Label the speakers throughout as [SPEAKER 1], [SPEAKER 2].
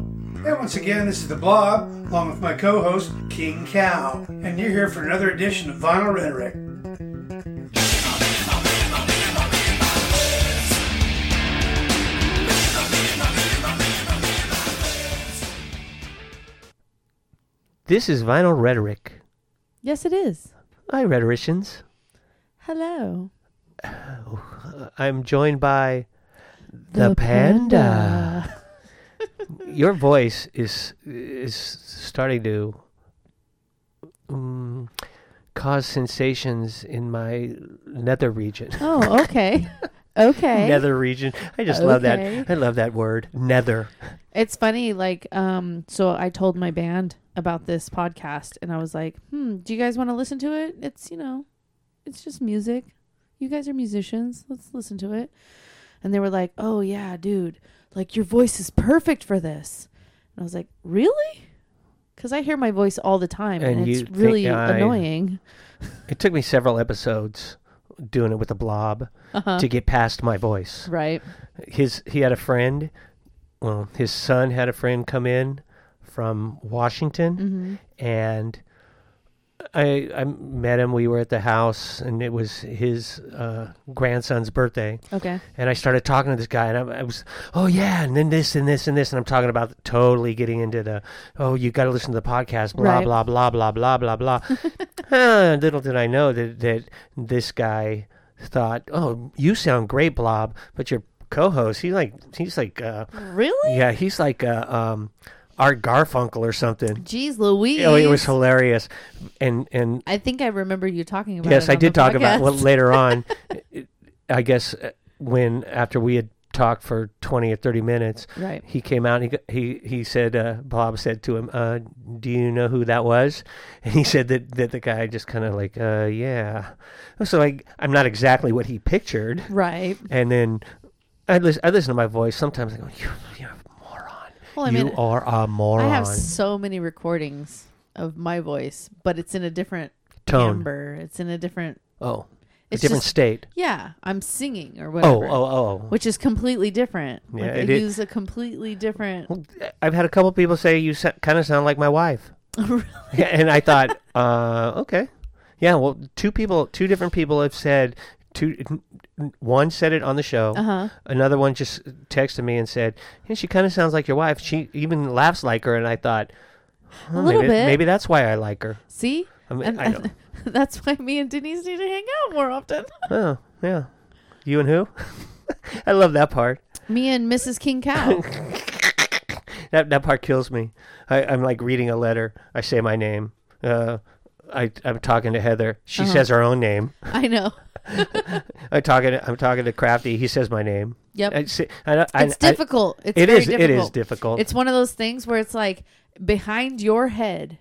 [SPEAKER 1] And once again, this is The Blob, along with my co host, King Cow, and you're here for another edition of Vinyl Rhetoric.
[SPEAKER 2] This is Vinyl Rhetoric.
[SPEAKER 3] Yes, it is.
[SPEAKER 2] Hi, rhetoricians.
[SPEAKER 3] Hello.
[SPEAKER 2] I'm joined by the, panda. Your voice is is starting to um, cause sensations in my nether region.
[SPEAKER 3] Oh, okay. okay.
[SPEAKER 2] Nether region. I just love
[SPEAKER 3] Okay.
[SPEAKER 2] that. I love that word. Nether.
[SPEAKER 3] It's funny, like, um, so I told my band about this podcast and I was like, hmm, do you guys want to listen to it? It's, you know, it's just music. You guys are musicians. Let's listen to it. And they were like, oh, yeah, dude, like your voice is perfect for this. And I was like, really? Because I hear my voice all the time and,
[SPEAKER 2] And you
[SPEAKER 3] it's
[SPEAKER 2] think
[SPEAKER 3] really
[SPEAKER 2] I-
[SPEAKER 3] annoying.
[SPEAKER 2] It took me several episodes doing it with the blob
[SPEAKER 3] Uh-huh.
[SPEAKER 2] to get past my voice.
[SPEAKER 3] Right.
[SPEAKER 2] his he had a friend well his son had a friend come in from Washington
[SPEAKER 3] Mhm.
[SPEAKER 2] and I I met him we were at the house and it was his uh, grandson's birthday
[SPEAKER 3] Okay.
[SPEAKER 2] and I started talking to this guy, and I, I was, oh yeah, and then this and this and this, and I'm talking about totally getting into the, oh you got to listen to the podcast, blah
[SPEAKER 3] Right.
[SPEAKER 2] blah blah blah blah blah blah. Huh, little did I know that that this guy thought, oh you sound great, Blob, but your co-host, he like he's like, uh,
[SPEAKER 3] Really?
[SPEAKER 2] yeah, he's like uh, um, Art Garfunkel or something.
[SPEAKER 3] Jeez Louise.
[SPEAKER 2] Oh, it was hilarious, and and
[SPEAKER 3] I think I remember you talking about
[SPEAKER 2] yes
[SPEAKER 3] it
[SPEAKER 2] i
[SPEAKER 3] on
[SPEAKER 2] did
[SPEAKER 3] the
[SPEAKER 2] talk about
[SPEAKER 3] podcast.
[SPEAKER 2] well later on i guess uh, when after we had talked for 20 or 30 minutes
[SPEAKER 3] Right.
[SPEAKER 2] he came out and he go- he, he said uh, bob said to him uh, do you know who that was and he said that, that the guy just kind of like uh, yeah so I, i'm not exactly what he pictured
[SPEAKER 3] Right.
[SPEAKER 2] and then i, lis- I listen to my voice sometimes i go you, you're a moron
[SPEAKER 3] Well, I
[SPEAKER 2] you
[SPEAKER 3] mean,
[SPEAKER 2] are a moron
[SPEAKER 3] I have so many recordings of my voice, but it's in a different
[SPEAKER 2] Tone.
[SPEAKER 3] timbre. It's in a different.
[SPEAKER 2] oh a
[SPEAKER 3] It's
[SPEAKER 2] different
[SPEAKER 3] just-
[SPEAKER 2] state
[SPEAKER 3] Yeah, I'm singing or
[SPEAKER 2] oh
[SPEAKER 3] whatever.
[SPEAKER 2] oh oh
[SPEAKER 3] Which is completely different.
[SPEAKER 2] Yeah,
[SPEAKER 3] like,
[SPEAKER 2] it
[SPEAKER 3] they
[SPEAKER 2] is-
[SPEAKER 3] use a completely different.
[SPEAKER 2] Well, I've had a couple people say you kind of sound like my wife, Yeah, and I thought, uh, okay, yeah. Well, two people, two different people have said two. One said it on the show.
[SPEAKER 3] Uh huh.
[SPEAKER 2] Another one just texted me and said, "Yeah, she kind of sounds like your wife. She even laughs like her." And I thought, huh,
[SPEAKER 3] A little
[SPEAKER 2] maybe,
[SPEAKER 3] bit. Um,
[SPEAKER 2] maybe that's why I like her.
[SPEAKER 3] See,
[SPEAKER 2] I mean,
[SPEAKER 3] and,
[SPEAKER 2] I don't,
[SPEAKER 3] and that's why me and Denise need to hang out more often.
[SPEAKER 2] oh yeah, you and who? I love that part.
[SPEAKER 3] me and Mrs. King Cow.
[SPEAKER 2] That that part kills me. I, I'm like reading a letter. I say my name. Uh, I I'm talking to Heather. She
[SPEAKER 3] Uh-huh.
[SPEAKER 2] says her own name.
[SPEAKER 3] I know.
[SPEAKER 2] I talking. To, I'm talking to Crafty. He says my name.
[SPEAKER 3] Yep.
[SPEAKER 2] I say- I don't- I-
[SPEAKER 3] it's
[SPEAKER 2] I-
[SPEAKER 3] difficult. It's
[SPEAKER 2] it
[SPEAKER 3] very
[SPEAKER 2] is- It
[SPEAKER 3] Difficult.
[SPEAKER 2] is difficult.
[SPEAKER 3] It's one of those things where it's like behind your head.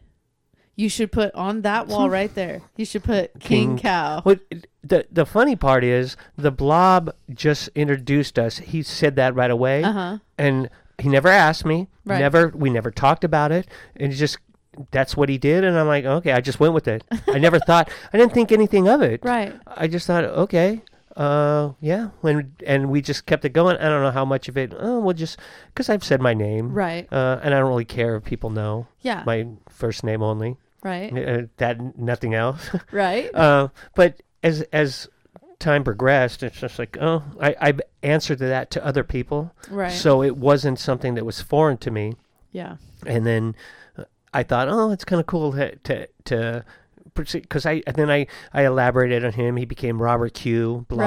[SPEAKER 3] You should put on that wall right there. You should put King,
[SPEAKER 2] King-
[SPEAKER 3] Cow.
[SPEAKER 2] What the the funny part is the blob just introduced us. He said that right away,
[SPEAKER 3] Uh huh.
[SPEAKER 2] and he never asked me.
[SPEAKER 3] Right.
[SPEAKER 2] Never. We never talked about it. And just that's what he did. And I'm like, okay, I just went with it. I never thought. I didn't think anything of it.
[SPEAKER 3] Right.
[SPEAKER 2] I just thought, okay, uh, yeah, when and we just kept it going. I don't know how much of it. Oh, we'll just because I've said my name,
[SPEAKER 3] Right.
[SPEAKER 2] Uh, and I don't really care if people know
[SPEAKER 3] Yeah.
[SPEAKER 2] my first name only.
[SPEAKER 3] right.
[SPEAKER 2] Uh, that nothing else.
[SPEAKER 3] Right.
[SPEAKER 2] uh, but as as time progressed, it's just like, oh, I, I've answered to that to other people,
[SPEAKER 3] Right.
[SPEAKER 2] so it wasn't something that was foreign to me
[SPEAKER 3] yeah.
[SPEAKER 2] and then uh, I thought, oh, it's kind of cool to to to because I and then I I elaborated on him. He became Robert Q. Blob,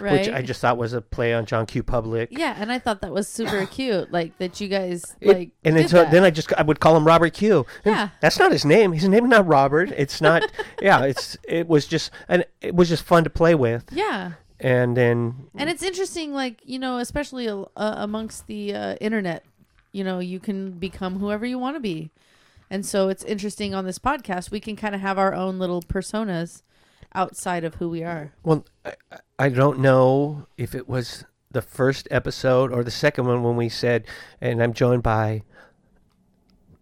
[SPEAKER 3] Right,
[SPEAKER 2] which
[SPEAKER 3] right.
[SPEAKER 2] I just thought was a play on John Q. Public.
[SPEAKER 3] Yeah. And I thought that was super cute. Like that you guys
[SPEAKER 2] It-
[SPEAKER 3] like.
[SPEAKER 2] and then
[SPEAKER 3] did
[SPEAKER 2] so
[SPEAKER 3] that.
[SPEAKER 2] then I just I would call him Robert Q. And
[SPEAKER 3] Yeah.
[SPEAKER 2] that's not his name. His name's not Robert. It's not. yeah, it's it was just and it was just fun to play with.
[SPEAKER 3] Yeah.
[SPEAKER 2] And then
[SPEAKER 3] And it's interesting, like you know, especially uh, amongst the uh, internet, you know, you can become whoever you want to be, and so it's interesting on this podcast we can kind of have our own little personas outside of who we are.
[SPEAKER 2] Well, I, I- I don't know if it was the first episode or the second one when we said, and I'm joined by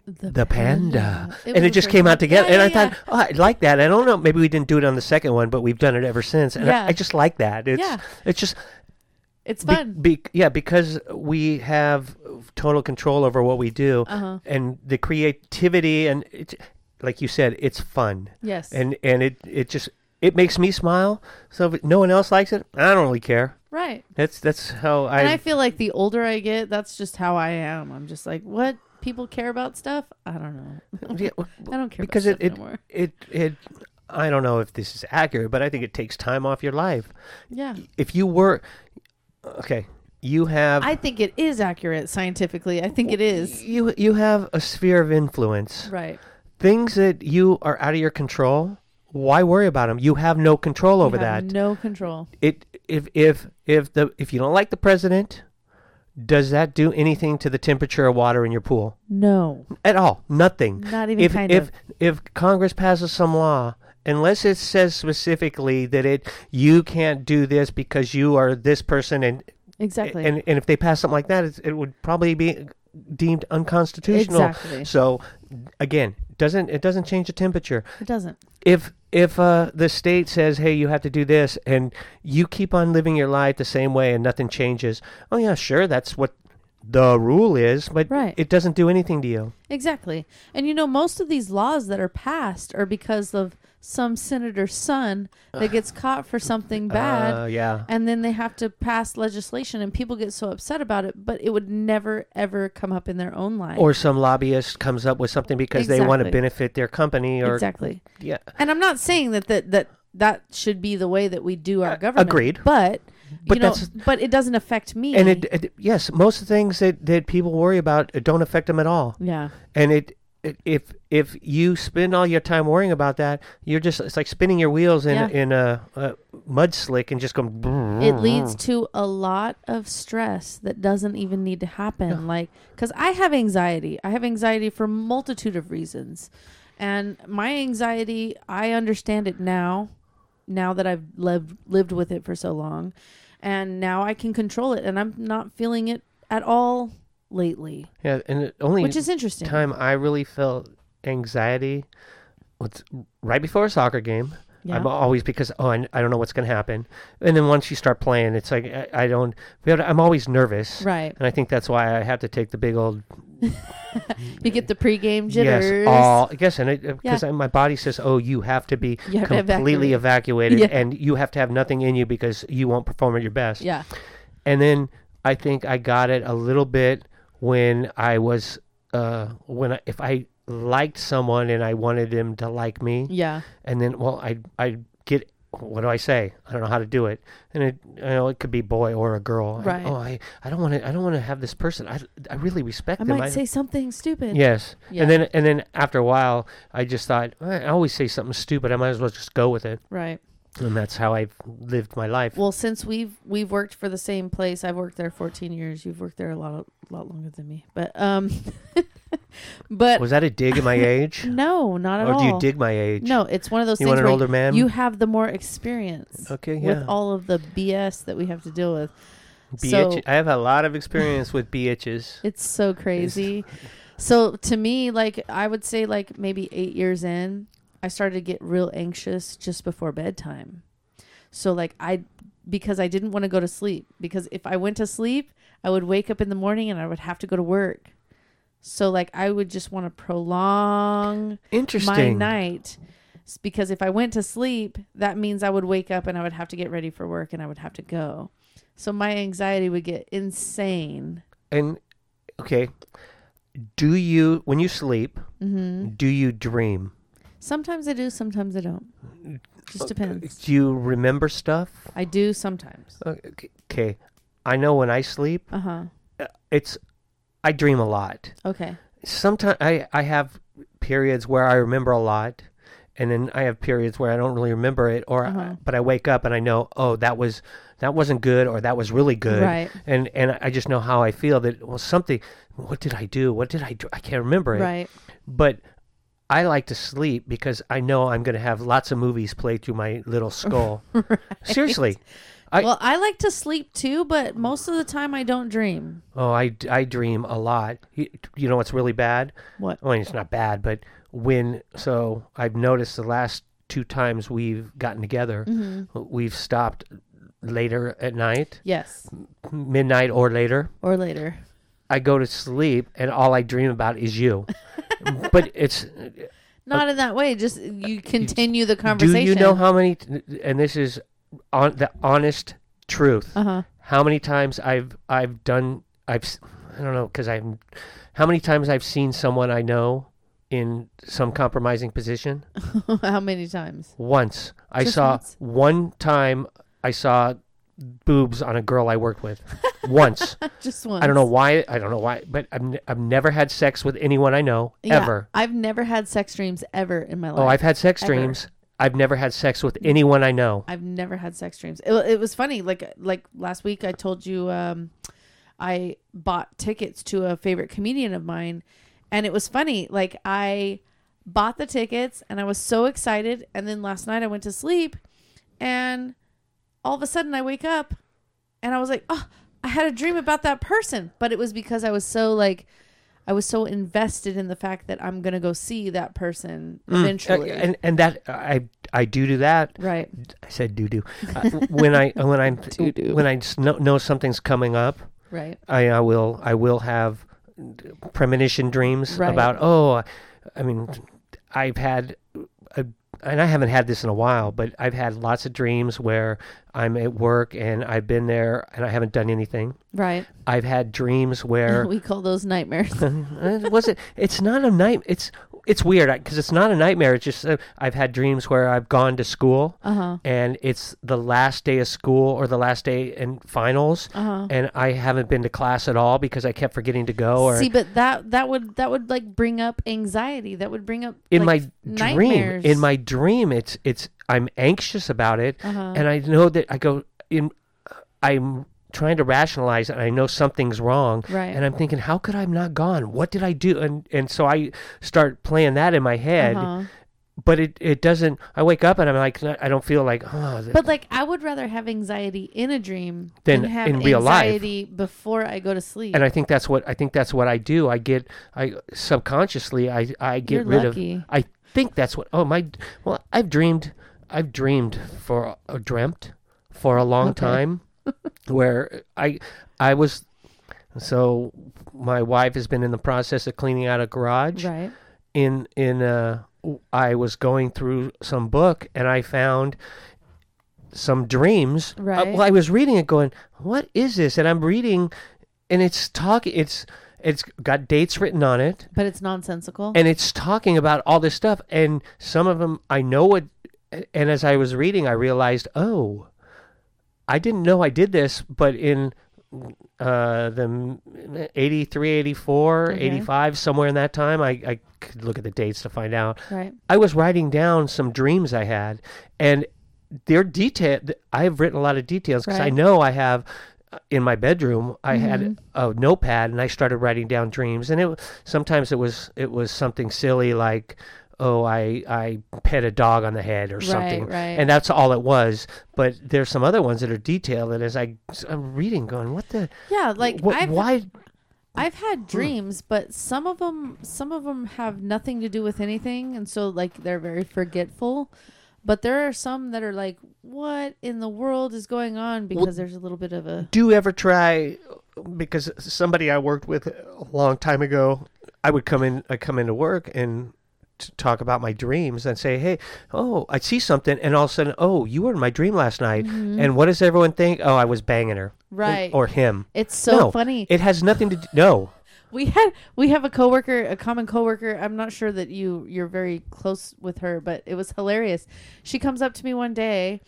[SPEAKER 2] the panda, and
[SPEAKER 3] was
[SPEAKER 2] it
[SPEAKER 3] the
[SPEAKER 2] just
[SPEAKER 3] first
[SPEAKER 2] came
[SPEAKER 3] one.
[SPEAKER 2] out together.
[SPEAKER 3] Yeah,
[SPEAKER 2] and
[SPEAKER 3] yeah,
[SPEAKER 2] I thought, oh, I like that. I don't know, maybe we didn't do it on the second one, but we've done it ever since, and
[SPEAKER 3] Yeah.
[SPEAKER 2] I, I just like that. It's
[SPEAKER 3] Yeah.
[SPEAKER 2] it's just
[SPEAKER 3] It's
[SPEAKER 2] Be-
[SPEAKER 3] fun.
[SPEAKER 2] Be, yeah, because we have total control over what we do
[SPEAKER 3] Uh-huh.
[SPEAKER 2] and the creativity and it's like you said, it's fun.
[SPEAKER 3] yes.
[SPEAKER 2] And and it it just it makes me smile. So if no one else likes it, I don't really care.
[SPEAKER 3] right.
[SPEAKER 2] That's that's how I
[SPEAKER 3] and I feel like the older I get, that's just how I am. I'm just like, what people care about stuff. I don't know.
[SPEAKER 2] Yeah, w-
[SPEAKER 3] I don't care
[SPEAKER 2] because
[SPEAKER 3] about
[SPEAKER 2] it
[SPEAKER 3] stuff
[SPEAKER 2] it, it
[SPEAKER 3] anymore.
[SPEAKER 2] it I don't know if this is accurate, but I think it takes time off your life.
[SPEAKER 3] Yeah,
[SPEAKER 2] If you were okay, you have
[SPEAKER 3] I think it is accurate scientifically. I think it is
[SPEAKER 2] you you have a sphere of influence.
[SPEAKER 3] right.
[SPEAKER 2] Things that you are out of your control, why worry about them? You have no control over
[SPEAKER 3] You have
[SPEAKER 2] that.
[SPEAKER 3] no control.
[SPEAKER 2] it if if if the if you don't like the president, does that do anything to the temperature of water in your pool
[SPEAKER 3] No,
[SPEAKER 2] at all? Nothing.
[SPEAKER 3] not even
[SPEAKER 2] if
[SPEAKER 3] kind
[SPEAKER 2] if
[SPEAKER 3] of.
[SPEAKER 2] if Congress passes some law, unless it says specifically that it you can't do this because you are this person, and
[SPEAKER 3] Exactly.
[SPEAKER 2] and and if they pass something like that, it's, it would probably be deemed unconstitutional.
[SPEAKER 3] Exactly.
[SPEAKER 2] So again, doesn't it doesn't change the temperature
[SPEAKER 3] it doesn't.
[SPEAKER 2] if if uh, the state says, "Hey, you have to do this," and you keep on living your life the same way and nothing changes, oh yeah, sure, that's what the rule is, but
[SPEAKER 3] Right.
[SPEAKER 2] it doesn't do anything to you.
[SPEAKER 3] Exactly. And you know, most of these laws that are passed are because of some senator's son that gets caught for something bad.
[SPEAKER 2] Uh, yeah,
[SPEAKER 3] and then they have to pass legislation, and people get so upset about it, but it would never, ever come up in their own life.
[SPEAKER 2] or some lobbyist comes up with something because they want to
[SPEAKER 3] Exactly.
[SPEAKER 2] benefit their company, or
[SPEAKER 3] exactly.
[SPEAKER 2] yeah,
[SPEAKER 3] And I'm not saying that that that that should be the way that we do our
[SPEAKER 2] Uh,
[SPEAKER 3] government.
[SPEAKER 2] agreed.
[SPEAKER 3] But
[SPEAKER 2] But
[SPEAKER 3] you know,
[SPEAKER 2] that's-
[SPEAKER 3] but it doesn't affect me.
[SPEAKER 2] and it, it yes, most of the things that that people worry about uh, don't affect them at all,
[SPEAKER 3] yeah,
[SPEAKER 2] and it. it- If if you spend all your time worrying about that, you're just it's like spinning your wheels in
[SPEAKER 3] Yeah.
[SPEAKER 2] in a, a mud slick and just going.
[SPEAKER 3] it
[SPEAKER 2] Mm-hmm.
[SPEAKER 3] leads to a lot of stress that doesn't even need to happen. Like, because I have anxiety. I have anxiety for a multitude of reasons, and my anxiety, I understand it now. Now that I've lived lived with it for so long, and now I can control it, and I'm not feeling it at all lately,
[SPEAKER 2] Yeah, and the only
[SPEAKER 3] which is interesting.
[SPEAKER 2] time I really felt anxiety was right before a soccer game.
[SPEAKER 3] Yeah.
[SPEAKER 2] I'm always because oh I, I don't know what's going to happen, and then once you start playing, it's like I, I don't. I'm always nervous,
[SPEAKER 3] Right.
[SPEAKER 2] And I think that's why I have to take the big old
[SPEAKER 3] You get the pregame jitters.
[SPEAKER 2] yes, all yes, and because
[SPEAKER 3] Yeah.
[SPEAKER 2] my body says oh you have to be
[SPEAKER 3] You have to
[SPEAKER 2] completely evacuated,
[SPEAKER 3] Yeah.
[SPEAKER 2] and you have to have nothing in you because you won't perform at your best.
[SPEAKER 3] Yeah.
[SPEAKER 2] and then I think I got it a little bit when I was uh when I, if I liked someone and I wanted them to like me,
[SPEAKER 3] Yeah.
[SPEAKER 2] and then well I I get what do I say? I don't know how to do it, and it you know it could be boy or a girl. I-
[SPEAKER 3] Right.
[SPEAKER 2] oh, I I don't want to I don't want to have this person. I I really respect
[SPEAKER 3] I
[SPEAKER 2] them.
[SPEAKER 3] might say something stupid.
[SPEAKER 2] Yes,
[SPEAKER 3] Yeah.
[SPEAKER 2] and then and then after a while, I just thought "Eh, I always say something stupid. I might as well just go with it,
[SPEAKER 3] Right.
[SPEAKER 2] and that's how I've lived my life.
[SPEAKER 3] Well, since we've we've worked for the same place, I've worked there 14 years. You've worked there a lot lot longer than me. But um but
[SPEAKER 2] Was that a dig at my age,
[SPEAKER 3] no, not at
[SPEAKER 2] or
[SPEAKER 3] all.
[SPEAKER 2] do you dig my age?
[SPEAKER 3] No, it's one of those
[SPEAKER 2] You
[SPEAKER 3] things
[SPEAKER 2] want an
[SPEAKER 3] where
[SPEAKER 2] older man?
[SPEAKER 3] you have the more experience
[SPEAKER 2] Okay, yeah.
[SPEAKER 3] with all of the BS that we have to deal with.
[SPEAKER 2] Bitch-
[SPEAKER 3] So-
[SPEAKER 2] I have a lot of experience with bitches.
[SPEAKER 3] It's so crazy. so to me, like I would say, like maybe eight years in, I started to get real anxious just before bedtime. So like I, because I didn't want to go to sleep. Because if I went to sleep, I would wake up in the morning and I would have to go to work. So like I would just want to prolong my
[SPEAKER 2] Interesting.
[SPEAKER 3] night. s- Because if I went to sleep, that means I would wake up and I would have to get ready for work and I would have to go. So my anxiety would get insane.
[SPEAKER 2] And okay, do you when you sleep?
[SPEAKER 3] Mm-hmm.
[SPEAKER 2] Do you dream?
[SPEAKER 3] Sometimes I do, sometimes I don't.
[SPEAKER 2] Uh,
[SPEAKER 3] Just depends.
[SPEAKER 2] Do you remember stuff?
[SPEAKER 3] I do sometimes.
[SPEAKER 2] Uh, Okay, I know when I sleep,
[SPEAKER 3] Uh huh.
[SPEAKER 2] uh, it's I dream a lot.
[SPEAKER 3] Okay.
[SPEAKER 2] Sometimes I I have periods where I remember a lot, and then I have periods where I don't really remember it. Or uh,
[SPEAKER 3] Uh-huh.
[SPEAKER 2] but I wake up and I know oh that was that wasn't good or that was really good.
[SPEAKER 3] Right.
[SPEAKER 2] and and I just know how I feel that well something what did I do what did I do I can't remember it
[SPEAKER 3] Right.
[SPEAKER 2] but I like to sleep because I know I'm going to have lots of movies played through my little skull seriously I-
[SPEAKER 3] well, I like to sleep too, but most of the time I don't dream.
[SPEAKER 2] oh I, I dream a lot you, you know what's really bad
[SPEAKER 3] What?
[SPEAKER 2] I mean it's not bad but when so Mm-hmm. I've noticed the last two times we've gotten together we've stopped later at night,
[SPEAKER 3] Yes.
[SPEAKER 2] midnight or later.
[SPEAKER 3] Or later.
[SPEAKER 2] Uh, I go to sleep and all I dream about is you. but it's
[SPEAKER 3] Not in that way. Just you continue the
[SPEAKER 2] do
[SPEAKER 3] conversation.
[SPEAKER 2] you know how many and this is on the honest truth.
[SPEAKER 3] Uh huh.
[SPEAKER 2] How many times I've I've done I've s- I don't know cuz I'm how many times I've seen someone I know in some compromising position?
[SPEAKER 3] Uh-huh. how many times?
[SPEAKER 2] Once. I
[SPEAKER 3] Just
[SPEAKER 2] saw
[SPEAKER 3] once?
[SPEAKER 2] one time I saw boobs on a girl I worked with. Once.
[SPEAKER 3] Just once.
[SPEAKER 2] I don't know why. I don't know why, but I've, n- I've never had sex with anyone I know
[SPEAKER 3] Yeah,
[SPEAKER 2] ever.
[SPEAKER 3] I've never had sex dreams ever in my life.
[SPEAKER 2] Oh, I've had sex
[SPEAKER 3] Ever.
[SPEAKER 2] dreams. I've never had sex with anyone I know.
[SPEAKER 3] I've never had sex dreams. It, it was funny. Like like last week, I told you um, I bought tickets to a favorite comedian of mine, and it was funny. Like I bought the tickets, and I was so excited. And then last night, I went to sleep, and all of a sudden, I wake up, and I was like, oh, I had a dream about that person, but it was because I was so like. I was so invested in the fact that I'm gonna go see that person eventually,
[SPEAKER 2] Uh, and and that I I do do that.
[SPEAKER 3] right?
[SPEAKER 2] I said do do uh, when I when I
[SPEAKER 3] Do-do.
[SPEAKER 2] when I s- know, know something's coming up.
[SPEAKER 3] Right.
[SPEAKER 2] I, I will I will have premonition dreams
[SPEAKER 3] Right.
[SPEAKER 2] about oh I mean I've had uh, and I haven't had this in a while but I've had lots of dreams where I'm at work and I've been there and I haven't done anything
[SPEAKER 3] Right.
[SPEAKER 2] I've had dreams where
[SPEAKER 3] we call those nightmares.
[SPEAKER 2] Uh, was it it's not a night it's it's weird because it's not a nightmare it's just uh, I've had dreams where I've gone to school
[SPEAKER 3] Uh huh.
[SPEAKER 2] and it's the last day of school or the last day in finals
[SPEAKER 3] Uh-huh.
[SPEAKER 2] and I haven't been to class at all because I kept forgetting to go or
[SPEAKER 3] See, but that that would that would like bring up anxiety. That would bring up
[SPEAKER 2] in
[SPEAKER 3] like,
[SPEAKER 2] my dream in my dream it's it's I'm anxious about it
[SPEAKER 3] Uh-huh.
[SPEAKER 2] and I know that I go in I'm trying to rationalize it and I know something's wrong
[SPEAKER 3] Right.
[SPEAKER 2] and I'm thinking how could I have not gone what did I do and and so I start playing that in my head
[SPEAKER 3] Uh-huh.
[SPEAKER 2] but it it doesn't I wake up and I'm like I don't feel like oh
[SPEAKER 3] But like, I would rather have anxiety in a dream
[SPEAKER 2] Than
[SPEAKER 3] have
[SPEAKER 2] in real life.
[SPEAKER 3] anxiety before I go to sleep.
[SPEAKER 2] and I think that's what I think that's what I do. I get I subconsciously I I get
[SPEAKER 3] You're
[SPEAKER 2] rid
[SPEAKER 3] lucky.
[SPEAKER 2] of I think that's what oh my well I've dreamed I've dreamed for or dreamt for a long
[SPEAKER 3] Okay.
[SPEAKER 2] time where I I was so my wife has been in the process of cleaning out a garage
[SPEAKER 3] right.
[SPEAKER 2] in in uh I was going through some book and I found some dreams. Uh,
[SPEAKER 3] Right.
[SPEAKER 2] well, I was reading it, going, "What is this?" And I'm reading, and it's talking. It's it's got dates written on it,
[SPEAKER 3] But it's nonsensical.
[SPEAKER 2] and it's talking about all this stuff. And some of them I know what. And as I was reading, I realized, oh, I didn't know I did this, but in uh, the 83, 84,
[SPEAKER 3] Okay.
[SPEAKER 2] 85, somewhere in that time, I, I could look at the dates to find out.
[SPEAKER 3] right.
[SPEAKER 2] I was writing down some dreams I had, and they're detail. th- I've written a lot of details because I
[SPEAKER 3] Right. Mm-hmm.
[SPEAKER 2] know I have uh, in my bedroom. I had a notepad, and I started writing down dreams. And it sometimes it was it was something silly like, oh, I I pet a dog on the head or something,
[SPEAKER 3] right.
[SPEAKER 2] and that's all it was. But there's some other ones that are detailed, and as I am reading, going, what the
[SPEAKER 3] Yeah. Like
[SPEAKER 2] wh-
[SPEAKER 3] I've
[SPEAKER 2] why?
[SPEAKER 3] I've
[SPEAKER 2] Hmm.
[SPEAKER 3] had dreams, but some of them some of them have nothing to do with anything, and so like they're very forgetful. But there are some that are like, what in the world is going on? Because there's a little bit of a
[SPEAKER 2] do you ever try because somebody I worked with a long time ago, I would come in I come into work and t- talk about my dreams and say, "Hey, oh, I see something." And all of a sudden, "Oh, you were in my dream last night." And what does everyone think? "Oh, I was banging her."
[SPEAKER 3] right.
[SPEAKER 2] Or him.
[SPEAKER 3] it's so
[SPEAKER 2] no,
[SPEAKER 3] funny.
[SPEAKER 2] It has nothing to do No.
[SPEAKER 3] we had we have a coworker, a common coworker. I'm not sure that you you're very close with her, but it was hilarious. She comes up to me one day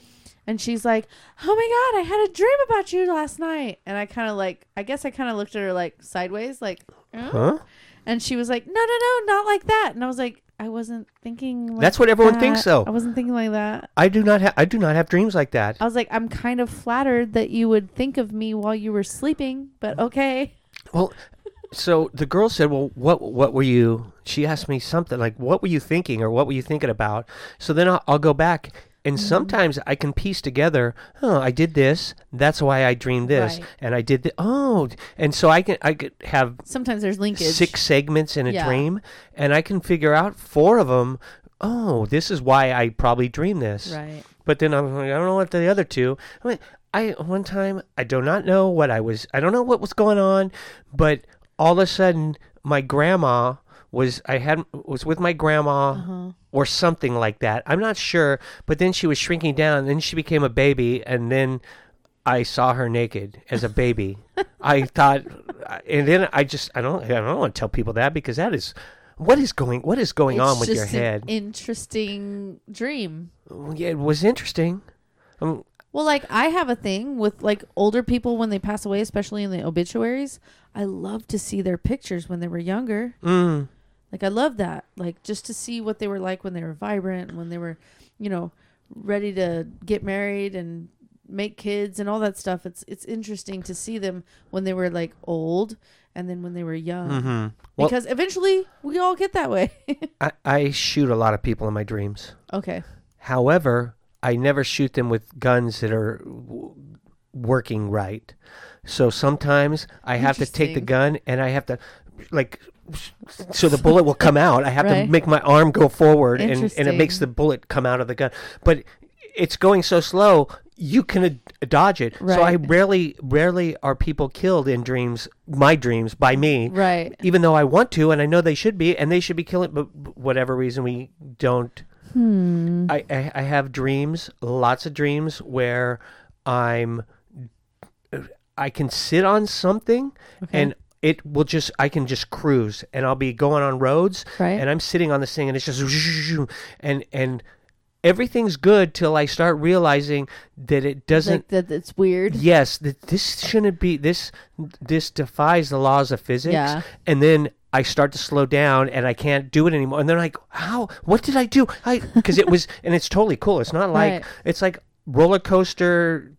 [SPEAKER 3] and she's like, "Oh my god, I had a dream about you last night." And I kind of like I guess I kind of looked at her like sideways like, "Huh?"
[SPEAKER 2] Huh?
[SPEAKER 3] And she was like, "No, no, no, not like that." And I was like, "I wasn't thinking." Like
[SPEAKER 2] That's what everyone
[SPEAKER 3] that.
[SPEAKER 2] thinks, though.
[SPEAKER 3] I wasn't thinking like that.
[SPEAKER 2] I do not have I do not have dreams like that.
[SPEAKER 3] I was like, "I'm kind of flattered that you would think of me while you were sleeping, but okay."
[SPEAKER 2] Well, so the girl said, "Well, what what were you?" She asked me something like, "What were you thinking?" or "What were you thinking about?" So then I'll, I'll go back, and
[SPEAKER 3] Mm-hmm.
[SPEAKER 2] sometimes I can piece together. Oh, I did this. That's why I dreamed this,
[SPEAKER 3] Right.
[SPEAKER 2] and I did the oh, and so I can I could have
[SPEAKER 3] Sometimes there's linkage.
[SPEAKER 2] six segments in a
[SPEAKER 3] Yeah.
[SPEAKER 2] dream, and I can figure out four of them. Oh, this is why I probably dreamed this.
[SPEAKER 3] Right.
[SPEAKER 2] But then I'm like, I don't know what the other two. I mean, I one time I do not know what I was I don't know what was going on, but all of a sudden my grandma was I had was with my grandma
[SPEAKER 3] Uh-huh.
[SPEAKER 2] or something like that. I'm not sure, but then she was shrinking down, then she became a baby and then I saw her naked as a baby. I thought and then I just I don't I don't want to tell people that because that is what is going what is going on with your
[SPEAKER 3] just an
[SPEAKER 2] head?
[SPEAKER 3] interesting dream.
[SPEAKER 2] yeah, it was interesting. Um,
[SPEAKER 3] Well, like I have a thing with like older people when they pass away, especially in the obituaries. I love to see their pictures when they were younger.
[SPEAKER 2] mm,
[SPEAKER 3] Like I love that. Like just to see what they were like when they were vibrant, when they were, you know, ready to get married and make kids and all that stuff. It's it's interesting to see them when they were like old and then when they were young.
[SPEAKER 2] Mm-hmm. Well-
[SPEAKER 3] because eventually we all get that way.
[SPEAKER 2] I, I shoot a lot of people in my dreams.
[SPEAKER 3] okay.
[SPEAKER 2] However, I never shoot them with guns that are w- working right. So sometimes I have to take the
[SPEAKER 3] Interesting.
[SPEAKER 2] gun and I have to, like, so the bullet will come out. I have
[SPEAKER 3] Right.
[SPEAKER 2] to make my arm go forward and, and it
[SPEAKER 3] Interesting.
[SPEAKER 2] makes the bullet come out of the gun. But it's going so slow, you can ad- dodge it. So I
[SPEAKER 3] Right.
[SPEAKER 2] rarely, rarely are people killed in dreams, my dreams, by me
[SPEAKER 3] Right.
[SPEAKER 2] even though I want to, and I know they should be, and they should be killing, but but whatever reason we don't.
[SPEAKER 3] Hmm.
[SPEAKER 2] I, I, I have dreams, lots of dreams where I'm, I can sit on something, and it will just, I can just cruise, and I'll be going on roads,
[SPEAKER 3] Right.
[SPEAKER 2] and I'm sitting on this thing, and it's just, and and everything's good till I start realizing that it doesn't
[SPEAKER 3] like that it's weird.
[SPEAKER 2] yes th- this shouldn't be this this defies the laws of physics
[SPEAKER 3] Yeah.
[SPEAKER 2] and then i start to slow down and i can't do it anymore and they're like how what did i do i because it was and it's totally cool it's not like
[SPEAKER 3] Right.
[SPEAKER 2] it's like roller coaster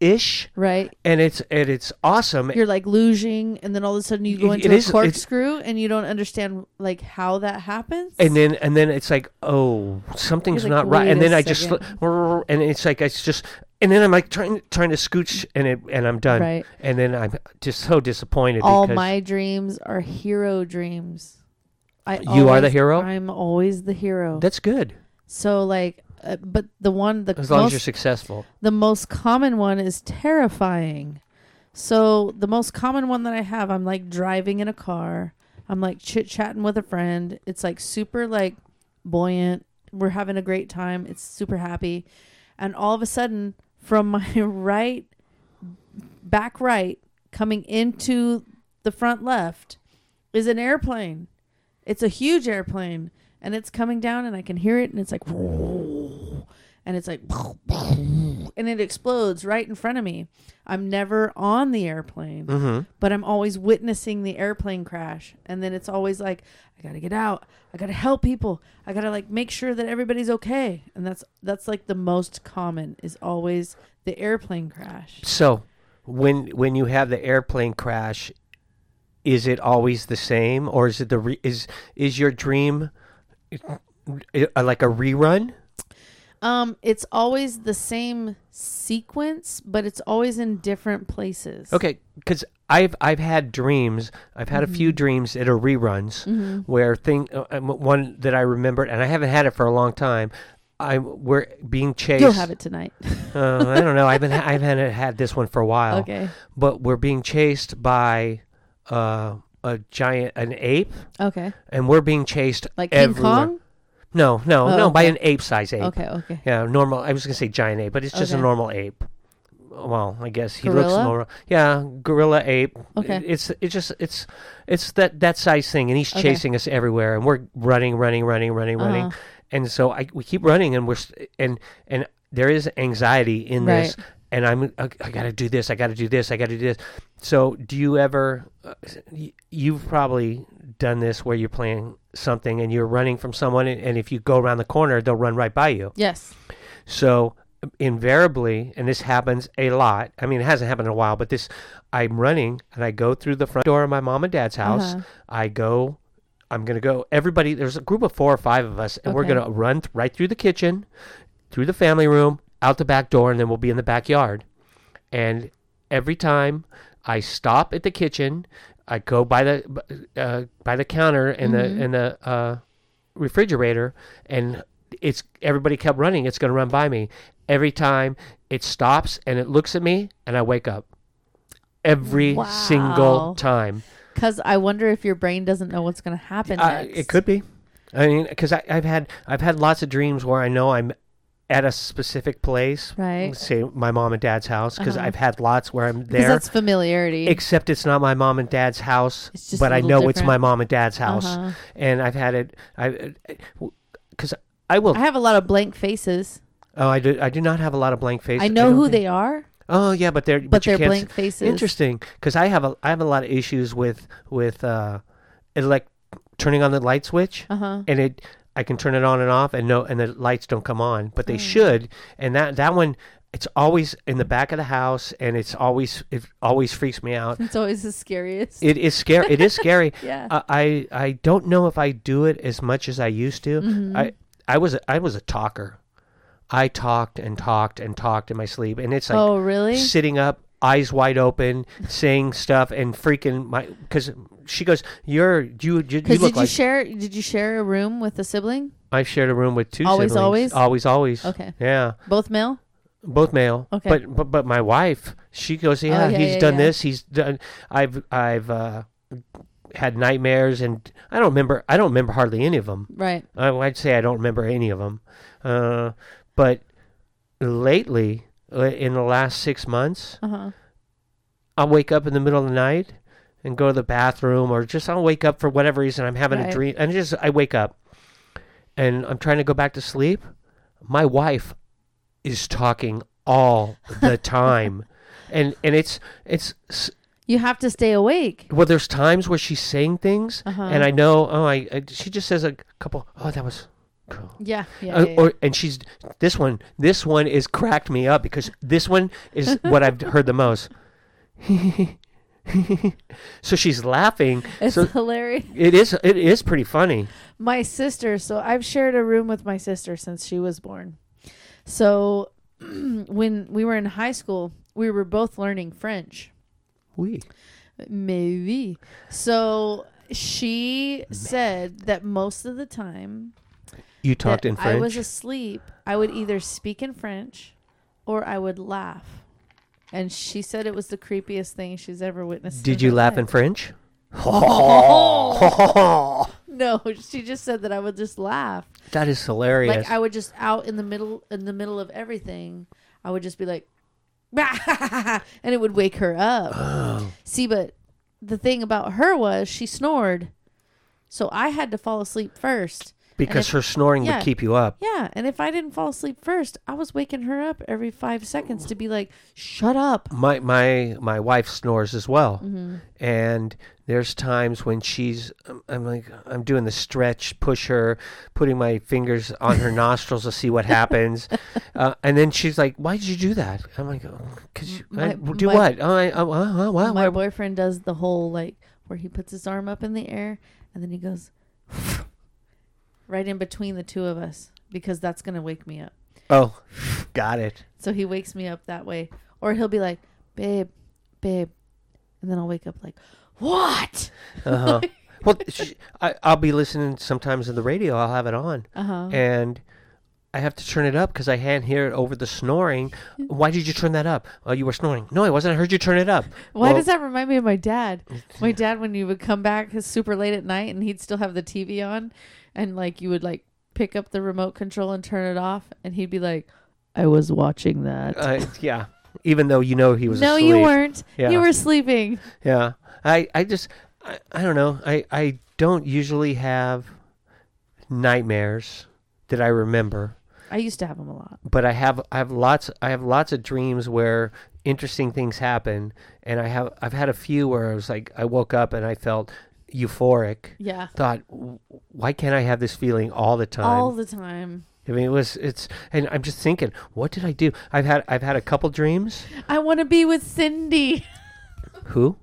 [SPEAKER 2] ish
[SPEAKER 3] Right.
[SPEAKER 2] and it's and it's awesome
[SPEAKER 3] you're like losing and then all of a sudden you go
[SPEAKER 2] It-
[SPEAKER 3] into
[SPEAKER 2] it
[SPEAKER 3] a
[SPEAKER 2] is- it's-
[SPEAKER 3] corkscrew and you don't understand like how that happens
[SPEAKER 2] and then and then it's like oh something's
[SPEAKER 3] You're like,
[SPEAKER 2] not right and
[SPEAKER 3] wait
[SPEAKER 2] then
[SPEAKER 3] a
[SPEAKER 2] i just
[SPEAKER 3] second.
[SPEAKER 2] sl- and it's like it's just and then i'm like trying trying to scooch and it and i'm done
[SPEAKER 3] Right.
[SPEAKER 2] and then i'm just so disappointed
[SPEAKER 3] all
[SPEAKER 2] because
[SPEAKER 3] my dreams are hero dreams I
[SPEAKER 2] You are the hero?
[SPEAKER 3] i'm always the hero
[SPEAKER 2] that's good
[SPEAKER 3] so like uh, but the one the
[SPEAKER 2] as long as you're
[SPEAKER 3] most,
[SPEAKER 2] successful
[SPEAKER 3] the most common one is terrifying so the most common one that i have i'm like driving in a car i'm like chit-chatting with a friend it's like super like buoyant we're having a great time it's super happy and all of a sudden from my right back right coming into the front left is an airplane it's a huge airplane and it's coming down and i can hear it and it's like and it's like and it explodes right in front of me i'm never on the airplane but i'm always witnessing the airplane crash and then it's always like i gotta get out i gotta help people i gotta like make sure that everybody's okay and that's that's like the most common is always the airplane crash
[SPEAKER 2] So, when when you have the airplane crash, is it always the same, or is it the re- is is your dream uh, like a rerun?
[SPEAKER 3] um it's always the same sequence but it's always in different places
[SPEAKER 2] Okay, because I've I've had dreams. I've had a few
[SPEAKER 3] Mm-hmm.
[SPEAKER 2] dreams that are reruns where thing uh, um, one that I remembered, and I haven't had it for a long time. I we're being chased.
[SPEAKER 3] you'll have it tonight
[SPEAKER 2] Uh, I don't know. I've been I haven't had this one for a while.
[SPEAKER 3] okay
[SPEAKER 2] But we're being chased by uh, a giant an ape.
[SPEAKER 3] okay
[SPEAKER 2] and we're being chased
[SPEAKER 3] like king
[SPEAKER 2] everywhere.
[SPEAKER 3] kong
[SPEAKER 2] No, no,
[SPEAKER 3] Oh,
[SPEAKER 2] no, by
[SPEAKER 3] okay.
[SPEAKER 2] an ape-sized ape size ape.
[SPEAKER 3] okay okay
[SPEAKER 2] Yeah, normal. I was gonna say giant ape, but it's just a
[SPEAKER 3] Okay.
[SPEAKER 2] normal ape. Well, I guess he looks
[SPEAKER 3] Gorilla?
[SPEAKER 2] normal. Yeah, gorilla ape.
[SPEAKER 3] Okay.
[SPEAKER 2] It- It's it's just it's it's that that size thing, and he's
[SPEAKER 3] Okay.
[SPEAKER 2] chasing us everywhere, and we're running, running, running, running, running,
[SPEAKER 3] Uh-huh.
[SPEAKER 2] and so I we keep running, and we're s- and and there is anxiety in this. And I'm, uh, I, I gotta do this, I gotta do this, I gotta do this. So, do you ever, uh, y- you've probably done this where you're playing something and you're running from someone, and, and if you go around the corner, they'll run right by you.
[SPEAKER 3] Yes.
[SPEAKER 2] So um, invariably, and this happens a lot. I mean, it hasn't happened in a while, but this, I'm running and I go through the front door of my mom and dad's house.
[SPEAKER 3] Uh-huh.
[SPEAKER 2] I go, I'm gonna go. Everybody, there's a group of four or five of us, and we're
[SPEAKER 3] Okay.
[SPEAKER 2] gonna run th- right through the kitchen, through the family room, out the back door, and then we'll be in the backyard. And every time I stop at the kitchen, I go by the uh, by the counter and
[SPEAKER 3] Mm-hmm.
[SPEAKER 2] the and the uh, refrigerator, and it's everybody kept running. It's going to run by me, every time it stops and it looks at me and I wake up. Every single
[SPEAKER 3] Wow.
[SPEAKER 2] time.
[SPEAKER 3] Because I wonder if your brain doesn't know what's going to happen.
[SPEAKER 2] I,
[SPEAKER 3] next.
[SPEAKER 2] Uh, it could be. I mean, because I've had I've had lots of dreams where I know I'm at a specific place.
[SPEAKER 3] Right.
[SPEAKER 2] Say my mom and dad's house because
[SPEAKER 3] Uh-huh.
[SPEAKER 2] I've had lots where I'm
[SPEAKER 3] Because
[SPEAKER 2] there.
[SPEAKER 3] that's familiarity.
[SPEAKER 2] Except it's not my mom and dad's house,
[SPEAKER 3] It's just a
[SPEAKER 2] but I
[SPEAKER 3] little
[SPEAKER 2] know it's
[SPEAKER 3] different.
[SPEAKER 2] my mom and dad's house,
[SPEAKER 3] Uh-huh.
[SPEAKER 2] and I've had it. I because I will.
[SPEAKER 3] I have a lot of blank faces.
[SPEAKER 2] oh, I do. I do not have a lot of blank faces.
[SPEAKER 3] I know
[SPEAKER 2] don't
[SPEAKER 3] who
[SPEAKER 2] think-
[SPEAKER 3] they are,
[SPEAKER 2] Oh yeah, but they're
[SPEAKER 3] but,
[SPEAKER 2] but, you
[SPEAKER 3] they're
[SPEAKER 2] can't s-
[SPEAKER 3] blank faces.
[SPEAKER 2] Interesting, because I have a I have a lot of issues with with uh, elect turning on the light switch,
[SPEAKER 3] Uh huh.
[SPEAKER 2] and it I can turn it on and off, and no, and the lights don't come on,
[SPEAKER 3] Mm.
[SPEAKER 2] but they should. And that that one, it's always in the back of the house, and it's always it always freaks me out.
[SPEAKER 3] It's always the scariest.
[SPEAKER 2] It is scary. It is scary.
[SPEAKER 3] yeah.
[SPEAKER 2] I I I don't know if I do it as much as I used to.
[SPEAKER 3] Mm-hmm.
[SPEAKER 2] I I was a- I was a talker. I talked and talked and talked in my sleep, and it's like
[SPEAKER 3] oh, really?
[SPEAKER 2] sitting up, eyes wide open, saying stuff, and freaking my. Because she goes, "You're you you, you
[SPEAKER 3] Because
[SPEAKER 2] look
[SPEAKER 3] did you
[SPEAKER 2] like."
[SPEAKER 3] share? Did you share a room with a sibling?
[SPEAKER 2] I've shared a room with two.
[SPEAKER 3] Always,
[SPEAKER 2] siblings.
[SPEAKER 3] always?
[SPEAKER 2] always, always.
[SPEAKER 3] Okay.
[SPEAKER 2] Yeah,
[SPEAKER 3] Both male.
[SPEAKER 2] both male.
[SPEAKER 3] Okay. Oh,
[SPEAKER 2] But but but my wife, she goes, "Yeah,
[SPEAKER 3] yeah,
[SPEAKER 2] he's
[SPEAKER 3] yeah,
[SPEAKER 2] done
[SPEAKER 3] yeah.
[SPEAKER 2] this. He's done. I've I've uh, had nightmares, and I don't remember. I don't remember hardly any of them.
[SPEAKER 3] Right.
[SPEAKER 2] I, I'd say I don't remember any of them. Uh, but lately, uh, in the last six months,
[SPEAKER 3] Uh huh.
[SPEAKER 2] I'll wake up in the middle of the night and go to the bathroom or just I'll wake up for whatever reason I'm having
[SPEAKER 3] Right.
[SPEAKER 2] a dream and just I wake up and I'm trying to go back to sleep. My wife is talking all the time. And and it's it's s-
[SPEAKER 3] You have to stay awake.
[SPEAKER 2] well there's times where she's saying things
[SPEAKER 3] Uh-huh.
[SPEAKER 2] and I know oh I, I she just says a couple oh that was cool.
[SPEAKER 3] Yeah. Yeah.
[SPEAKER 2] Uh,
[SPEAKER 3] yeah, yeah.
[SPEAKER 2] or and she's this one. This one is cracked me up because this one is what I've heard the most. so she's laughing.
[SPEAKER 3] it's
[SPEAKER 2] so
[SPEAKER 3] hilarious.
[SPEAKER 2] it is it is pretty funny.
[SPEAKER 3] my sister so i've shared a room with my sister since she was born so when we were in high school we were both learning french
[SPEAKER 2] We
[SPEAKER 3] maybe so she said that most of the time
[SPEAKER 2] you talked
[SPEAKER 3] that
[SPEAKER 2] in
[SPEAKER 3] i
[SPEAKER 2] French.
[SPEAKER 3] was asleep i would either speak in french or i would laugh and she said it was the creepiest thing she's ever witnessed
[SPEAKER 2] Did you
[SPEAKER 3] her
[SPEAKER 2] laugh
[SPEAKER 3] life.
[SPEAKER 2] in French?
[SPEAKER 3] no she just said that i would just laugh
[SPEAKER 2] that is hilarious.
[SPEAKER 3] Like I would just out in the middle in the middle of everything, I would just be like and it would wake her up. See, but the thing about her was she snored. So I had to fall asleep first.
[SPEAKER 2] because
[SPEAKER 3] if-
[SPEAKER 2] her snoring
[SPEAKER 3] yeah.
[SPEAKER 2] would keep you up.
[SPEAKER 3] Yeah, and if I didn't fall asleep first, I was waking her up every 5 seconds to be like, "Shut up."
[SPEAKER 2] my my my wife snores as well
[SPEAKER 3] Mm-hmm.
[SPEAKER 2] and there's times when she's I'm, I'm like i'm doing the stretch push her putting my fingers on her nostrils to see what happens uh, and then she's like why did you do that i'm like because you I,
[SPEAKER 3] My-
[SPEAKER 2] do
[SPEAKER 3] my-
[SPEAKER 2] what oh, I, oh, oh, oh, oh,
[SPEAKER 3] My
[SPEAKER 2] why-
[SPEAKER 3] boyfriend does the whole like where he puts his arm up in the air and then he goes right in between the two of us because that's going to wake me up.
[SPEAKER 2] oh got it
[SPEAKER 3] So he wakes me up that way. Or he'll be like, babe, babe. And then I'll wake up like, what?
[SPEAKER 2] uh-huh well she, I, i'll be listening sometimes on the radio i'll have it on
[SPEAKER 3] Uh huh.
[SPEAKER 2] and I have to turn it up because I can't hear it over the snoring.
[SPEAKER 3] Mm.
[SPEAKER 2] Why did you turn that up? Oh, you were snoring. No, I wasn't. I heard you turn it up.
[SPEAKER 3] Why
[SPEAKER 2] Well,
[SPEAKER 3] does that remind me of my dad? My dad, when you would come back it's super late at night and he'd still have the TV on, and like you would like pick up the remote control and turn it off, and he'd be like, I was watching that.
[SPEAKER 2] Uh, yeah. Even though you know he was
[SPEAKER 3] no,
[SPEAKER 2] asleep.
[SPEAKER 3] you weren't.
[SPEAKER 2] Yeah.
[SPEAKER 3] You were sleeping.
[SPEAKER 2] Yeah. I, I just, I, I don't know. I, I don't usually have nightmares that I remember,
[SPEAKER 3] I used to have him a lot.
[SPEAKER 2] but I have, I have lots, I have lots of dreams where interesting things happen. And I have, I've had a few where I was like, I woke up and I felt euphoric.
[SPEAKER 3] Yeah.
[SPEAKER 2] Thought, "W- why can't I have this feeling all the time?
[SPEAKER 3] All the time.
[SPEAKER 2] I mean, it was, it's, and I'm just thinking, what did I do? I've had, I've had a couple dreams.
[SPEAKER 3] I want to be with Cindy.
[SPEAKER 2] Who?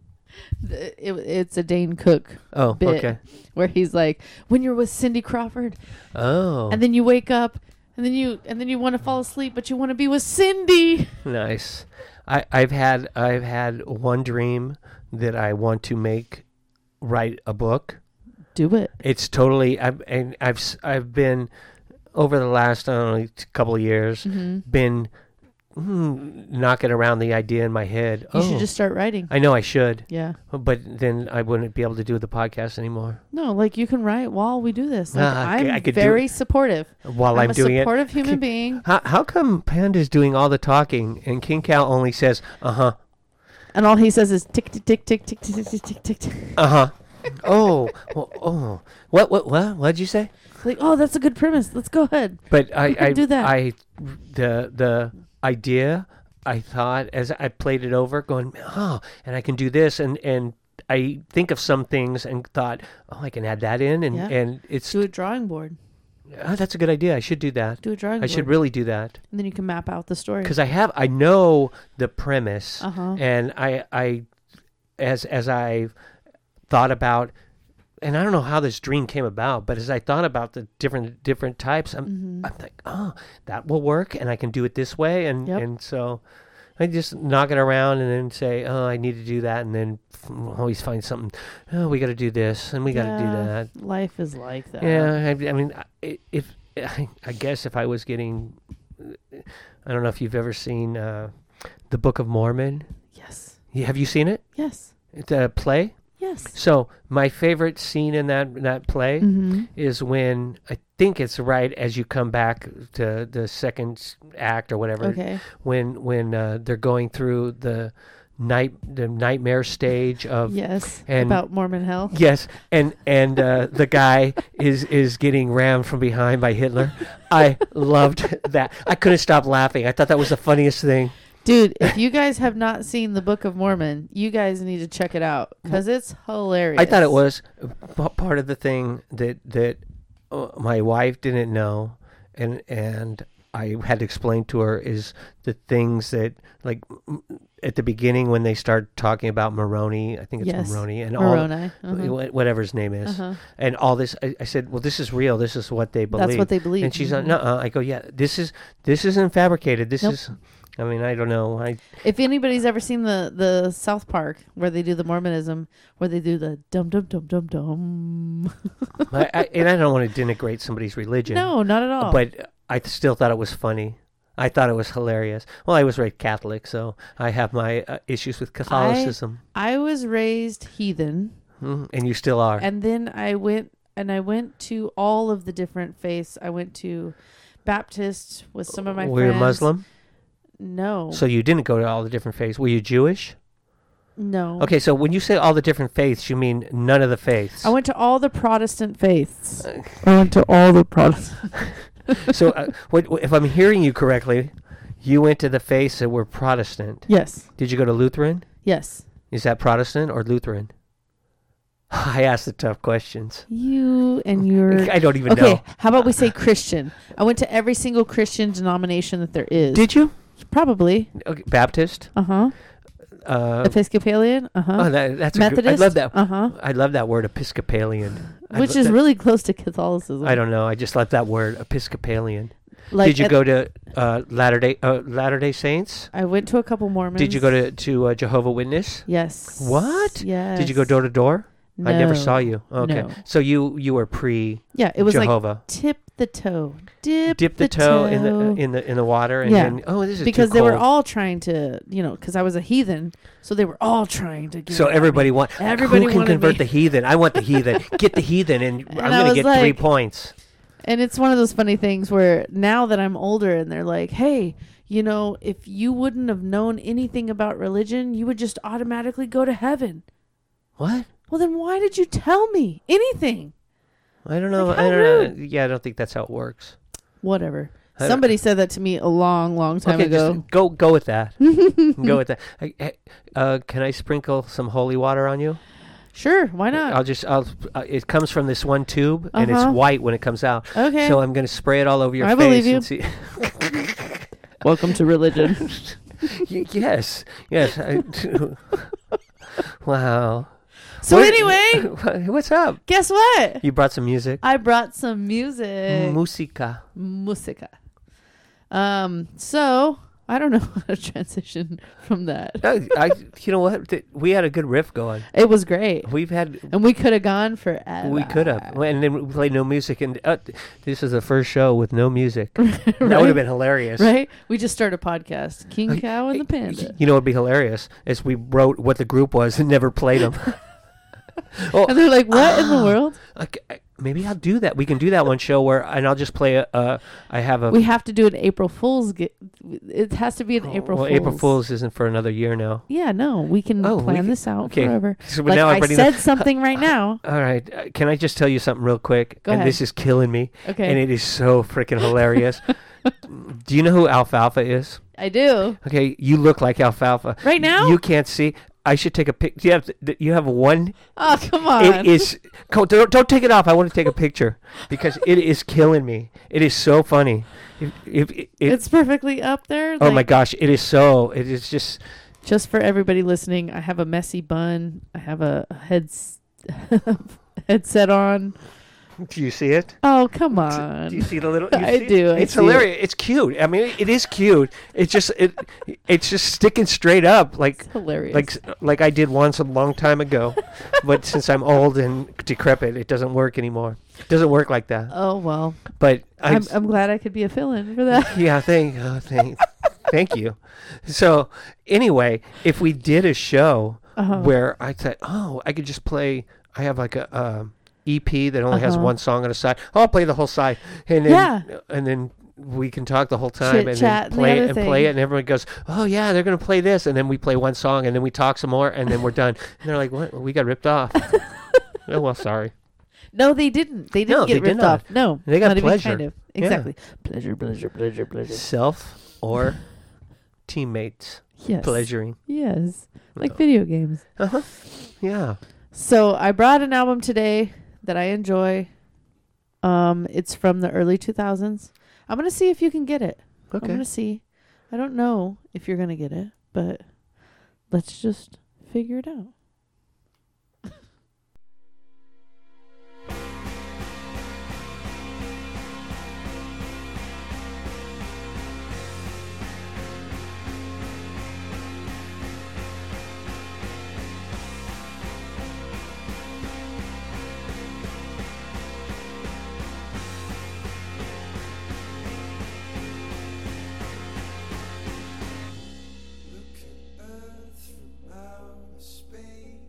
[SPEAKER 3] It, it's a Dane Cook
[SPEAKER 2] Oh,
[SPEAKER 3] bit
[SPEAKER 2] okay.
[SPEAKER 3] where he's like, when you're with Cindy Crawford,
[SPEAKER 2] Oh.
[SPEAKER 3] and then you wake up, and then you and then you want to fall asleep, but you want to be with Cindy.
[SPEAKER 2] Nice. I, I've had I've had one dream that I want to make write a book.
[SPEAKER 3] Do it.
[SPEAKER 2] It's totally I've and I've s- I've been over the last I don't know, t- couple of years
[SPEAKER 3] Mhm.
[SPEAKER 2] been mm, knocking around the idea in my head.
[SPEAKER 3] You
[SPEAKER 2] oh,
[SPEAKER 3] should just start writing.
[SPEAKER 2] I know I should,
[SPEAKER 3] Yeah.
[SPEAKER 2] but then I wouldn't be able to do the podcast anymore
[SPEAKER 3] No, like you can write while we do this. Like,
[SPEAKER 2] Nah, I c-
[SPEAKER 3] I'm
[SPEAKER 2] I could do
[SPEAKER 3] very supportive.
[SPEAKER 2] while I'm,
[SPEAKER 3] I'm a
[SPEAKER 2] doing it.
[SPEAKER 3] supportive human being.
[SPEAKER 2] How, how come Panda's doing all the talking and King Cow only says, uh huh,
[SPEAKER 3] And all he says is tick tick tick tick tick tick tick tick tick tick. tick.
[SPEAKER 2] uh huh. oh, well, oh, what, what, what? What'd you say?
[SPEAKER 3] Like, oh, that's a good premise. Let's go ahead.
[SPEAKER 2] But I,
[SPEAKER 3] We can
[SPEAKER 2] I,
[SPEAKER 3] do that.
[SPEAKER 2] I, the, the idea I thought as I played it over, going, oh, and I can do this, and and I think of some things and thought, oh, I can add that in, and
[SPEAKER 3] Yeah.
[SPEAKER 2] and it's
[SPEAKER 3] Do a drawing board.
[SPEAKER 2] oh, that's a good idea. I should do that.
[SPEAKER 3] Do a drawing
[SPEAKER 2] I
[SPEAKER 3] board.
[SPEAKER 2] should really do that
[SPEAKER 3] and then you can map out the story.
[SPEAKER 2] because I have, I know the premise.
[SPEAKER 3] Uh huh.
[SPEAKER 2] and I, I, as as I thought about, and I don't know how this dream came about, but as I thought about the different different types, I'm
[SPEAKER 3] Mm-hmm.
[SPEAKER 2] I'm like, oh, that will work, and I can do it this way, and
[SPEAKER 3] Yep.
[SPEAKER 2] and so I just knock it around and then say, oh, I need to do that, and then always find something. Oh, we got to do this, and we got to
[SPEAKER 3] Yeah.
[SPEAKER 2] do that.
[SPEAKER 3] Life is like that.
[SPEAKER 2] Yeah, I, I mean, I- if I, I guess if I was getting, I don't know if you've ever seen uh, the Book of Mormon.
[SPEAKER 3] Yes.
[SPEAKER 2] Yeah, Have you seen it?
[SPEAKER 3] Yes.
[SPEAKER 2] the play.
[SPEAKER 3] Yes.
[SPEAKER 2] So my favorite scene in that that play
[SPEAKER 3] Mm-hmm.
[SPEAKER 2] is when I think it's right as you come back to the second s- act or whatever.
[SPEAKER 3] Okay.
[SPEAKER 2] When when uh, they're going through the night the nightmare stage of
[SPEAKER 3] Yes.
[SPEAKER 2] and-
[SPEAKER 3] About Mormon hell.
[SPEAKER 2] yes and and uh, the guy is is getting rammed from behind by Hitler. I loved that. I couldn't stop laughing. I thought that was the funniest thing.
[SPEAKER 3] Dude, if you guys have not seen the Book of Mormon, you guys need to check it out because it's hilarious.
[SPEAKER 2] I thought it was p- part of the thing that that uh, my wife didn't know, and and I had to explain to her is the things that like m- at the beginning when they start talking about Moroni, I think it's
[SPEAKER 3] Yes.
[SPEAKER 2] Moroni and
[SPEAKER 3] Moroni.
[SPEAKER 2] all
[SPEAKER 3] Uh-huh.
[SPEAKER 2] wh- whatever his name is,
[SPEAKER 3] Uh-huh.
[SPEAKER 2] and all this. I, I said, well, this is real. This is what they believe.
[SPEAKER 3] That's what they believe.
[SPEAKER 2] and she's
[SPEAKER 3] Mhm.
[SPEAKER 2] like, no. I go, yeah. This is this isn't fabricated. This
[SPEAKER 3] Nope.
[SPEAKER 2] is. I mean, I don't know. I
[SPEAKER 3] If anybody's ever seen the the South Park where they do the Mormonism, where they do the dum dum dum dum dum.
[SPEAKER 2] I, I and I don't want to denigrate somebody's religion.
[SPEAKER 3] No, not at all.
[SPEAKER 2] but I still thought it was funny. I thought it was hilarious. Well, I was raised Catholic, so I have my uh, issues with Catholicism,
[SPEAKER 3] I was raised heathen,
[SPEAKER 2] Mm, and you still are.
[SPEAKER 3] and then I went and I went to all of the different faiths. I went to Baptist with some of my
[SPEAKER 2] Were you
[SPEAKER 3] friends.
[SPEAKER 2] Muslim,
[SPEAKER 3] No,
[SPEAKER 2] so you didn't go to all the different faiths. Were you Jewish?
[SPEAKER 3] no.
[SPEAKER 2] Okay, so when you say all the different faiths, you mean none of the faiths.
[SPEAKER 3] I went to all the Protestant faiths. I went to all the Protestant.
[SPEAKER 2] so, uh, what, what- if I'm hearing you correctly, you went to the faiths that were Protestant.
[SPEAKER 3] Yes,
[SPEAKER 2] Did you go to Lutheran?
[SPEAKER 3] yes.
[SPEAKER 2] Is that Protestant or Lutheran? I ask the tough questions.
[SPEAKER 3] You and your
[SPEAKER 2] I don't even
[SPEAKER 3] okay.
[SPEAKER 2] know.
[SPEAKER 3] How about we say Christian? I went to every single Christian denomination that there is.
[SPEAKER 2] Did you?
[SPEAKER 3] Probably.
[SPEAKER 2] Okay, Baptist.
[SPEAKER 3] Uh huh.
[SPEAKER 2] Uh,
[SPEAKER 3] Episcopalian.
[SPEAKER 2] Oh,
[SPEAKER 3] Uh huh.
[SPEAKER 2] that, that's A good, I
[SPEAKER 3] Methodist.
[SPEAKER 2] love that.
[SPEAKER 3] Uh huh.
[SPEAKER 2] I love that word Episcopalian. I
[SPEAKER 3] Which
[SPEAKER 2] lo-
[SPEAKER 3] is
[SPEAKER 2] that-
[SPEAKER 3] really close to Catholicism.
[SPEAKER 2] I don't know. I just love that word Episcopalian.
[SPEAKER 3] Like,
[SPEAKER 2] Did you
[SPEAKER 3] at-
[SPEAKER 2] go to uh, Latter Day uh, Latter Day Saints?
[SPEAKER 3] I went to a couple Mormons.
[SPEAKER 2] Did you go to to uh, Jehovah Witness?
[SPEAKER 3] Yes.
[SPEAKER 2] What?
[SPEAKER 3] Yes.
[SPEAKER 2] Did you go door to door? I never
[SPEAKER 3] No.
[SPEAKER 2] saw you. Okay,
[SPEAKER 3] No.
[SPEAKER 2] so you you were pre
[SPEAKER 3] Yeah, it was like
[SPEAKER 2] Jehovah.
[SPEAKER 3] tip the toe, dip,
[SPEAKER 2] Dip the, toe, in the uh, in the in the water, and
[SPEAKER 3] Yeah.
[SPEAKER 2] then oh, this is too
[SPEAKER 3] because they were
[SPEAKER 2] cold.
[SPEAKER 3] all trying to, you know, because I was a heathen, so they were all trying to. Get
[SPEAKER 2] So
[SPEAKER 3] at me.
[SPEAKER 2] everybody want
[SPEAKER 3] Everybody
[SPEAKER 2] who can
[SPEAKER 3] wanted
[SPEAKER 2] convert
[SPEAKER 3] me.
[SPEAKER 2] the heathen. I want the heathen. get the heathen, and,
[SPEAKER 3] And
[SPEAKER 2] I'm
[SPEAKER 3] I
[SPEAKER 2] gonna
[SPEAKER 3] was
[SPEAKER 2] get three
[SPEAKER 3] like-
[SPEAKER 2] points.
[SPEAKER 3] And it's one of those funny things where now that I'm older and they're like, hey, you know, if you wouldn't have known anything about religion, you would just automatically go to heaven.
[SPEAKER 2] What?
[SPEAKER 3] Well, then why did you tell me anything?
[SPEAKER 2] I don't know.
[SPEAKER 3] Like,
[SPEAKER 2] I
[SPEAKER 3] how
[SPEAKER 2] don't know.
[SPEAKER 3] rude.
[SPEAKER 2] Yeah, I don't think that's how it works.
[SPEAKER 3] Whatever.
[SPEAKER 2] I don't-
[SPEAKER 3] Somebody said that to me a long, long time ago.
[SPEAKER 2] just go go with that. go with that. I- I- Uh, can I sprinkle some holy water on you?
[SPEAKER 3] Sure, why not?
[SPEAKER 2] I'll just. I'll. Uh, it comes from this one tube, and it's
[SPEAKER 3] Uh-huh.
[SPEAKER 2] white when it comes out.
[SPEAKER 3] Okay.
[SPEAKER 2] uh, So I'm going to spray it all over your
[SPEAKER 3] I
[SPEAKER 2] face
[SPEAKER 3] believe you.
[SPEAKER 2] and see.
[SPEAKER 3] Welcome to religion.
[SPEAKER 2] Y- yes, yes. I do. wow.
[SPEAKER 3] so
[SPEAKER 2] What-
[SPEAKER 3] anyway,
[SPEAKER 2] what- what's up?
[SPEAKER 3] guess what?
[SPEAKER 2] You brought some music.
[SPEAKER 3] I brought some music.
[SPEAKER 2] Musica.
[SPEAKER 3] Musica. Um, so I don't know how to transition from that.
[SPEAKER 2] No, I, you know what? Th- We had a good riff going.
[SPEAKER 3] It was great.
[SPEAKER 2] We've had,
[SPEAKER 3] And we could have gone forever.
[SPEAKER 2] we could have, and then we played no music, and uh, this is the first show with no music. That would have been Uh, hilarious.
[SPEAKER 3] Right? We just start a podcast. King Cow and the Panda.
[SPEAKER 2] You know, it'd be hilarious is we wrote what the group was and never played them.
[SPEAKER 3] And they're like, what in
[SPEAKER 2] ah."
[SPEAKER 3] the world?
[SPEAKER 2] maybe I'll do that. We can do that one show where, and I'll just play a. a I have a.
[SPEAKER 3] We have to do an April Fool's. G- it has to be an April
[SPEAKER 2] Oh, well,
[SPEAKER 3] Fool's.
[SPEAKER 2] April Fool's isn't for another year now.
[SPEAKER 3] Yeah, no, we can
[SPEAKER 2] Oh, we
[SPEAKER 3] plan
[SPEAKER 2] can-
[SPEAKER 3] this out
[SPEAKER 2] okay.
[SPEAKER 3] forever.
[SPEAKER 2] So
[SPEAKER 3] Like,
[SPEAKER 2] now
[SPEAKER 3] I
[SPEAKER 2] everybody
[SPEAKER 3] said something right now.
[SPEAKER 2] All right, uh, can I just tell you something real quick?
[SPEAKER 3] Go
[SPEAKER 2] and
[SPEAKER 3] ahead.
[SPEAKER 2] this is killing me,
[SPEAKER 3] Okay,
[SPEAKER 2] and it is so freaking hilarious. do you know who Alfalfa is?
[SPEAKER 3] I do.
[SPEAKER 2] Okay, you look like Alfalfa
[SPEAKER 3] Right now?
[SPEAKER 2] You can't see. I should take a pic. You have th- you have one.
[SPEAKER 3] Oh, come on.
[SPEAKER 2] It is. co- Don't, don't take it off. I want to take a picture because it is killing me. It is so funny. If, if, it,
[SPEAKER 3] it's perfectly up there.
[SPEAKER 2] oh
[SPEAKER 3] like,
[SPEAKER 2] my gosh, it is so. It is just.
[SPEAKER 3] Just for everybody listening, I have a messy bun. I have a heads headset on.
[SPEAKER 2] Do you see it?
[SPEAKER 3] Oh, come
[SPEAKER 2] Do you
[SPEAKER 3] on.
[SPEAKER 2] see the little? you
[SPEAKER 3] I
[SPEAKER 2] see it?
[SPEAKER 3] do, I
[SPEAKER 2] It's
[SPEAKER 3] see it.
[SPEAKER 2] hilarious. It's cute. I mean, it is cute. It's just it. It's just sticking straight up like.
[SPEAKER 3] It's hilarious.
[SPEAKER 2] Like uh, like I did once a long time ago, but since I'm old and decrepit, it doesn't work anymore. It doesn't work like that.
[SPEAKER 3] oh well,
[SPEAKER 2] But I,
[SPEAKER 3] I'm, I'm glad I could be a fill-in for that.
[SPEAKER 2] yeah, thank, oh, thank, thank you. So anyway, if we did a show
[SPEAKER 3] Uh-huh.
[SPEAKER 2] where I said, oh, I could just play, I have like a um, EP that only has
[SPEAKER 3] Uh-huh.
[SPEAKER 2] one song on a side. Oh, I'll play the whole side, and then
[SPEAKER 3] Yeah.
[SPEAKER 2] and then we can talk the whole time and then
[SPEAKER 3] Chit-chat and the
[SPEAKER 2] play
[SPEAKER 3] other
[SPEAKER 2] it and play
[SPEAKER 3] thing.
[SPEAKER 2] it, and everyone goes, oh yeah, they're gonna play this, and then we play one song, and then we talk some more, and then we're done. And they're like, what? We got ripped off. oh well, sorry.
[SPEAKER 3] No, they didn't. They didn't
[SPEAKER 2] No,
[SPEAKER 3] get
[SPEAKER 2] they did
[SPEAKER 3] ripped
[SPEAKER 2] not.
[SPEAKER 3] off. No,
[SPEAKER 2] They got
[SPEAKER 3] not
[SPEAKER 2] pleasure.
[SPEAKER 3] Even kind of. Exactly. Pleasure, pleasure, pleasure, pleasure.
[SPEAKER 2] Self or teammates
[SPEAKER 3] Yes.
[SPEAKER 2] pleasuring.
[SPEAKER 3] Yes. Like video games.
[SPEAKER 2] Uh-huh. Yeah.
[SPEAKER 3] So I brought an album today that I enjoy. Um, it's from the early 2000s. I'm gonna see if you can get it. I'm
[SPEAKER 2] Okay.
[SPEAKER 3] gonna see. I don't know if you're gonna get it, but let's just figure it out.
[SPEAKER 4] Look at Earth from outer space.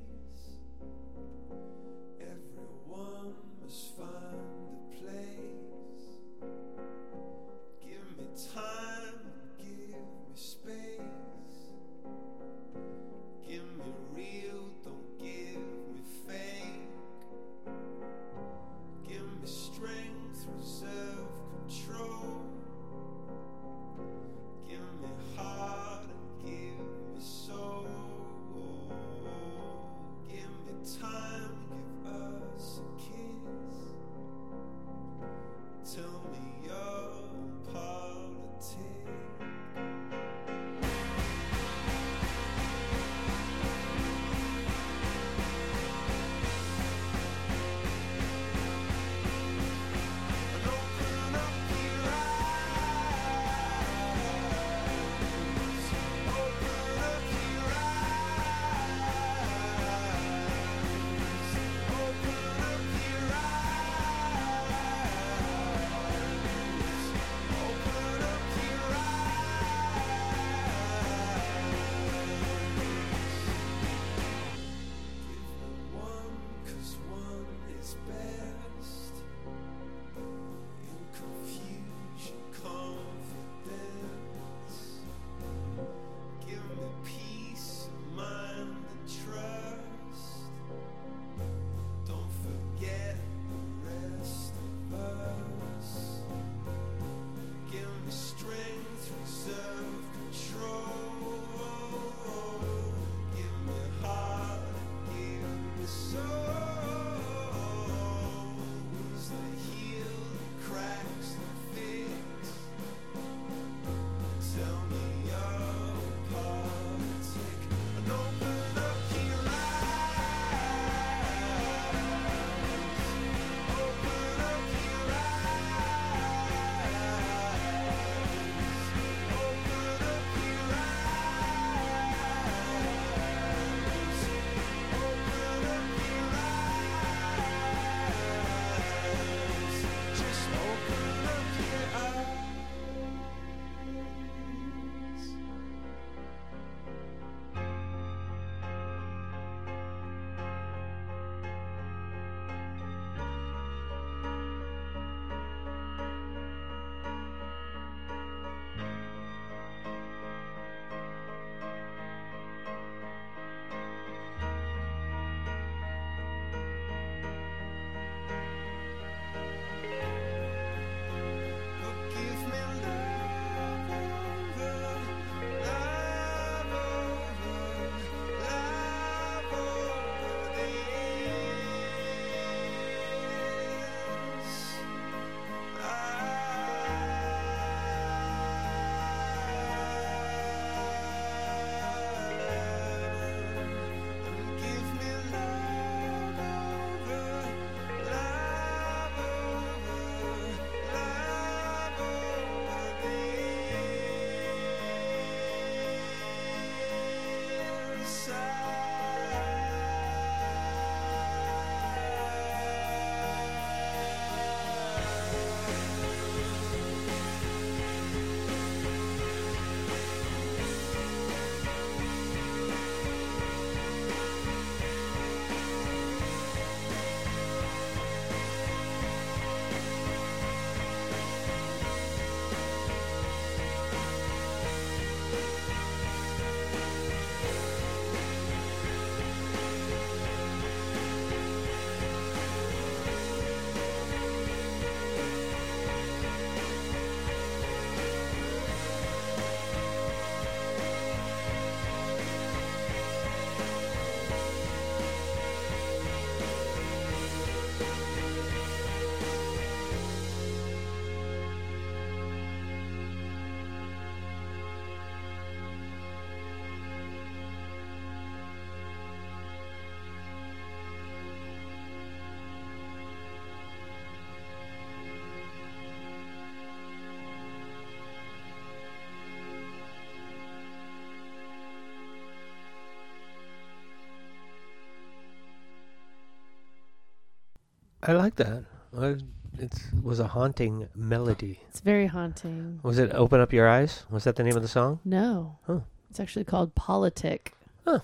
[SPEAKER 2] I like that. I, it was a haunting melody.
[SPEAKER 3] It's very haunting.
[SPEAKER 2] Was it "Open Up Your Eyes"? Was that the name of the song?
[SPEAKER 3] No.
[SPEAKER 2] Huh.
[SPEAKER 3] It's actually called Politic.
[SPEAKER 2] Huh.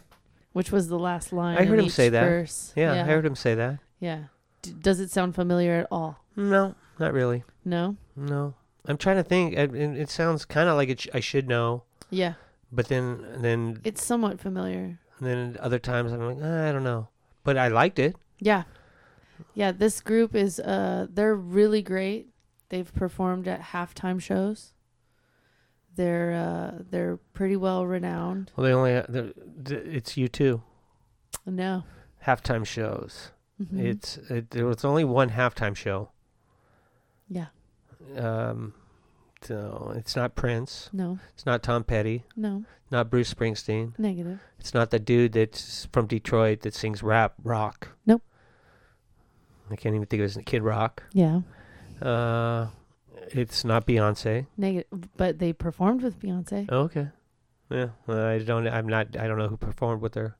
[SPEAKER 3] Which was the last line.
[SPEAKER 2] I heard
[SPEAKER 3] in
[SPEAKER 2] him
[SPEAKER 3] each
[SPEAKER 2] say that.
[SPEAKER 3] verse.
[SPEAKER 2] Yeah,
[SPEAKER 3] yeah.
[SPEAKER 2] I heard him say that.
[SPEAKER 3] Yeah. D- does it sound familiar at all?
[SPEAKER 2] No, not really.
[SPEAKER 3] No.
[SPEAKER 2] No, I'm trying to think. I, it, it sounds kind of like it sh- I should know,
[SPEAKER 3] Yeah.
[SPEAKER 2] but then then
[SPEAKER 3] It's somewhat familiar.
[SPEAKER 2] then other times I'm like "Ah, I don't know, but I liked it.
[SPEAKER 3] Yeah. Yeah, this group is uh they're really great. They've performed at halftime shows. They're uh they're pretty well renowned.
[SPEAKER 2] Well, they only they're- th- it's you two
[SPEAKER 3] No.
[SPEAKER 2] halftime shows.
[SPEAKER 3] Mhm.
[SPEAKER 2] It's it, there was only one halftime show.
[SPEAKER 3] Yeah.
[SPEAKER 2] Um, so it's not Prince.
[SPEAKER 3] No.
[SPEAKER 2] It's not Tom Petty.
[SPEAKER 3] No.
[SPEAKER 2] Not Bruce Springsteen.
[SPEAKER 3] Negative.
[SPEAKER 2] It's not the dude that's from Detroit that sings rap rock.
[SPEAKER 3] Nope.
[SPEAKER 2] I can't even think of his Kid Rock.
[SPEAKER 3] Yeah.
[SPEAKER 2] Uh, it's not Beyonce.
[SPEAKER 3] Negative. But they performed with Beyonce.
[SPEAKER 2] Oh, okay. Yeah, well, I don't. I'm not. I don't know who performed with her.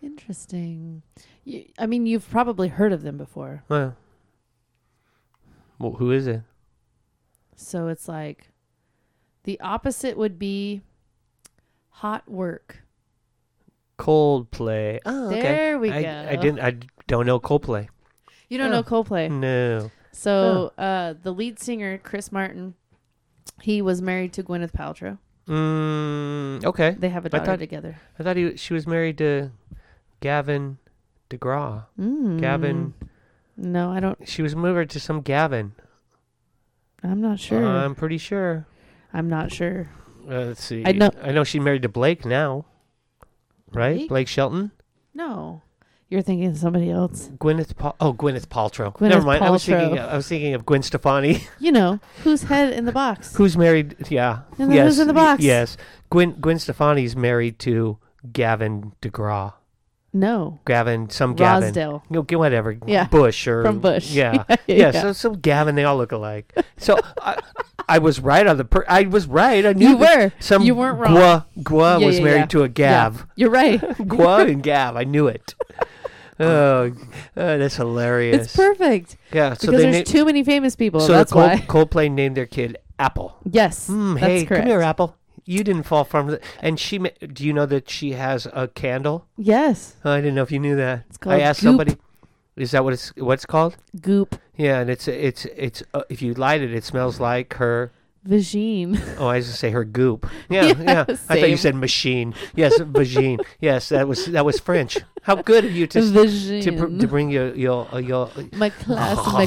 [SPEAKER 3] Interesting. You, I mean, you've probably heard of them before.
[SPEAKER 2] Well, well, who is it?
[SPEAKER 3] So it's like the opposite would be hot work.
[SPEAKER 2] Coldplay. Oh, okay.
[SPEAKER 3] There we
[SPEAKER 2] I,
[SPEAKER 3] go.
[SPEAKER 2] I didn't. Oh. I don't know Coldplay.
[SPEAKER 3] You don't know Coldplay.
[SPEAKER 2] No.
[SPEAKER 3] So uh, the lead singer, Chris Martin, he was married to Gwyneth Paltrow.
[SPEAKER 2] Mm, okay.
[SPEAKER 3] They have a
[SPEAKER 2] I
[SPEAKER 3] daughter
[SPEAKER 2] thought-
[SPEAKER 3] together.
[SPEAKER 2] I thought he. She was married to Gavin DeGraw.
[SPEAKER 3] Mm.
[SPEAKER 2] Gavin.
[SPEAKER 3] No, I don't.
[SPEAKER 2] She was married to some Gavin.
[SPEAKER 3] I'm not sure.
[SPEAKER 2] I'm pretty sure.
[SPEAKER 3] I'm not sure.
[SPEAKER 2] Uh, let's see.
[SPEAKER 3] I know-
[SPEAKER 2] I know she's married to Blake now. Right?
[SPEAKER 3] Blake?
[SPEAKER 2] Blake, Shelton?
[SPEAKER 3] No, you're thinking of somebody else.
[SPEAKER 2] Gwyneth Pal- Oh, Gwyneth Paltrow.
[SPEAKER 3] Gwyneth
[SPEAKER 2] Never mind. I was thinking
[SPEAKER 3] Paltrow.
[SPEAKER 2] I was thinking of Gwen Stefani.
[SPEAKER 3] You know who's head in the box.
[SPEAKER 2] who's married yeah.
[SPEAKER 3] And then who's in the
[SPEAKER 2] y-
[SPEAKER 3] box?
[SPEAKER 2] Yes. Gwen Gwen Stefani's married to Gavin DeGraw.
[SPEAKER 3] No,
[SPEAKER 2] Gavin some Um, Gavin.
[SPEAKER 3] Rosdale
[SPEAKER 2] No, g- whatever.
[SPEAKER 3] Yeah.
[SPEAKER 2] Bush or
[SPEAKER 3] from Bush.
[SPEAKER 2] Yeah.
[SPEAKER 3] yeah.
[SPEAKER 2] Yeah, so so Gavin, they all look alike. So I, I was right on the per- I was right. I knew
[SPEAKER 3] you
[SPEAKER 2] that-
[SPEAKER 3] were.
[SPEAKER 2] Some
[SPEAKER 3] You weren't wrong.
[SPEAKER 2] Gua, Gua
[SPEAKER 3] Yeah,
[SPEAKER 2] was
[SPEAKER 3] yeah,
[SPEAKER 2] married
[SPEAKER 3] yeah.
[SPEAKER 2] to a Gav.
[SPEAKER 3] You're right.
[SPEAKER 2] Gua and Gav. I knew it. Oh, uh, that's hilarious.
[SPEAKER 3] It's perfect
[SPEAKER 2] yeah. So
[SPEAKER 3] because
[SPEAKER 2] they
[SPEAKER 3] there's
[SPEAKER 2] na-
[SPEAKER 3] too many famous people.
[SPEAKER 2] so the
[SPEAKER 3] that's
[SPEAKER 2] Col-
[SPEAKER 3] why.
[SPEAKER 2] Coldplay named their kid Apple.
[SPEAKER 3] Yes,
[SPEAKER 2] Mm,
[SPEAKER 3] that's
[SPEAKER 2] hey,
[SPEAKER 3] correct.
[SPEAKER 2] come here, Apple. You didn't fall from the. And she. Ma- do you know that she has a candle?
[SPEAKER 3] Yes,
[SPEAKER 2] I didn't know if you knew that.
[SPEAKER 3] It's
[SPEAKER 2] I
[SPEAKER 3] called
[SPEAKER 2] asked
[SPEAKER 3] Goop.
[SPEAKER 2] somebody. Is that what it's what's called?
[SPEAKER 3] Goop,
[SPEAKER 2] Yeah, and it's it's it's uh, if you light it, it smells like her.
[SPEAKER 3] Vagine.
[SPEAKER 2] Oh, I was gonna say her goop. Yeah, yeah. I thought
[SPEAKER 3] same.
[SPEAKER 2] you said machine. Yes, vagine. yes, that was that was French. How good of you to
[SPEAKER 3] Vagine.
[SPEAKER 2] to, br- to bring your your uh, your
[SPEAKER 3] my class, my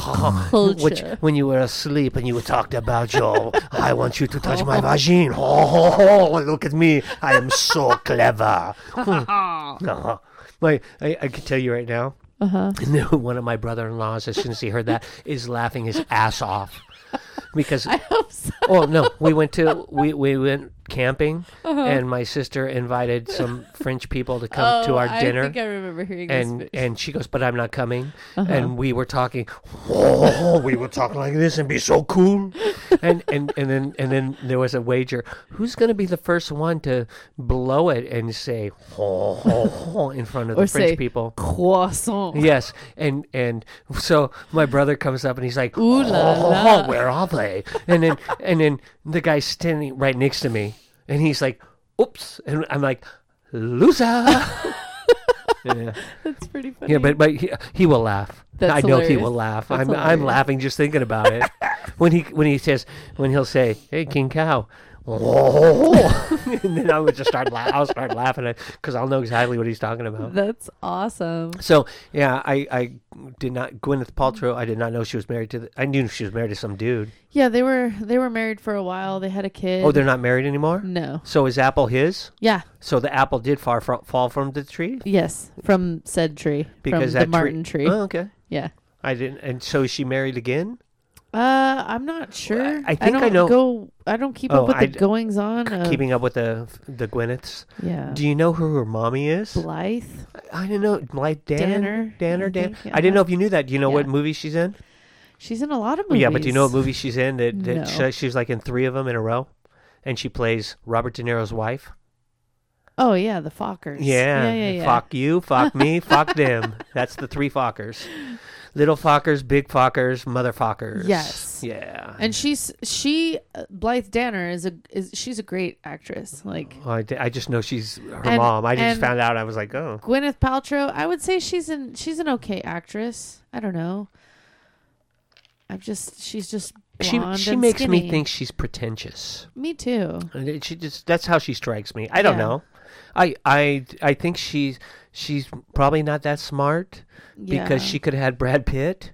[SPEAKER 3] culture.
[SPEAKER 2] which when you were asleep and you talked about your I want you to touch my vagine. Oh, ho, ho, look at me. I am so clever. Uh-huh. My, I, I can tell you right now.
[SPEAKER 3] uh-huh.
[SPEAKER 2] One of my brother-in-laws, as soon as he heard that, is laughing his ass off because
[SPEAKER 3] I hope so.
[SPEAKER 2] oh no we went to we, we went camping
[SPEAKER 3] Uh-huh.
[SPEAKER 2] and my sister invited some french people to come to our dinner
[SPEAKER 3] Oh, I think I remember hearing
[SPEAKER 2] and
[SPEAKER 3] this. Uh-huh.
[SPEAKER 2] and she goes but i'm not coming and we were talking oh we would talk like this and be so cool and and and then and then there was a wager who's going to be the first one to blow it and say oh, oh, oh in front of the
[SPEAKER 3] Or
[SPEAKER 2] french
[SPEAKER 3] say,
[SPEAKER 2] people
[SPEAKER 3] Croissant.
[SPEAKER 2] Yes, and and so my brother comes up and he's like,
[SPEAKER 3] Ooh la
[SPEAKER 2] "Oh,
[SPEAKER 3] la."
[SPEAKER 2] where are they?" And then and then the guy's standing right next to me, and he's like, "Oops," and I'm like, "Loser." yeah,
[SPEAKER 3] That's pretty funny.
[SPEAKER 2] yeah, but but he, he will laugh.
[SPEAKER 3] That's
[SPEAKER 2] I know he
[SPEAKER 3] hilarious.
[SPEAKER 2] will laugh.
[SPEAKER 3] That's
[SPEAKER 2] I'm I'm
[SPEAKER 3] hilarious.
[SPEAKER 2] laughing just thinking about it. when he when he says when he'll say, "Hey, King Cow." Oh, and then I would just start. La- I'll start laughing because I'll know exactly what he's talking about.
[SPEAKER 3] That's awesome.
[SPEAKER 2] So yeah, I, I did not Gwyneth Paltrow. I did not know she was married to. The, I knew she was married to some dude.
[SPEAKER 3] Yeah, they were they were married for a while. They had a kid.
[SPEAKER 2] Oh, they're not married anymore.
[SPEAKER 3] no.
[SPEAKER 2] So is Apple his?
[SPEAKER 3] Yeah.
[SPEAKER 2] So the apple did far fro- fall from the tree
[SPEAKER 3] Yes, from said tree,
[SPEAKER 2] because
[SPEAKER 3] from
[SPEAKER 2] that
[SPEAKER 3] the Martin tree.
[SPEAKER 2] Oh, okay.
[SPEAKER 3] yeah.
[SPEAKER 2] I didn't. And so is she married again?
[SPEAKER 3] Uh, I'm not sure.
[SPEAKER 2] I- I think I
[SPEAKER 3] don't
[SPEAKER 2] know-
[SPEAKER 3] Go. I don't keep
[SPEAKER 2] Oh,
[SPEAKER 3] up with
[SPEAKER 2] I
[SPEAKER 3] the
[SPEAKER 2] d-
[SPEAKER 3] goings on. Of,
[SPEAKER 2] Keeping up with the the Gwyneths.
[SPEAKER 3] Yeah.
[SPEAKER 2] Oh. Do you know who her mommy is?
[SPEAKER 3] Blythe.
[SPEAKER 2] I didn't know. Like Dan,
[SPEAKER 3] Danner, I
[SPEAKER 2] Danner, Dan.
[SPEAKER 3] think, yeah.
[SPEAKER 2] I didn't know if you knew that. Do you know what
[SPEAKER 3] Yeah.
[SPEAKER 2] movie she's in?
[SPEAKER 3] She's in a lot of
[SPEAKER 2] Well,
[SPEAKER 3] movies.
[SPEAKER 2] Yeah, but do you know what movie she's in? That, that
[SPEAKER 3] No.
[SPEAKER 2] she, she's like in three of them in a row, and she plays Robert De Niro's wife.
[SPEAKER 3] Oh yeah, the Fockers.
[SPEAKER 2] Yeah.
[SPEAKER 3] Yeah. Yeah. yeah.
[SPEAKER 2] Fuck you, fuck me, fuck them. That's the three fuckers. Little Fockers, Big Fockers, Mother Fockers.
[SPEAKER 3] Yes.
[SPEAKER 2] Yeah.
[SPEAKER 3] And she's she uh, Blythe Danner is a is she's a great actress. Like
[SPEAKER 2] Oh, I, di- I just know she's her
[SPEAKER 3] And-
[SPEAKER 2] mom. I just
[SPEAKER 3] and-
[SPEAKER 2] found out. I was like, oh.
[SPEAKER 3] Gwyneth Paltrow, I would say she's an she's an okay actress. I don't know. I've just she's just
[SPEAKER 2] She,
[SPEAKER 3] blonde
[SPEAKER 2] she
[SPEAKER 3] and
[SPEAKER 2] makes me
[SPEAKER 3] skinny.
[SPEAKER 2] think she's pretentious.
[SPEAKER 3] Me too.
[SPEAKER 2] And it- she just that's how she strikes me. I don't
[SPEAKER 3] Yeah.
[SPEAKER 2] know. I I I think she's she's probably not that smart
[SPEAKER 3] Yeah.
[SPEAKER 2] because she could have had Brad Pitt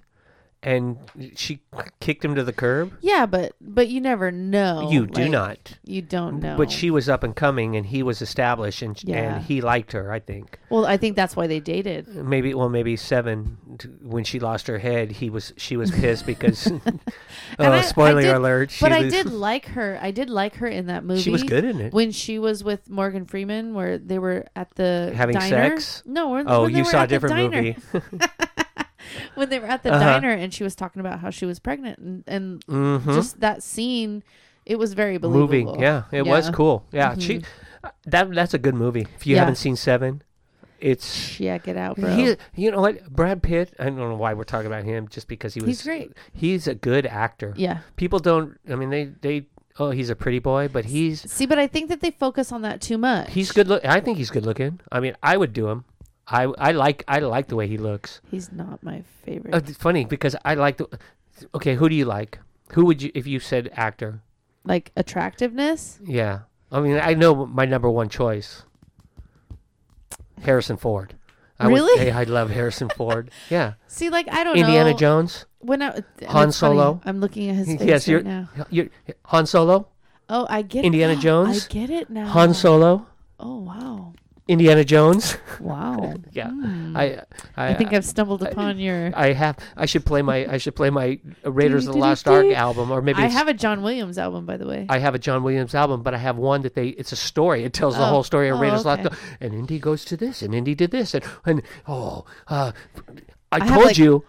[SPEAKER 2] and she kicked him to the curb.
[SPEAKER 3] Yeah, but but you never know.
[SPEAKER 2] you do
[SPEAKER 3] Like,
[SPEAKER 2] not.
[SPEAKER 3] You don't know.
[SPEAKER 2] But she was up and coming and he was established and
[SPEAKER 3] Yeah.
[SPEAKER 2] and he liked her, I think.
[SPEAKER 3] Well, I think that's why they dated.
[SPEAKER 2] Maybe well maybe 7 t- when she lost her head, he was she was pissed because
[SPEAKER 3] And
[SPEAKER 2] Oh,
[SPEAKER 3] I- I
[SPEAKER 2] spoiler
[SPEAKER 3] did-
[SPEAKER 2] alert. She
[SPEAKER 3] but I
[SPEAKER 2] was-
[SPEAKER 3] did like her. I did like her in that movie.
[SPEAKER 2] She was good in it.
[SPEAKER 3] when she was with Morgan Freeman, where they were at the
[SPEAKER 2] Having
[SPEAKER 3] diner.
[SPEAKER 2] sex?
[SPEAKER 3] No, when,
[SPEAKER 2] oh,
[SPEAKER 3] when they
[SPEAKER 2] you
[SPEAKER 3] were
[SPEAKER 2] saw
[SPEAKER 3] at
[SPEAKER 2] a
[SPEAKER 3] the
[SPEAKER 2] different
[SPEAKER 3] diner.
[SPEAKER 2] movie.
[SPEAKER 3] when they were at the
[SPEAKER 2] Uh-huh.
[SPEAKER 3] diner, and she was talking about how she was pregnant, and, and
[SPEAKER 2] Mhm.
[SPEAKER 3] just that scene, it was very believable.
[SPEAKER 2] moving. Yeah, it was
[SPEAKER 3] Yeah. Mm-hmm.
[SPEAKER 2] cool. Yeah, she that that's a good movie. If you
[SPEAKER 3] Yeah.
[SPEAKER 2] haven't seen Seven, it's
[SPEAKER 3] Check it out, bro.
[SPEAKER 2] he, you know what Brad Pitt. I don't know why we're talking about him, just because he was.
[SPEAKER 3] He's great.
[SPEAKER 2] He's a good actor.
[SPEAKER 3] yeah.
[SPEAKER 2] People don't. I mean, they they. Oh, he's a pretty boy, but he's
[SPEAKER 3] See, but I think that they focus on that too much.
[SPEAKER 2] he's good look. I think he's good looking. I mean, I would do him. I I like I like the way he looks.
[SPEAKER 3] He's not my favorite.
[SPEAKER 2] Uh, it's funny because I like the. Okay, who do you like? Who would you if you said actor?
[SPEAKER 3] like attractiveness.
[SPEAKER 2] Yeah. I mean, I know my number one choice. Harrison Ford. I
[SPEAKER 3] Really? Oh,
[SPEAKER 2] Would, yeah, I love Harrison Ford. Yeah.
[SPEAKER 3] See, like I don't
[SPEAKER 2] Indiana
[SPEAKER 3] know.
[SPEAKER 2] Jones.
[SPEAKER 3] When I, that's
[SPEAKER 2] Han
[SPEAKER 3] funny.
[SPEAKER 2] Solo.
[SPEAKER 3] I'm looking at his face
[SPEAKER 2] Yes,
[SPEAKER 3] right
[SPEAKER 2] you're,
[SPEAKER 3] now.
[SPEAKER 2] you're Han Solo.
[SPEAKER 3] Oh, I get
[SPEAKER 2] Indiana Jones?
[SPEAKER 3] I get it now.
[SPEAKER 2] Han Solo.
[SPEAKER 3] Oh wow,
[SPEAKER 2] Indiana Jones.
[SPEAKER 3] wow. Hmm.
[SPEAKER 2] yeah. I, I
[SPEAKER 3] Mm. I think I've stumbled upon your.
[SPEAKER 2] I have. I should play my. I should play my Raiders of the Lost Ark album, or maybe
[SPEAKER 3] I
[SPEAKER 2] it's,
[SPEAKER 3] have a John Williams album, by the way.
[SPEAKER 2] I have a John Williams album, but I have one that they it's a story. It tells the
[SPEAKER 3] Oh.
[SPEAKER 2] whole story of
[SPEAKER 3] Oh,
[SPEAKER 2] Raiders
[SPEAKER 3] okay.
[SPEAKER 2] Lost. And Indy goes to this, and Indy did this, and and oh, uh, I,
[SPEAKER 3] have,
[SPEAKER 2] told
[SPEAKER 3] like-
[SPEAKER 2] you.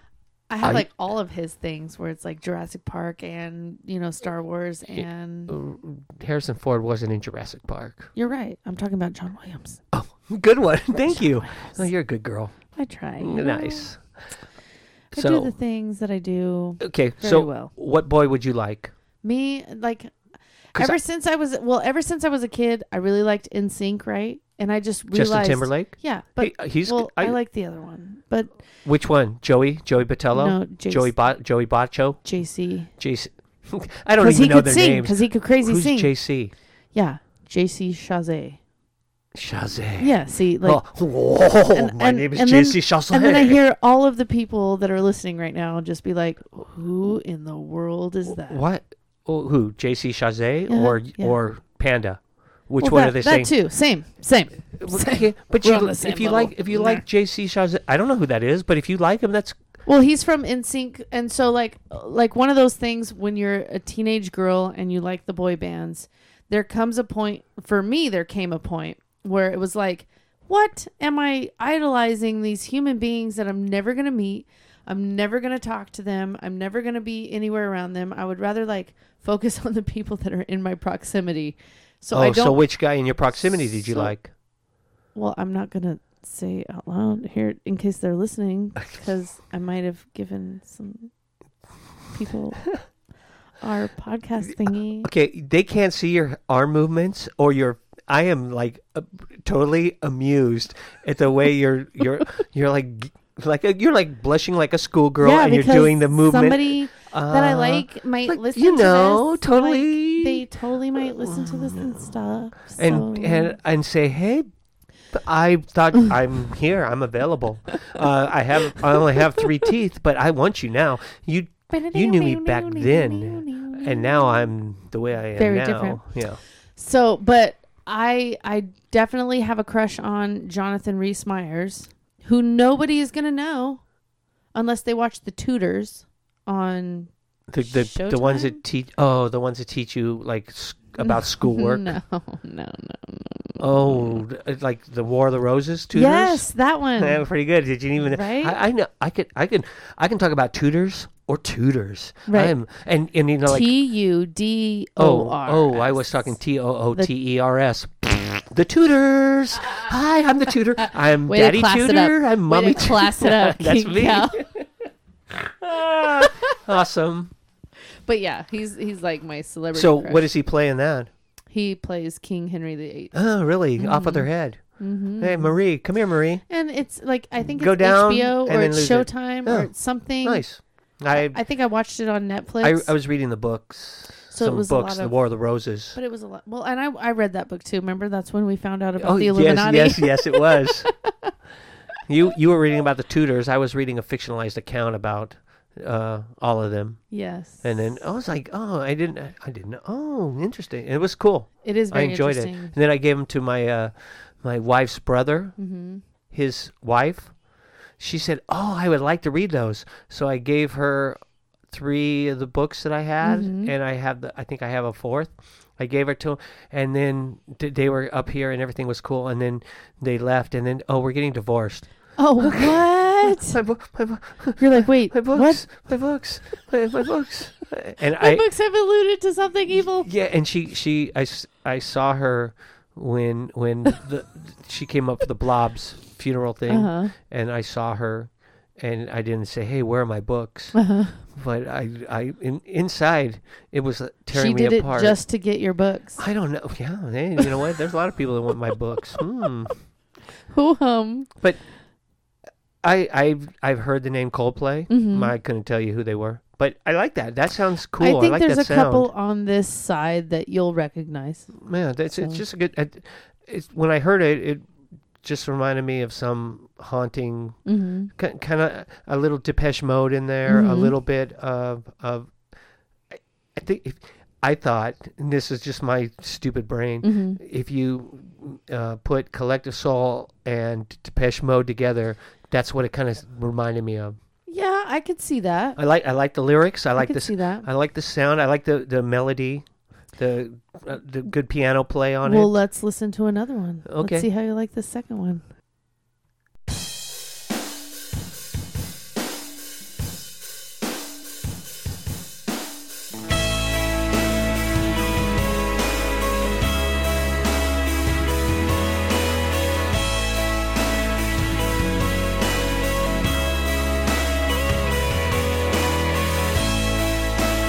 [SPEAKER 3] I have
[SPEAKER 2] I-
[SPEAKER 3] like all of his things where it's like Jurassic Park and you know Star Wars and
[SPEAKER 2] Uh, Harrison Ford wasn't in Jurassic Park.
[SPEAKER 3] you're right. I'm talking about John Williams.
[SPEAKER 2] Oh, Good one, thank you. Oh, you're a good girl.
[SPEAKER 3] I try. you know.
[SPEAKER 2] Mm, Nice.
[SPEAKER 3] I do
[SPEAKER 2] So-
[SPEAKER 3] the things that I do.
[SPEAKER 2] Okay,
[SPEAKER 3] Very
[SPEAKER 2] so
[SPEAKER 3] well.
[SPEAKER 2] what boy would you like?
[SPEAKER 3] Me like
[SPEAKER 2] 'Cause
[SPEAKER 3] ever
[SPEAKER 2] I-
[SPEAKER 3] since I was well, ever since I was a kid, I really liked In Sync, right? And I just realized
[SPEAKER 2] Justin Timberlake.
[SPEAKER 3] Yeah, but
[SPEAKER 2] He- uh, he's
[SPEAKER 3] well, I,
[SPEAKER 2] I-
[SPEAKER 3] like the other one, but
[SPEAKER 2] Which one? Joey? Joey Botello?
[SPEAKER 3] No, Jace.
[SPEAKER 2] Joey Bo- Joey Baccio?
[SPEAKER 3] JC
[SPEAKER 2] JC. I don't
[SPEAKER 3] because
[SPEAKER 2] even
[SPEAKER 3] he
[SPEAKER 2] know
[SPEAKER 3] could
[SPEAKER 2] their
[SPEAKER 3] sing
[SPEAKER 2] names.
[SPEAKER 3] because he could crazy
[SPEAKER 2] Who's
[SPEAKER 3] sing.
[SPEAKER 2] JC?
[SPEAKER 3] Yeah, JC Chazé.
[SPEAKER 2] Shazay.
[SPEAKER 3] Yeah, see, like
[SPEAKER 2] oh, whoa,
[SPEAKER 3] and-
[SPEAKER 2] my
[SPEAKER 3] and-
[SPEAKER 2] name is
[SPEAKER 3] and then-
[SPEAKER 2] JC Chazay.
[SPEAKER 3] And then I hear all of the people that are listening right now just be like, "Who in the world is that?"
[SPEAKER 2] What? Oh, who? JC Chazet
[SPEAKER 3] Uh-huh,
[SPEAKER 2] or
[SPEAKER 3] yeah.
[SPEAKER 2] or Panda? Which
[SPEAKER 3] Well,
[SPEAKER 2] one
[SPEAKER 3] that,
[SPEAKER 2] are they
[SPEAKER 3] that
[SPEAKER 2] saying?
[SPEAKER 3] too. Same, same.
[SPEAKER 2] Well, okay, But
[SPEAKER 3] We're
[SPEAKER 2] you,
[SPEAKER 3] on the
[SPEAKER 2] if
[SPEAKER 3] same
[SPEAKER 2] you
[SPEAKER 3] level.
[SPEAKER 2] like if you like JC Chazet, I don't know who that is, but if you like him, that's
[SPEAKER 3] Well, he's from NSYNC, and so like, like one of those things when you're a teenage girl and you like the boy bands, there comes a point for me. There came a point where it was like, "What am I idolizing these human beings that I'm never gonna meet?" I'm never going to talk to them. I'm never going to be anywhere around them. I would rather like focus on the people that are in my proximity. So I
[SPEAKER 2] oh.
[SPEAKER 3] don't
[SPEAKER 2] So which guy in your proximity did you
[SPEAKER 3] So-
[SPEAKER 2] like?
[SPEAKER 3] Well, I'm not gonna say out loud here in case they're listening, because I might have given some people our podcast thingy.
[SPEAKER 2] Okay, they can't see your arm movements or your. I am like uh, totally amused at the way you're you're you're like g- like a, you're like blushing like a schoolgirl and you're
[SPEAKER 3] because
[SPEAKER 2] doing the movement.
[SPEAKER 3] Somebody that I
[SPEAKER 2] Uh,
[SPEAKER 3] like might
[SPEAKER 2] like,
[SPEAKER 3] listen.
[SPEAKER 2] you
[SPEAKER 3] to
[SPEAKER 2] know,
[SPEAKER 3] this.
[SPEAKER 2] totally-
[SPEAKER 3] Like, they totally might listen to this and stuff.
[SPEAKER 2] and
[SPEAKER 3] so-
[SPEAKER 2] and and say, "Hey, I thought I'm here. I'm available. Uh, I have I only have three teeth, but I want you now. You you knew me back then, and now I'm the way I am
[SPEAKER 3] Very
[SPEAKER 2] now.
[SPEAKER 3] different.
[SPEAKER 2] Yeah,
[SPEAKER 3] So, but I I definitely have a crush on Jonathan Rhys Meyers, who nobody is gonna know unless they watch The Tudors on
[SPEAKER 2] the the, the ones that
[SPEAKER 3] Showtime?
[SPEAKER 2] teach oh the ones that teach you like s- about schoolwork.
[SPEAKER 3] No, no, no.
[SPEAKER 2] Oh, th- like the War of the Roses tutors.
[SPEAKER 3] Yes, that one.
[SPEAKER 2] Yeah, pretty good. Did you even?
[SPEAKER 3] Right?
[SPEAKER 2] I, I know. I could. I can. I can talk about tutors or tutors.
[SPEAKER 3] Right.
[SPEAKER 2] I'm, and and you know like
[SPEAKER 3] T U D
[SPEAKER 2] Oh,
[SPEAKER 3] O R.
[SPEAKER 2] oh, I was talking T O O T E R S. The tutors. Hi, I'm the tutor. I'm
[SPEAKER 3] Way to
[SPEAKER 2] Daddy
[SPEAKER 3] class it
[SPEAKER 2] Tutor.
[SPEAKER 3] up.
[SPEAKER 2] I'm
[SPEAKER 3] Way
[SPEAKER 2] Mommy
[SPEAKER 3] to class it up.
[SPEAKER 2] That's
[SPEAKER 3] King
[SPEAKER 2] me.
[SPEAKER 3] Cal.
[SPEAKER 2] awesome.
[SPEAKER 3] But yeah, he's he's like my celebrity.
[SPEAKER 2] So
[SPEAKER 3] crush.
[SPEAKER 2] what does he play in that?
[SPEAKER 3] he plays King Henry VIII,
[SPEAKER 2] Oh, really? Off with her
[SPEAKER 3] Mm-hmm.
[SPEAKER 2] head. Hey, Marie, come here, Marie.
[SPEAKER 3] and it's like I think
[SPEAKER 2] Go
[SPEAKER 3] it's
[SPEAKER 2] down
[SPEAKER 3] HBO
[SPEAKER 2] and
[SPEAKER 3] or
[SPEAKER 2] then
[SPEAKER 3] it's
[SPEAKER 2] lose it.
[SPEAKER 3] Showtime
[SPEAKER 2] Yeah.
[SPEAKER 3] or it's something.
[SPEAKER 2] Nice. I
[SPEAKER 3] I think I watched it on
[SPEAKER 2] I,
[SPEAKER 3] Netflix.
[SPEAKER 2] I was reading the books.
[SPEAKER 3] So it
[SPEAKER 2] some
[SPEAKER 3] was a
[SPEAKER 2] books,
[SPEAKER 3] lot
[SPEAKER 2] The
[SPEAKER 3] of-
[SPEAKER 2] War of the Roses.
[SPEAKER 3] but it was a lot. Well, and I I read that book too. Remember that's when we found out about
[SPEAKER 2] Oh
[SPEAKER 3] the
[SPEAKER 2] yes,
[SPEAKER 3] Illuminati.
[SPEAKER 2] yes, yes, it was. you you were reading about the Tudors. I was reading a fictionalized account about uh, all of them,
[SPEAKER 3] Yes.
[SPEAKER 2] and then I was like, oh, I didn't, I didn't. Oh, interesting. And it was cool.
[SPEAKER 3] it is
[SPEAKER 2] I
[SPEAKER 3] very
[SPEAKER 2] enjoyed it.
[SPEAKER 3] interesting.
[SPEAKER 2] And then I gave them to my uh, my wife's brother,
[SPEAKER 3] Mm-hmm.
[SPEAKER 2] his wife. She said, "Oh, I would like to read those." So I gave her three of the books that I had, and I have the. I think I have a fourth. I gave her to, and then d- they were up here, and everything was cool. And then they left, and then oh, we're getting divorced.
[SPEAKER 3] Oh what?
[SPEAKER 2] My, bo- my, bo-
[SPEAKER 3] You're like wait
[SPEAKER 2] my books,
[SPEAKER 3] what?
[SPEAKER 2] my books, my, my books, and
[SPEAKER 3] My
[SPEAKER 2] I
[SPEAKER 3] books have alluded to something evil.
[SPEAKER 2] yeah, and she she I, s- I saw her when when the she came up for the Blob's funeral thing,
[SPEAKER 3] Uh-huh.
[SPEAKER 2] and I saw her, and I didn't say, "Hey, where are my books?"
[SPEAKER 3] Uh-huh.
[SPEAKER 2] But I I in, inside it was uh, tearing
[SPEAKER 3] She
[SPEAKER 2] me
[SPEAKER 3] did it
[SPEAKER 2] apart.
[SPEAKER 3] just to get your books.
[SPEAKER 2] I don't know. Yeah, hey, you know what? There's a lot of people that want my books. Hmm.
[SPEAKER 3] Who um, hum?
[SPEAKER 2] I I've I've heard the name Coldplay.
[SPEAKER 3] Mhm.
[SPEAKER 2] I couldn't tell you who they were, but I like that. That sounds cool.
[SPEAKER 3] I think
[SPEAKER 2] like
[SPEAKER 3] there's
[SPEAKER 2] that
[SPEAKER 3] a
[SPEAKER 2] sound.
[SPEAKER 3] couple on this side that you'll recognize.
[SPEAKER 2] Yeah, that's it's
[SPEAKER 3] So-
[SPEAKER 2] just a good. it- It's when I heard it, it just reminded me of some haunting
[SPEAKER 3] Mm-hmm.
[SPEAKER 2] kind of a little Depeche Mode in there, a
[SPEAKER 3] Mhm.
[SPEAKER 2] little bit of of. I, I think if, I thought, and this is just my stupid brain.
[SPEAKER 3] Mm-hmm.
[SPEAKER 2] If you uh, put Collective Soul and Depeche Mode together, that's what it kind of reminded me of.
[SPEAKER 3] Yeah, I could see that.
[SPEAKER 2] I like I like the lyrics. I
[SPEAKER 3] I,
[SPEAKER 2] like
[SPEAKER 3] could
[SPEAKER 2] this.
[SPEAKER 3] see that.
[SPEAKER 2] I like the sound. I like the the melody, the uh, the good piano play on
[SPEAKER 3] well,
[SPEAKER 2] it.
[SPEAKER 3] let's listen to another one.
[SPEAKER 2] Okay.
[SPEAKER 3] Let's see how you like the second one.
[SPEAKER 4] Thank oh, oh,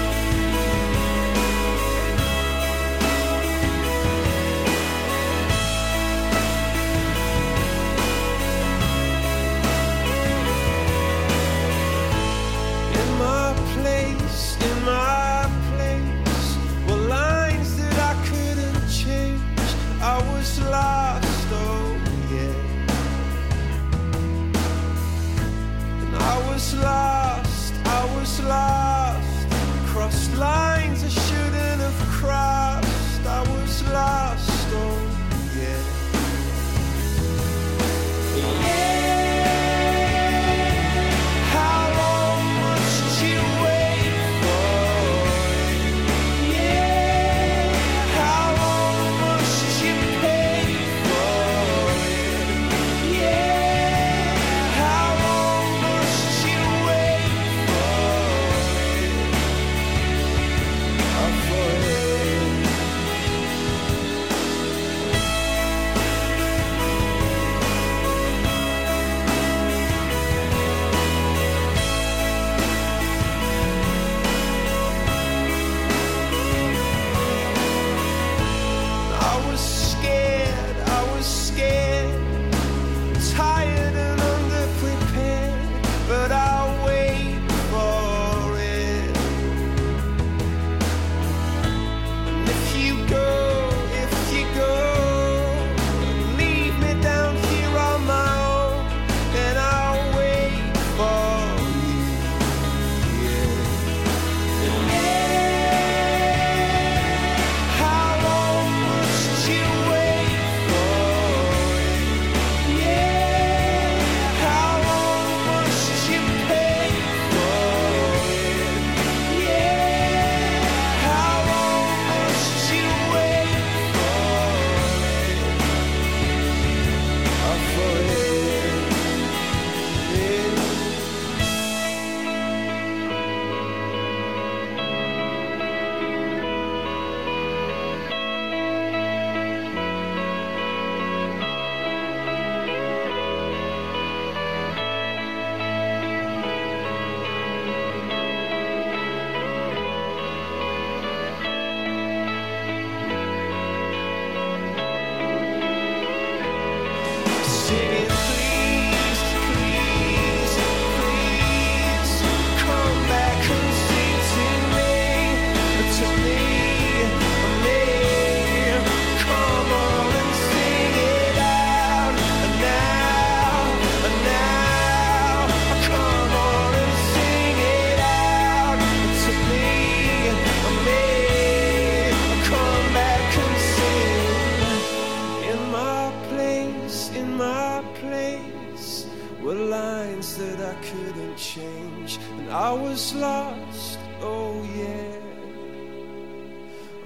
[SPEAKER 4] was lost. Oh, yeah.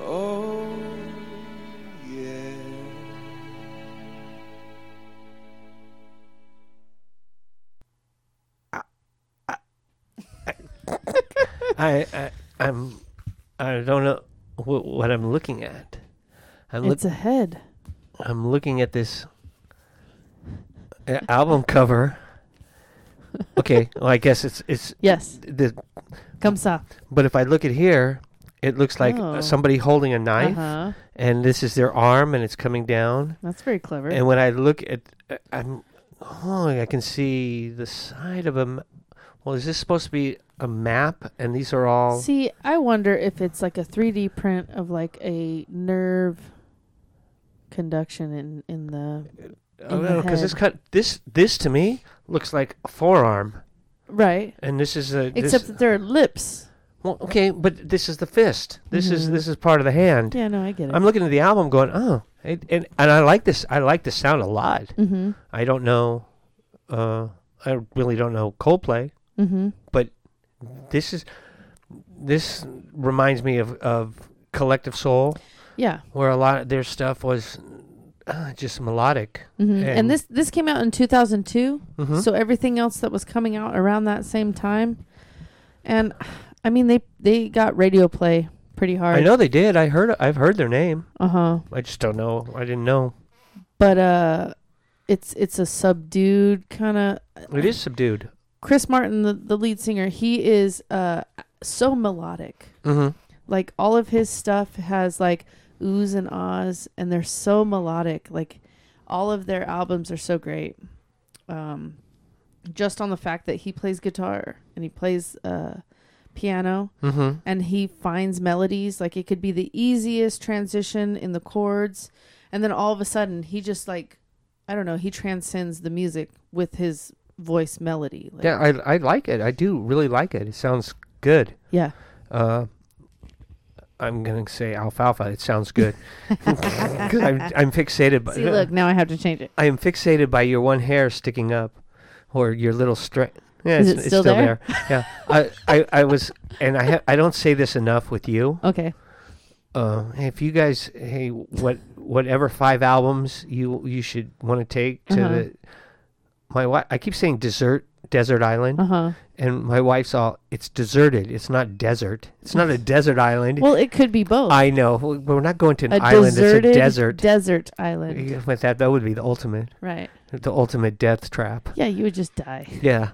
[SPEAKER 4] Oh, yeah.
[SPEAKER 2] I, I I'm I don't know wh- what I'm looking at. I'm look,
[SPEAKER 3] it's a head.
[SPEAKER 2] I'm looking at this uh, album cover. Okay, well I guess it's it's
[SPEAKER 3] Yes.
[SPEAKER 2] the
[SPEAKER 3] Come sa.
[SPEAKER 2] but if I look at here, it looks like
[SPEAKER 3] Oh.
[SPEAKER 2] uh somebody holding a
[SPEAKER 3] Uh
[SPEAKER 2] knife
[SPEAKER 3] huh.
[SPEAKER 2] and this is their arm and it's coming down.
[SPEAKER 3] That's very clever.
[SPEAKER 2] And when I look at uh, I'm oh, I can see the side of a m- well, is this supposed to be a map and these are all
[SPEAKER 3] See, I wonder if it's like a 3D print of like a nerve conduction in in the
[SPEAKER 2] Oh
[SPEAKER 3] in the
[SPEAKER 2] no, because this
[SPEAKER 3] head.
[SPEAKER 2] cut this this to me looks like a forearm,
[SPEAKER 3] right.
[SPEAKER 2] and this is a this,
[SPEAKER 3] Except that there are lips.
[SPEAKER 2] well, okay, but this is the fist. This is
[SPEAKER 3] Mhm.
[SPEAKER 2] this is part of the hand.
[SPEAKER 3] Yeah, no, I get it.
[SPEAKER 2] I'm looking at the album, going, oh, it, and and I like this. I like this sound a lot.
[SPEAKER 3] mm-hmm.
[SPEAKER 2] I don't know, uh, I really don't know Coldplay.
[SPEAKER 3] Mm-hmm.
[SPEAKER 2] This is this reminds me of of Collective Soul,
[SPEAKER 3] Yeah.
[SPEAKER 2] where a lot of their stuff was uh, just melodic.
[SPEAKER 3] hmm And,
[SPEAKER 2] And-
[SPEAKER 3] this this came out in 2002,
[SPEAKER 2] Mhm.
[SPEAKER 3] so everything else that was coming out around that same time, and I mean they they got radio play pretty hard.
[SPEAKER 2] I know they did. I heard. I've heard their name.
[SPEAKER 3] Uh huh.
[SPEAKER 2] I just don't know. I didn't know.
[SPEAKER 3] But uh, it's it's a subdued kind of
[SPEAKER 2] It is subdued.
[SPEAKER 3] Chris Martin, the, the lead singer, he is uh so melodic.
[SPEAKER 2] Mm-hmm.
[SPEAKER 3] Like all of his stuff has like oohs and ahs, and they're so melodic. Like all of their albums are so great. Um, just on the fact that he plays guitar and he plays uh piano
[SPEAKER 2] Mm-hmm.
[SPEAKER 3] and he finds melodies like it could be the easiest transition in the chords and then all of a sudden he just like i don't know he transcends the music with his voice melody like,
[SPEAKER 2] Yeah, I I like it. I do really like it. It sounds good.
[SPEAKER 3] yeah
[SPEAKER 2] Uh, I'm gonna say alfalfa. It sounds good because I'm I'm fixated by
[SPEAKER 3] See, look, now I have to change it.
[SPEAKER 2] I am fixated by your one hair sticking up, or your little string. Yeah,
[SPEAKER 3] Is
[SPEAKER 2] it's,
[SPEAKER 3] it
[SPEAKER 2] it's
[SPEAKER 3] still there?
[SPEAKER 2] Yeah, I, I, I was, and I ha- I don't say this enough with you.
[SPEAKER 3] Okay.
[SPEAKER 2] Uh, if you guys, hey, what whatever five albums you you should want to take to
[SPEAKER 3] Uh-huh.
[SPEAKER 2] the my wife. I keep saying desert desert island,
[SPEAKER 3] Uh huh.
[SPEAKER 2] and my wife's all it's deserted. It's not desert. It's not a desert island.
[SPEAKER 3] Well, it could be both.
[SPEAKER 2] I know. Well, We're not going to an
[SPEAKER 3] a
[SPEAKER 2] island.
[SPEAKER 3] deserted
[SPEAKER 2] it's a desert.
[SPEAKER 3] desert island.
[SPEAKER 2] Yeah, With that, that would be the ultimate,
[SPEAKER 3] Right.
[SPEAKER 2] the ultimate death trap.
[SPEAKER 3] Yeah, you would just die.
[SPEAKER 2] Yeah.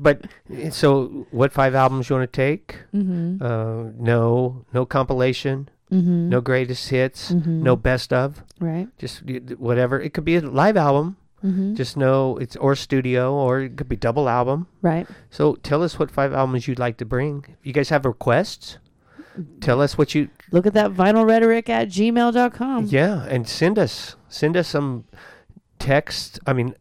[SPEAKER 2] But eh, so, what five albums you want to take?
[SPEAKER 3] Mm-hmm.
[SPEAKER 2] Uh, no, no compilation,
[SPEAKER 3] mm-hmm.
[SPEAKER 2] no greatest hits,
[SPEAKER 3] Mhm.
[SPEAKER 2] no best of.
[SPEAKER 3] Right.
[SPEAKER 2] just y- th- whatever. It could be a live album.
[SPEAKER 3] Mm-hmm.
[SPEAKER 2] Just know it's or studio or it could be double album.
[SPEAKER 3] right.
[SPEAKER 2] So tell us what five albums you'd like to bring. If you guys have requests, tell us what you
[SPEAKER 3] Look at that vinyl rhetoric at gmail.com.
[SPEAKER 2] yeah, and send us send us some text. I mean,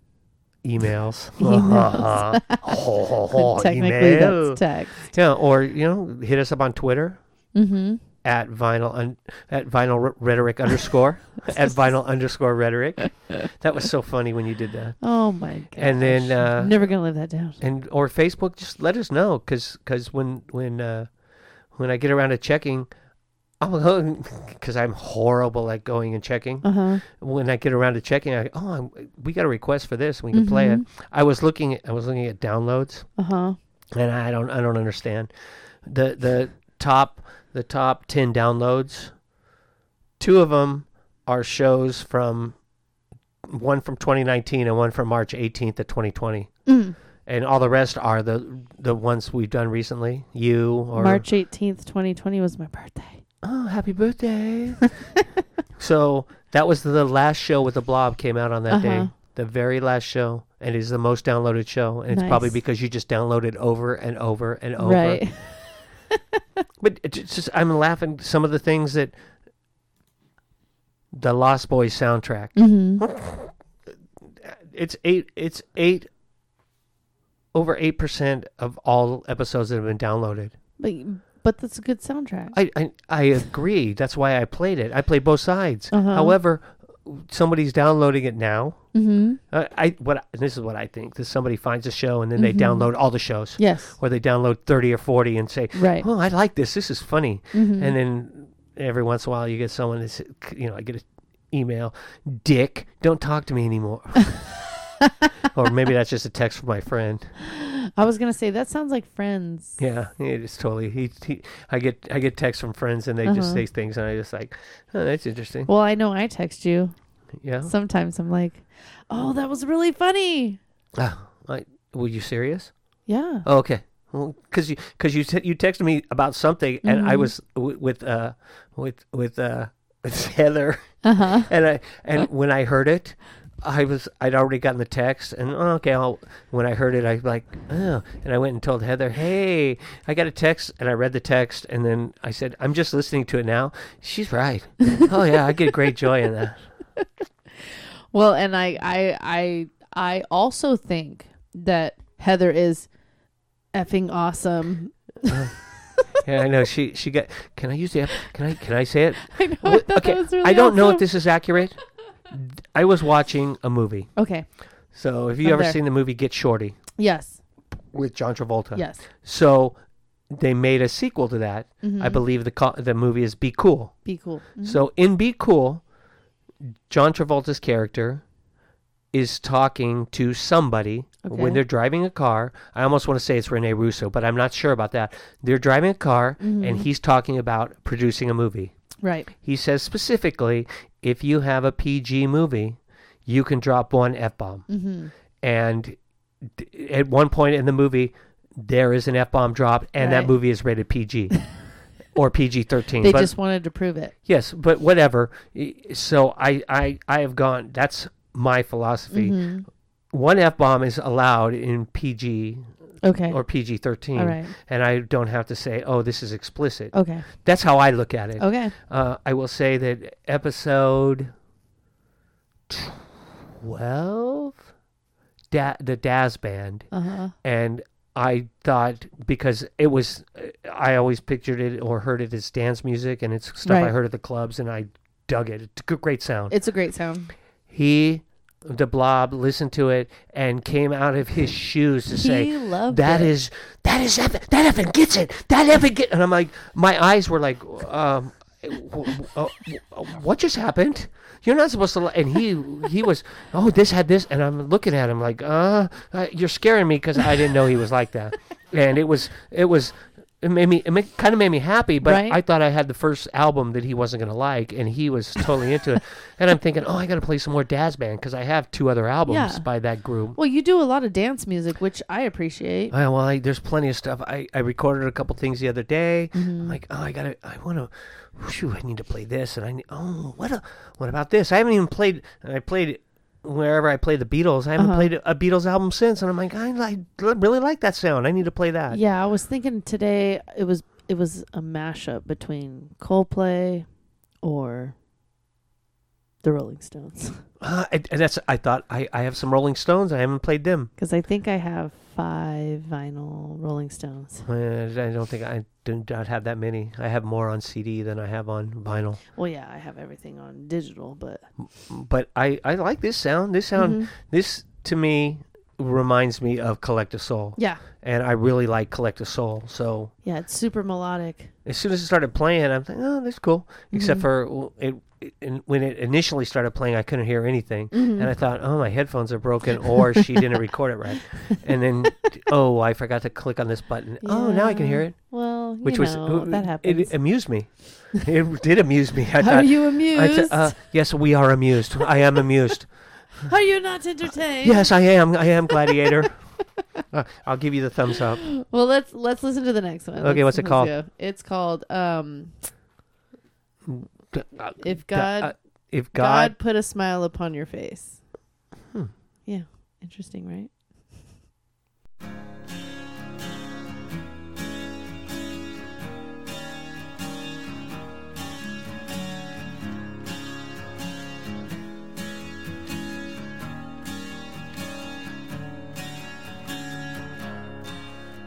[SPEAKER 2] emails.
[SPEAKER 3] Emails. Technically,
[SPEAKER 2] Oh, Email.
[SPEAKER 3] that's text.
[SPEAKER 2] yeah, or you know, hit us up on Twitter
[SPEAKER 3] Mm-hmm.
[SPEAKER 2] at vinyl un, at vinyl r- rhetoric underscore at vinyl underscore rhetoric. That was so funny when you did that.
[SPEAKER 3] Oh my god.
[SPEAKER 2] And then, uh,
[SPEAKER 3] never gonna live that down.
[SPEAKER 2] and or Facebook, just let us know, cause 'cause when when uh, when I get around to checking, I'm because I'm horrible at going and checking.
[SPEAKER 3] Uh huh.
[SPEAKER 2] When I get around to checking, I oh I'm, we got a request for this, we can play it.
[SPEAKER 3] Mhm.
[SPEAKER 2] I was looking at I was looking at downloads,
[SPEAKER 3] Uh huh.
[SPEAKER 2] and I don't I don't understand the the top the top ten downloads. Two of them are shows from one from 2019 and one from March 18th of 2020
[SPEAKER 3] Mm.
[SPEAKER 2] and all the rest are the the ones we've done recently. You or
[SPEAKER 3] March eighteenth, twenty twenty was my birthday.
[SPEAKER 2] Oh, happy birthday! so that was the last show with the Blob came out on that
[SPEAKER 3] Uh-huh.
[SPEAKER 2] day, the very last show, and is the most downloaded show. And it's probably
[SPEAKER 3] Nice.
[SPEAKER 2] because you just downloaded over and over and over.
[SPEAKER 3] Right.
[SPEAKER 2] But it- it's just I'm laughing some of the things that the Lost Boys soundtrack.
[SPEAKER 3] Mm-hmm.
[SPEAKER 2] It's eight. It's eight. Over eight percent of all episodes that have been downloaded.
[SPEAKER 3] But but that's a good soundtrack.
[SPEAKER 2] I, I I agree. That's why I played it. I played both sides.
[SPEAKER 3] Uh-huh.
[SPEAKER 2] However, somebody's downloading it now.
[SPEAKER 3] Mm-hmm.
[SPEAKER 2] Uh, I what and this is what I think. That somebody finds a show and then they
[SPEAKER 3] Mm-hmm.
[SPEAKER 2] download all the shows,
[SPEAKER 3] Yes.
[SPEAKER 2] or they download thirty or forty and say,
[SPEAKER 3] Right.
[SPEAKER 2] "Oh, I like this. This is funny."
[SPEAKER 3] Mhm.
[SPEAKER 2] And then every once in a while, you get someone that's you know, I get an email, "Dick, don't talk to me anymore." or maybe that's just a text from my friend.
[SPEAKER 3] I was gonna say that sounds like Friends.
[SPEAKER 2] Yeah, it's totally. He, he, I get I get texts from friends and they just
[SPEAKER 3] Uh-huh.
[SPEAKER 2] say things and I just like, oh, that's interesting.
[SPEAKER 3] Well, I know I text you.
[SPEAKER 2] Yeah.
[SPEAKER 3] Sometimes I'm like, "Oh, that was really funny."
[SPEAKER 2] Ah, like, were you serious?
[SPEAKER 3] Yeah.
[SPEAKER 2] Oh, okay. Because you because you te- you texted me about something and I
[SPEAKER 3] Mhm.
[SPEAKER 2] was w- with uh with with uh with Heather
[SPEAKER 3] Uh huh.
[SPEAKER 2] and I and when I heard it. I was I'd already gotten the text and oh, okay I'll, when I heard it I was like oh and I went and told Heather hey I got a text and I read the text and then I said I'm just listening to it now she's right oh yeah I get great joy in that
[SPEAKER 3] Well, and I, I, I, I also think that Heather is effing awesome.
[SPEAKER 2] Oh. yeah I know she she got can I use the app can I can I say it
[SPEAKER 3] I know. I
[SPEAKER 2] Wh-
[SPEAKER 3] thought
[SPEAKER 2] okay,
[SPEAKER 3] that was really
[SPEAKER 2] I don't know if
[SPEAKER 3] awesome.
[SPEAKER 2] this is accurate. I was watching a movie.
[SPEAKER 3] Okay.
[SPEAKER 2] So, have you
[SPEAKER 3] I'm
[SPEAKER 2] ever
[SPEAKER 3] there.
[SPEAKER 2] seen the movie Get Shorty
[SPEAKER 3] Yes.
[SPEAKER 2] with John Travolta?
[SPEAKER 3] Yes.
[SPEAKER 2] So, they made a sequel to that. I
[SPEAKER 3] Mm-hmm.
[SPEAKER 2] believe the co- the movie is Be Cool.
[SPEAKER 3] Be cool. Mhm.
[SPEAKER 2] So, in Be Cool, John Travolta's character is talking to somebody
[SPEAKER 3] Okay.
[SPEAKER 2] when they're driving a car. I almost want to say it's Rene Russo, but I'm not sure about that. They're driving a car
[SPEAKER 3] Mm-hmm.
[SPEAKER 2] and he's talking about producing a movie.
[SPEAKER 3] Right.
[SPEAKER 2] He says specifically, if you have a PG movie, you can drop one f bomb.
[SPEAKER 3] Mm-hmm.
[SPEAKER 2] And d- at one point in the movie, there is an f bomb dropped, and
[SPEAKER 3] Right.
[SPEAKER 2] that movie is rated PG or PG thirteen.
[SPEAKER 3] They
[SPEAKER 2] but
[SPEAKER 3] just wanted to prove it.
[SPEAKER 2] yes, but whatever. Y- So I I I have gone. That's my philosophy.
[SPEAKER 3] Mhm.
[SPEAKER 2] One f bomb is allowed in PG
[SPEAKER 3] Okay.
[SPEAKER 2] or PG thirteen,
[SPEAKER 3] All right.
[SPEAKER 2] and I don't have to say, oh, this is explicit.
[SPEAKER 3] Okay.
[SPEAKER 2] That's how I look at it.
[SPEAKER 3] Okay.
[SPEAKER 2] Uh, I will say that episode 12, da- the Daz Band,
[SPEAKER 3] Uh huh.
[SPEAKER 2] and I thought because it was, I always pictured it or heard it as dance music, and it's stuff I
[SPEAKER 3] Right.
[SPEAKER 2] heard at the clubs, and I dug it. It's a g- great sound.
[SPEAKER 3] It's a great sound.
[SPEAKER 2] he, the Blob, listened to it and came out of his shoes to say,
[SPEAKER 3] he loved
[SPEAKER 2] that
[SPEAKER 3] it.
[SPEAKER 2] is that is effing, that effing gets it that effing get and I'm like my eyes were like um w- w- uh, w- uh, what just happened you're not supposed to li-" and he he was oh this had this and I'm looking at him like uh, uh you're scaring me because I didn't know he was like that and it was it was it made me it made, kind of made me happy but
[SPEAKER 3] Right.
[SPEAKER 2] I thought I had the first album that he wasn't gonna like and he was totally into it and I'm thinking oh I gotta play some more Daz Band because I have two other albums
[SPEAKER 3] Yeah.
[SPEAKER 2] by that group
[SPEAKER 3] Well, you do a lot of dance music, which I appreciate.
[SPEAKER 2] Oh, well, I, there's plenty of stuff. I, I recorded a couple things the other day.
[SPEAKER 3] Mm-hmm.
[SPEAKER 2] I'm like, oh, I gotta, I want to, shoot, I need to play this, and I need, oh, what, a, what about this? I haven't even played. And I played wherever I played the Beatles. I haven't
[SPEAKER 3] Uh-huh.
[SPEAKER 2] played a Beatles album since, and I'm like, I, li- really like that sound. I need to play that.
[SPEAKER 3] Yeah, I was thinking today it was it was a mashup between Coldplay or the Rolling Stones
[SPEAKER 2] Uh, and and that's. I thought I, I have some Rolling Stones. I haven't played them.
[SPEAKER 3] because I think I have five vinyl Rolling Stones.
[SPEAKER 2] Uh, I don't think I do not have that many. I have more on CD than I have on vinyl.
[SPEAKER 3] Well, yeah, I have everything on digital, but
[SPEAKER 2] But I, I like this sound. This sound.
[SPEAKER 3] Mhm.
[SPEAKER 2] This to me reminds me of Collective Soul,
[SPEAKER 3] yeah,
[SPEAKER 2] and I really like Collective Soul. So
[SPEAKER 3] yeah, it's super melodic. Mm-hmm.
[SPEAKER 2] as soon as it started playing, I'm like, oh, that's cool. Except for well, it, it and when it initially started playing, I couldn't hear anything,
[SPEAKER 3] Mm-hmm.
[SPEAKER 2] and I thought, oh, my headphones are broken, or she didn't record it right. And then, oh, I forgot to click on this button. Oh, now I can hear
[SPEAKER 3] Yeah.
[SPEAKER 2] it.
[SPEAKER 3] Well, you
[SPEAKER 2] Which
[SPEAKER 3] know,
[SPEAKER 2] was
[SPEAKER 3] that
[SPEAKER 2] it,
[SPEAKER 3] happens.
[SPEAKER 2] it amused me. It did amuse me. I
[SPEAKER 3] How are
[SPEAKER 2] thought.
[SPEAKER 3] you
[SPEAKER 2] I
[SPEAKER 3] amused?
[SPEAKER 2] th- uh, yes, we are amused. I am amused.
[SPEAKER 3] are you not entertained?
[SPEAKER 2] Yes, I am. I am Gladiator. Uh, I'll give you the thumbs up.
[SPEAKER 3] Well, let's let's listen to the next one.
[SPEAKER 2] Okay, what's
[SPEAKER 3] Let's-
[SPEAKER 2] it
[SPEAKER 3] let's
[SPEAKER 2] called?
[SPEAKER 3] go. It's called um,
[SPEAKER 2] Uh,
[SPEAKER 3] If
[SPEAKER 2] the-
[SPEAKER 3] God
[SPEAKER 2] uh, if
[SPEAKER 3] God,
[SPEAKER 2] God,
[SPEAKER 3] put a smile upon your face.
[SPEAKER 2] Hmm.
[SPEAKER 3] Yeah, interesting, right?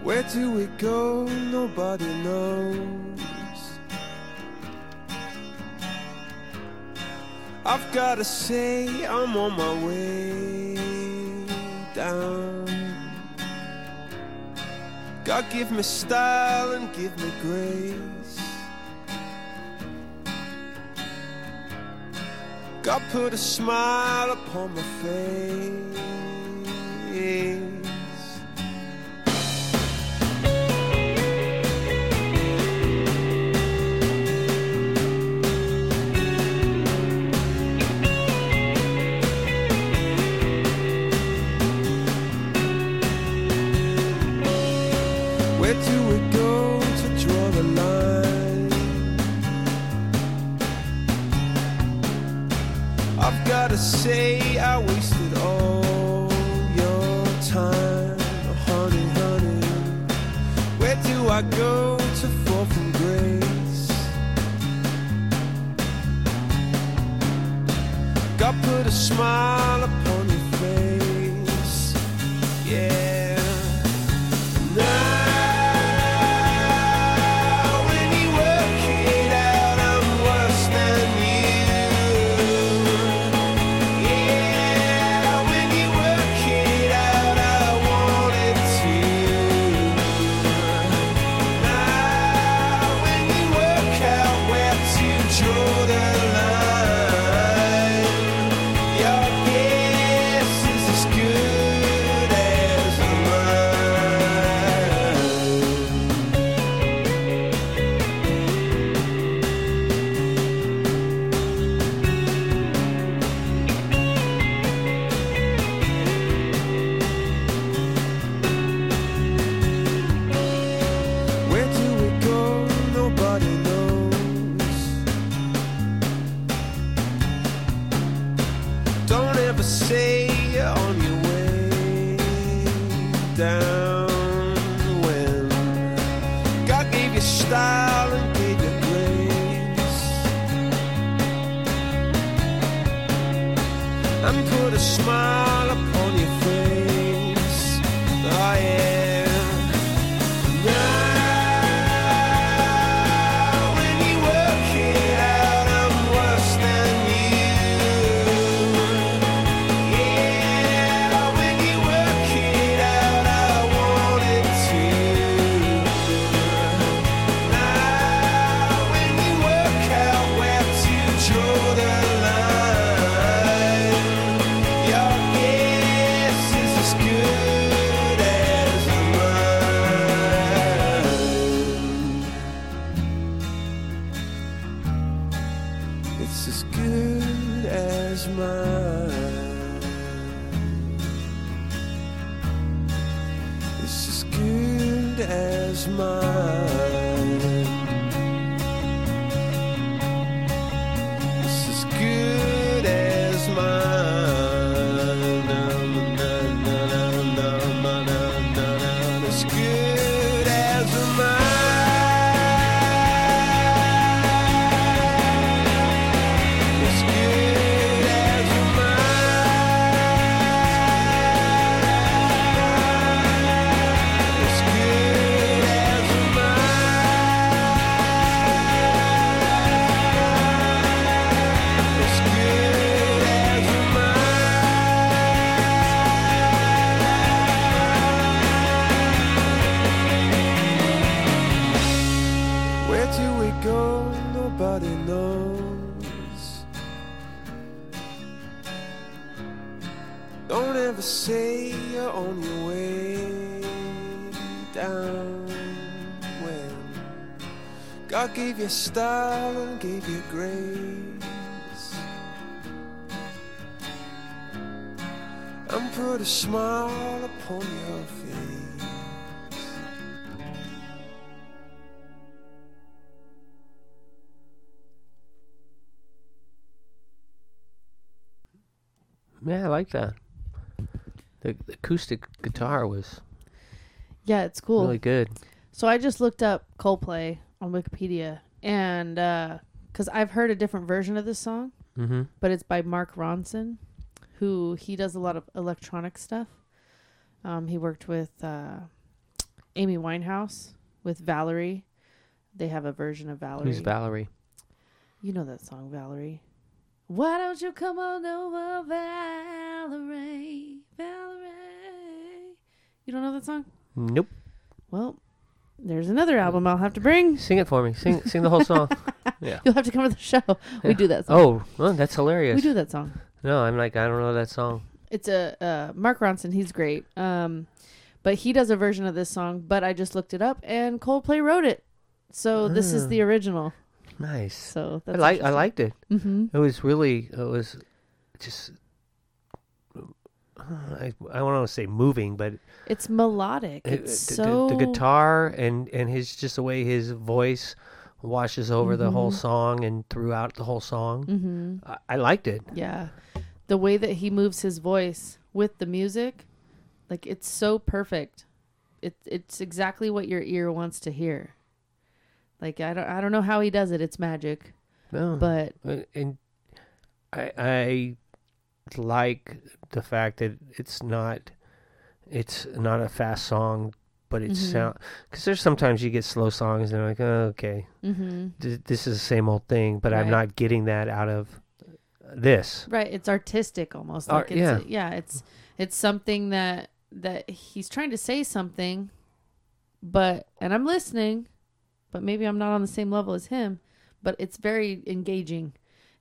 [SPEAKER 4] Where do we go? Nobody knows. I've gotta say, I'm on my way down. God give me style and give me grace. God put a smile upon my face. Where do we go to draw the line? I've gotta say, I wasted all your time, honey, honey. Where do I go to fall from grace? God put a smile upon your face, yeah. Now, when you work it out, I'm worse than you. Yeah, when you work it out, I want it too. Now, when you work out where to draw the line, your guess is as good as mine. Where do we go? Nobody knows. Don't ever say you're on your way down when God gave you style and gave you grace and put a smile upon your face. Oh yeah. Now, when you work it out, I'm worse than you. Yeah, when you work it out, I want it too. Now, Ah, when you work out where to draw the line, your guess is as good as mine. It's as good as mine. It's as good as mine. It's as good as mine. Na, na, na, na, na, na, na, na. As good as mine. As good as mine. As good as As good as mine. Where do we go? Nobody knows. Don't ever say you're on your way down when God gave you style and gave you grace and put a smile upon your face.
[SPEAKER 2] Yeah, I like that. The, the acoustic guitar was
[SPEAKER 3] Yeah, it's cool.
[SPEAKER 2] really good.
[SPEAKER 3] So I just looked up Coldplay on Wikipedia, and because I've heard a different version of this song,
[SPEAKER 2] Mm-hmm.
[SPEAKER 3] but it's by Mark Ronson, who he does a lot of electronic stuff. Um, he worked with uh, Amy Winehouse with Valerie. They have a version of Valerie.
[SPEAKER 2] Who's Valerie?
[SPEAKER 3] You know that song, Valerie. Why don't you come on over, Valerie? Valerie. You don't know that song?
[SPEAKER 2] Nope.
[SPEAKER 3] Well, there's another album I'll have to bring.
[SPEAKER 2] Sing it for me. Sing sing the whole song.
[SPEAKER 3] You'll have to come to the show. We do that song.
[SPEAKER 2] Oh, well, that's hilarious.
[SPEAKER 3] We do that song.
[SPEAKER 2] No, I'm like I don't know that song.
[SPEAKER 3] It's a uh, Mark Ronson. He's great. Um, but he does a version of this song. But I just looked it up, and Coldplay wrote it. So this is
[SPEAKER 2] Ah.
[SPEAKER 3] the original.
[SPEAKER 2] Nice.
[SPEAKER 3] So
[SPEAKER 2] I
[SPEAKER 3] that's
[SPEAKER 2] like I liked it.
[SPEAKER 3] hmm
[SPEAKER 2] It was really it was just uh, I I don't want to say moving, but
[SPEAKER 3] It's melodic.
[SPEAKER 2] it-
[SPEAKER 3] It's
[SPEAKER 2] the-
[SPEAKER 3] so
[SPEAKER 2] the, the guitar and and his just the way his voice washes over the whole
[SPEAKER 3] Mm-hmm.
[SPEAKER 2] song and throughout the whole song.
[SPEAKER 3] hmm
[SPEAKER 2] I, I liked it.
[SPEAKER 3] Yeah, the way that he moves his voice with the music, like it's so perfect. It it's exactly what your ear wants to hear. Like I don't I don't know how he does it. It's magic.
[SPEAKER 2] No,
[SPEAKER 3] But
[SPEAKER 2] Uh, and I I like the fact that it's not it's not a fast song, but it's
[SPEAKER 3] Mhm.
[SPEAKER 2] sound because there's sometimes you get slow songs and they're like oh, okay
[SPEAKER 3] hmm
[SPEAKER 2] th- this is the same old thing, but I'm
[SPEAKER 3] Right.
[SPEAKER 2] not getting that out of this.
[SPEAKER 3] Right, it's artistic almost.
[SPEAKER 2] Ar-
[SPEAKER 3] Like it's
[SPEAKER 2] yeah.
[SPEAKER 3] yeah. yeah, it's it's something that that he's trying to say something, but and I'm listening, but maybe I'm not on the same level as him, but it's very engaging.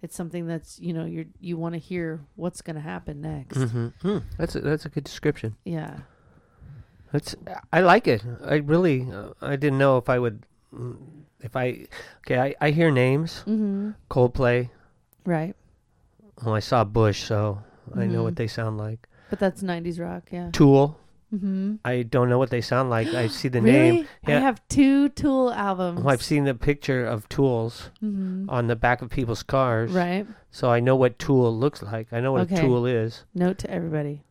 [SPEAKER 3] It's something that's, you know, you're you want to hear what's going to happen next.
[SPEAKER 2] Mm, that's a, that's a good description.
[SPEAKER 3] Yeah.
[SPEAKER 2] That's I like it. I really uh, I didn't know if I would mm, if I okay I, I hear names
[SPEAKER 3] Mhm.
[SPEAKER 2] Coldplay.
[SPEAKER 3] Right.
[SPEAKER 2] Well, I saw Bush, so I know what
[SPEAKER 3] Mhm.
[SPEAKER 2] they sound like.
[SPEAKER 3] But that's 90s rock, yeah.
[SPEAKER 2] Tool.
[SPEAKER 3] Mhm.
[SPEAKER 2] I don't know what they sound like. I see the name.
[SPEAKER 3] Really? I
[SPEAKER 2] Yeah.
[SPEAKER 3] have two Tool albums.
[SPEAKER 2] Well, I've seen the picture of tools
[SPEAKER 3] Mhm.
[SPEAKER 2] on the back of people's cars,
[SPEAKER 3] Right.
[SPEAKER 2] so I know what tool looks like. I know what a
[SPEAKER 3] Okay.
[SPEAKER 2] tool is.
[SPEAKER 3] Note to everybody.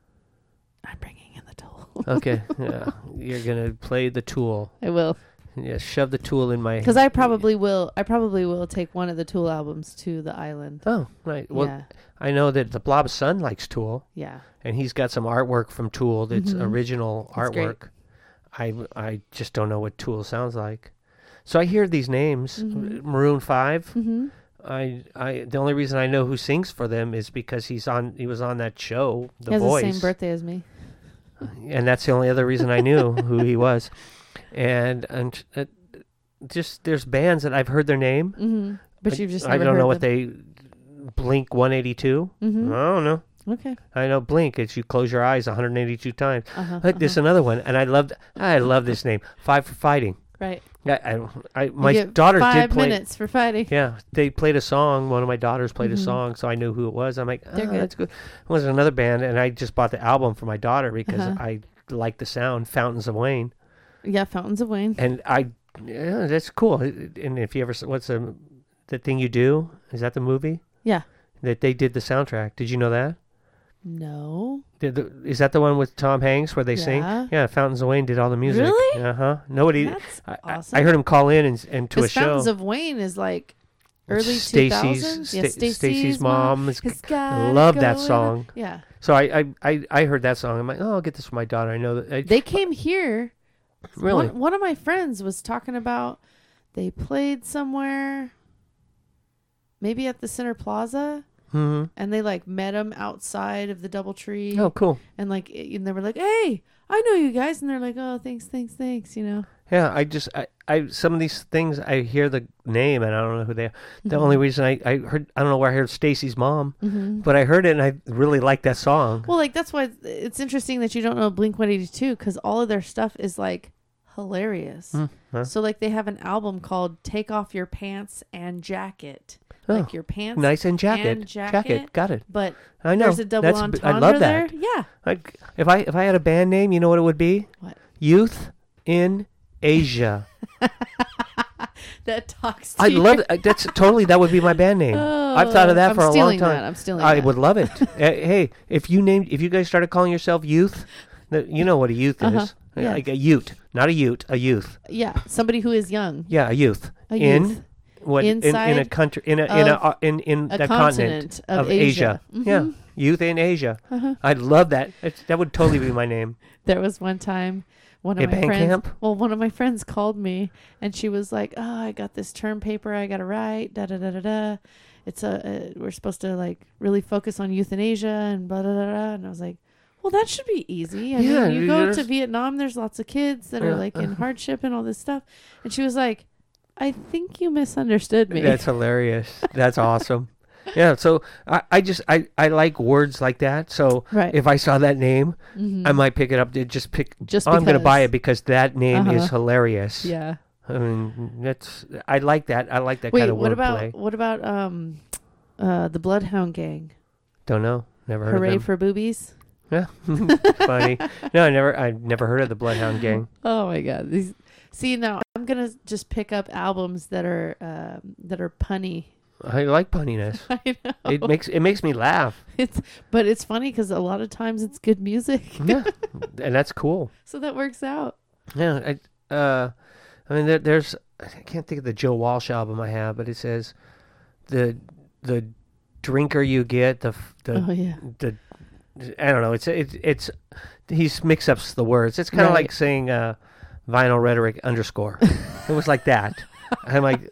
[SPEAKER 3] I'm bringing in the Tool.
[SPEAKER 2] Okay, yeah, you're gonna play the tool.
[SPEAKER 3] I will.
[SPEAKER 2] Yeah, shove the tool in my.
[SPEAKER 3] Because I probably will. I probably will take one of the Tool albums to the island.
[SPEAKER 2] Oh, right. Well,
[SPEAKER 3] yeah,
[SPEAKER 2] I know that the Blob Son likes Tool,
[SPEAKER 3] yeah.
[SPEAKER 2] and he's got some artwork from Tool that's
[SPEAKER 3] Mhm.
[SPEAKER 2] original
[SPEAKER 3] That's great.
[SPEAKER 2] artwork. I I just don't know what Tool sounds like. So I hear these names,
[SPEAKER 3] Mhm.
[SPEAKER 2] Maroon Five.
[SPEAKER 3] hmm
[SPEAKER 2] I I the only reason I know who sings for them is because he's on he was on that show, The
[SPEAKER 3] he has
[SPEAKER 2] Voice,
[SPEAKER 3] the same birthday as me.
[SPEAKER 2] and that's the only other reason I knew who he was, and and uh, just there's bands that I've heard their name,
[SPEAKER 3] hmm But
[SPEAKER 2] I-
[SPEAKER 3] you've just
[SPEAKER 2] I
[SPEAKER 3] never
[SPEAKER 2] don't
[SPEAKER 3] heard
[SPEAKER 2] know what they Blink 182.
[SPEAKER 3] hmm
[SPEAKER 2] I don't know.
[SPEAKER 3] Okay.
[SPEAKER 2] I know Blink. It's you close your eyes 182 times.
[SPEAKER 3] Uh-huh,
[SPEAKER 2] Like This another one, and I loved. I love this name. Five for fighting.
[SPEAKER 3] Right.
[SPEAKER 2] I, I, I
[SPEAKER 3] You
[SPEAKER 2] my
[SPEAKER 3] get
[SPEAKER 2] daughter
[SPEAKER 3] five
[SPEAKER 2] did play.
[SPEAKER 3] minutes for fighting.
[SPEAKER 2] Yeah, they played a song. One of my daughters played
[SPEAKER 3] Mhm.
[SPEAKER 2] a song, so I knew who it was. I'm like, oh,
[SPEAKER 3] They're good.
[SPEAKER 2] that's good. It was another band, and I just bought the album for my daughter because
[SPEAKER 3] Uh-huh.
[SPEAKER 2] I like the sound Fountains of Wayne,
[SPEAKER 3] Yeah. Fountains of Wayne.
[SPEAKER 2] and I. Yeah, that's cool. And if you ever, s- what's the, the thing you do? Is that the movie?
[SPEAKER 3] Yeah.
[SPEAKER 2] That they did the soundtrack. Did you know that?
[SPEAKER 3] No.
[SPEAKER 2] Did the, is that the one with Tom Hanks where they
[SPEAKER 3] Yeah.
[SPEAKER 2] sing? Yeah, Fountains of Wayne did all the music.
[SPEAKER 3] Really?
[SPEAKER 2] Uh huh. Nobody.
[SPEAKER 3] That's
[SPEAKER 2] I, I-
[SPEAKER 3] awesome.
[SPEAKER 2] I heard him call in and, and to a
[SPEAKER 3] Because
[SPEAKER 2] show.
[SPEAKER 3] Fountains of Wayne is like early two
[SPEAKER 2] Stacy's-
[SPEAKER 3] thousands.
[SPEAKER 2] Sta- Stacy's mom is-
[SPEAKER 3] I
[SPEAKER 2] love that song.
[SPEAKER 3] Yeah.
[SPEAKER 2] so I, I, I, I heard that song. I'm like, oh, I'll get this for my daughter. I know that. I,
[SPEAKER 3] They came here
[SPEAKER 2] really.
[SPEAKER 3] One, one of my friends was talking about they played somewhere, maybe at the Center Plaza,
[SPEAKER 2] hmm
[SPEAKER 3] and they like met them outside of the DoubleTree,
[SPEAKER 2] Oh, cool.
[SPEAKER 3] and like it- and they were like, "Hey, I know you guys," and they're like, "Oh, thanks, thanks, thanks," you know.
[SPEAKER 2] Yeah, I just I, I some of these things I hear the name and I don't know who they are. The only
[SPEAKER 3] Mm-hmm.
[SPEAKER 2] reason I, I heard I don't know where I heard Stacy's mom, but I heard it and I really liked that song.
[SPEAKER 3] Well, like that's why it's interesting that you don't know Blink One Eighty Two because all of their stuff is like hilarious.
[SPEAKER 2] Hmm, huh.
[SPEAKER 3] So like they have an album called "Take Off Your Pants and Jacket,"
[SPEAKER 2] Oh,
[SPEAKER 3] like your pants,
[SPEAKER 2] nice and jacket,
[SPEAKER 3] and jacket.
[SPEAKER 2] got it.
[SPEAKER 3] but
[SPEAKER 2] I know
[SPEAKER 3] there's a double
[SPEAKER 2] That's b-
[SPEAKER 3] entendre
[SPEAKER 2] I love that.
[SPEAKER 3] there. Yeah.
[SPEAKER 2] Like if I if I had a band name, you know what it would be?
[SPEAKER 3] What?
[SPEAKER 2] Youth in Asia.
[SPEAKER 3] that talks. To
[SPEAKER 2] I
[SPEAKER 3] you.
[SPEAKER 2] love it. That's totally that would be my band name. I've thought of that
[SPEAKER 3] Oh, I'm
[SPEAKER 2] for a long
[SPEAKER 3] stealing
[SPEAKER 2] time.
[SPEAKER 3] that. I'm stealing
[SPEAKER 2] I
[SPEAKER 3] that.
[SPEAKER 2] would love it. Uh, hey, if you named if you guys started calling yourself youth, th- you know what a youth
[SPEAKER 3] Uh-huh.
[SPEAKER 2] is.
[SPEAKER 3] Yeah.
[SPEAKER 2] Like a ute, not a ute, a youth.
[SPEAKER 3] Yeah, somebody who is young.
[SPEAKER 2] Yeah, a youth.
[SPEAKER 3] A
[SPEAKER 2] in
[SPEAKER 3] youth.
[SPEAKER 2] what in- in, a
[SPEAKER 3] Inside
[SPEAKER 2] country in a in a
[SPEAKER 3] of
[SPEAKER 2] uh, in in
[SPEAKER 3] a
[SPEAKER 2] the
[SPEAKER 3] continent
[SPEAKER 2] continent
[SPEAKER 3] of
[SPEAKER 2] Asia.
[SPEAKER 3] Asia. Mm-hmm. Uh-huh.
[SPEAKER 2] Yeah. Youth in Asia. I'd love that. It's, that would totally be my name.
[SPEAKER 3] There was one time one of
[SPEAKER 2] At
[SPEAKER 3] my
[SPEAKER 2] band
[SPEAKER 3] friends.
[SPEAKER 2] camp?
[SPEAKER 3] Well, one of my friends called me, and she was like, "Oh, I got this term paper I got to write. Da da da da da. It's a, a we're supposed to like really focus on euthanasia and blah da da da." And I was like, "Well, that should be easy. I
[SPEAKER 2] Yeah,
[SPEAKER 3] mean, you
[SPEAKER 2] you
[SPEAKER 3] go to
[SPEAKER 2] just-
[SPEAKER 3] Vietnam. There's lots of kids that
[SPEAKER 2] Yeah. uh-huh.
[SPEAKER 3] are like in hardship and all this stuff." And she was like, "I think you misunderstood me."
[SPEAKER 2] That's hilarious. That's awesome. Yeah. So I, I just I, I like words like that. So
[SPEAKER 3] Right.
[SPEAKER 2] if I saw that name,
[SPEAKER 3] Mhm.
[SPEAKER 2] I might pick it up. To just pick.
[SPEAKER 3] Just
[SPEAKER 2] "Oh, I'm going to buy
[SPEAKER 3] because.
[SPEAKER 2] it because that name is
[SPEAKER 3] Uh-huh.
[SPEAKER 2] hilarious.
[SPEAKER 3] yeah.
[SPEAKER 2] I mean, that's I like that. I like that
[SPEAKER 3] Wait,
[SPEAKER 2] kind of
[SPEAKER 3] what about
[SPEAKER 2] wordplay.
[SPEAKER 3] what about um, uh, the Bloodhound Gang?
[SPEAKER 2] Don't know. Never heard
[SPEAKER 3] Hooray
[SPEAKER 2] of them.
[SPEAKER 3] for boobies!
[SPEAKER 2] Funny. No, I never. I never heard of the Bloodhound Gang.
[SPEAKER 3] Oh my god! These see now I'm gonna just pick up albums that are um that are punny.
[SPEAKER 2] I like punniness.
[SPEAKER 3] I know
[SPEAKER 2] It makes it makes me laugh.
[SPEAKER 3] it's, but it's funny because a lot of times it's good music,
[SPEAKER 2] Yeah, and that's cool.
[SPEAKER 3] so that works out.
[SPEAKER 2] Yeah, I, uh, I mean, there, there's I can't think of the Joe Walsh album I have, but it says the the drinker you get, the f- the
[SPEAKER 3] oh yeah,
[SPEAKER 2] the I don't know. It's it's it's he's mix ups the words. It's kind of
[SPEAKER 3] Right.
[SPEAKER 2] like saying uh, vinyl rhetoric underscore. it was like that. I'm like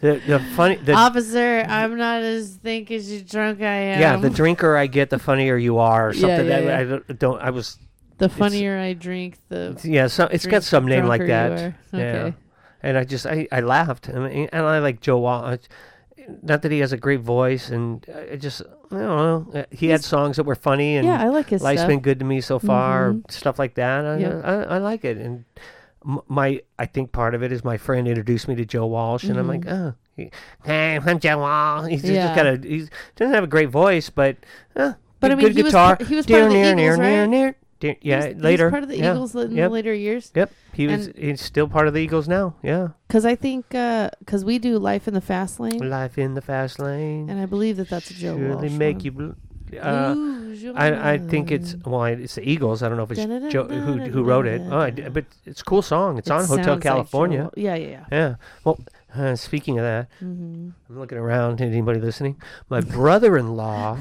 [SPEAKER 2] the the funny the
[SPEAKER 3] officer, I'm not as think as you drunk I am.
[SPEAKER 2] yeah the drinker I get, the funnier you are, or
[SPEAKER 3] Yeah,
[SPEAKER 2] something.
[SPEAKER 3] yeah,
[SPEAKER 2] that,
[SPEAKER 3] yeah.
[SPEAKER 2] I don't, don't- I was
[SPEAKER 3] the funnier I drink, the
[SPEAKER 2] yeah. So it's got
[SPEAKER 3] drink-
[SPEAKER 2] some name like that.
[SPEAKER 3] drunker you are.
[SPEAKER 2] Yeah.
[SPEAKER 3] Okay.
[SPEAKER 2] and I just I, I laughed and I, and I like Joe Walsh. Not that he has a great voice, and I just I don't know. Uh, He had
[SPEAKER 3] He's-
[SPEAKER 2] songs that were funny, and
[SPEAKER 3] Yeah, I like his
[SPEAKER 2] life's
[SPEAKER 3] stuff.
[SPEAKER 2] been good to me so far,
[SPEAKER 3] Mhm.
[SPEAKER 2] stuff like that. I,
[SPEAKER 3] Yep.
[SPEAKER 2] I, I like it, and m- my I think part of it is my friend introduced me to Joe Walsh, and I'm like, oh, he, hey, I'm Joe Walsh. He's just,
[SPEAKER 3] Mm-hmm. Yeah.
[SPEAKER 2] kind of he doesn't have a great voice, but uh,
[SPEAKER 3] But I
[SPEAKER 2] good
[SPEAKER 3] mean, he was
[SPEAKER 2] guitar.
[SPEAKER 3] par- he was part of the
[SPEAKER 2] Dear,
[SPEAKER 3] Eagles,
[SPEAKER 2] near, near,
[SPEAKER 3] right?
[SPEAKER 2] near, dear-
[SPEAKER 3] He
[SPEAKER 2] Yeah,
[SPEAKER 3] was- he was
[SPEAKER 2] later
[SPEAKER 3] part of the
[SPEAKER 2] Yeah.
[SPEAKER 3] Eagles in
[SPEAKER 2] Yep.
[SPEAKER 3] the later years.
[SPEAKER 2] Yep, he was.
[SPEAKER 3] And-
[SPEAKER 2] he's still part of the Eagles now. Yeah.
[SPEAKER 3] Because I think because we do life in the fast lane,
[SPEAKER 2] Life in the fast lane.
[SPEAKER 3] and I believe that that's a Joe
[SPEAKER 2] surely
[SPEAKER 3] Walsh
[SPEAKER 2] make
[SPEAKER 3] one.
[SPEAKER 2] you. Bl- uh,
[SPEAKER 3] Lose your
[SPEAKER 2] I I think it's
[SPEAKER 3] mind.
[SPEAKER 2] well, I- it's the Eagles. I don't know if it's Joe, who who wrote it. Oh, I d
[SPEAKER 3] Da-da-da-da-da-da.
[SPEAKER 2] but it's a cool song. It's
[SPEAKER 3] It
[SPEAKER 2] on Hotel
[SPEAKER 3] sounds like Joe
[SPEAKER 2] California.
[SPEAKER 3] Wa- yeah, yeah, yeah.
[SPEAKER 2] yeah. Well, uh, speaking of that,
[SPEAKER 3] hmm
[SPEAKER 2] I'm looking around. Anybody listening? My brother-in-law,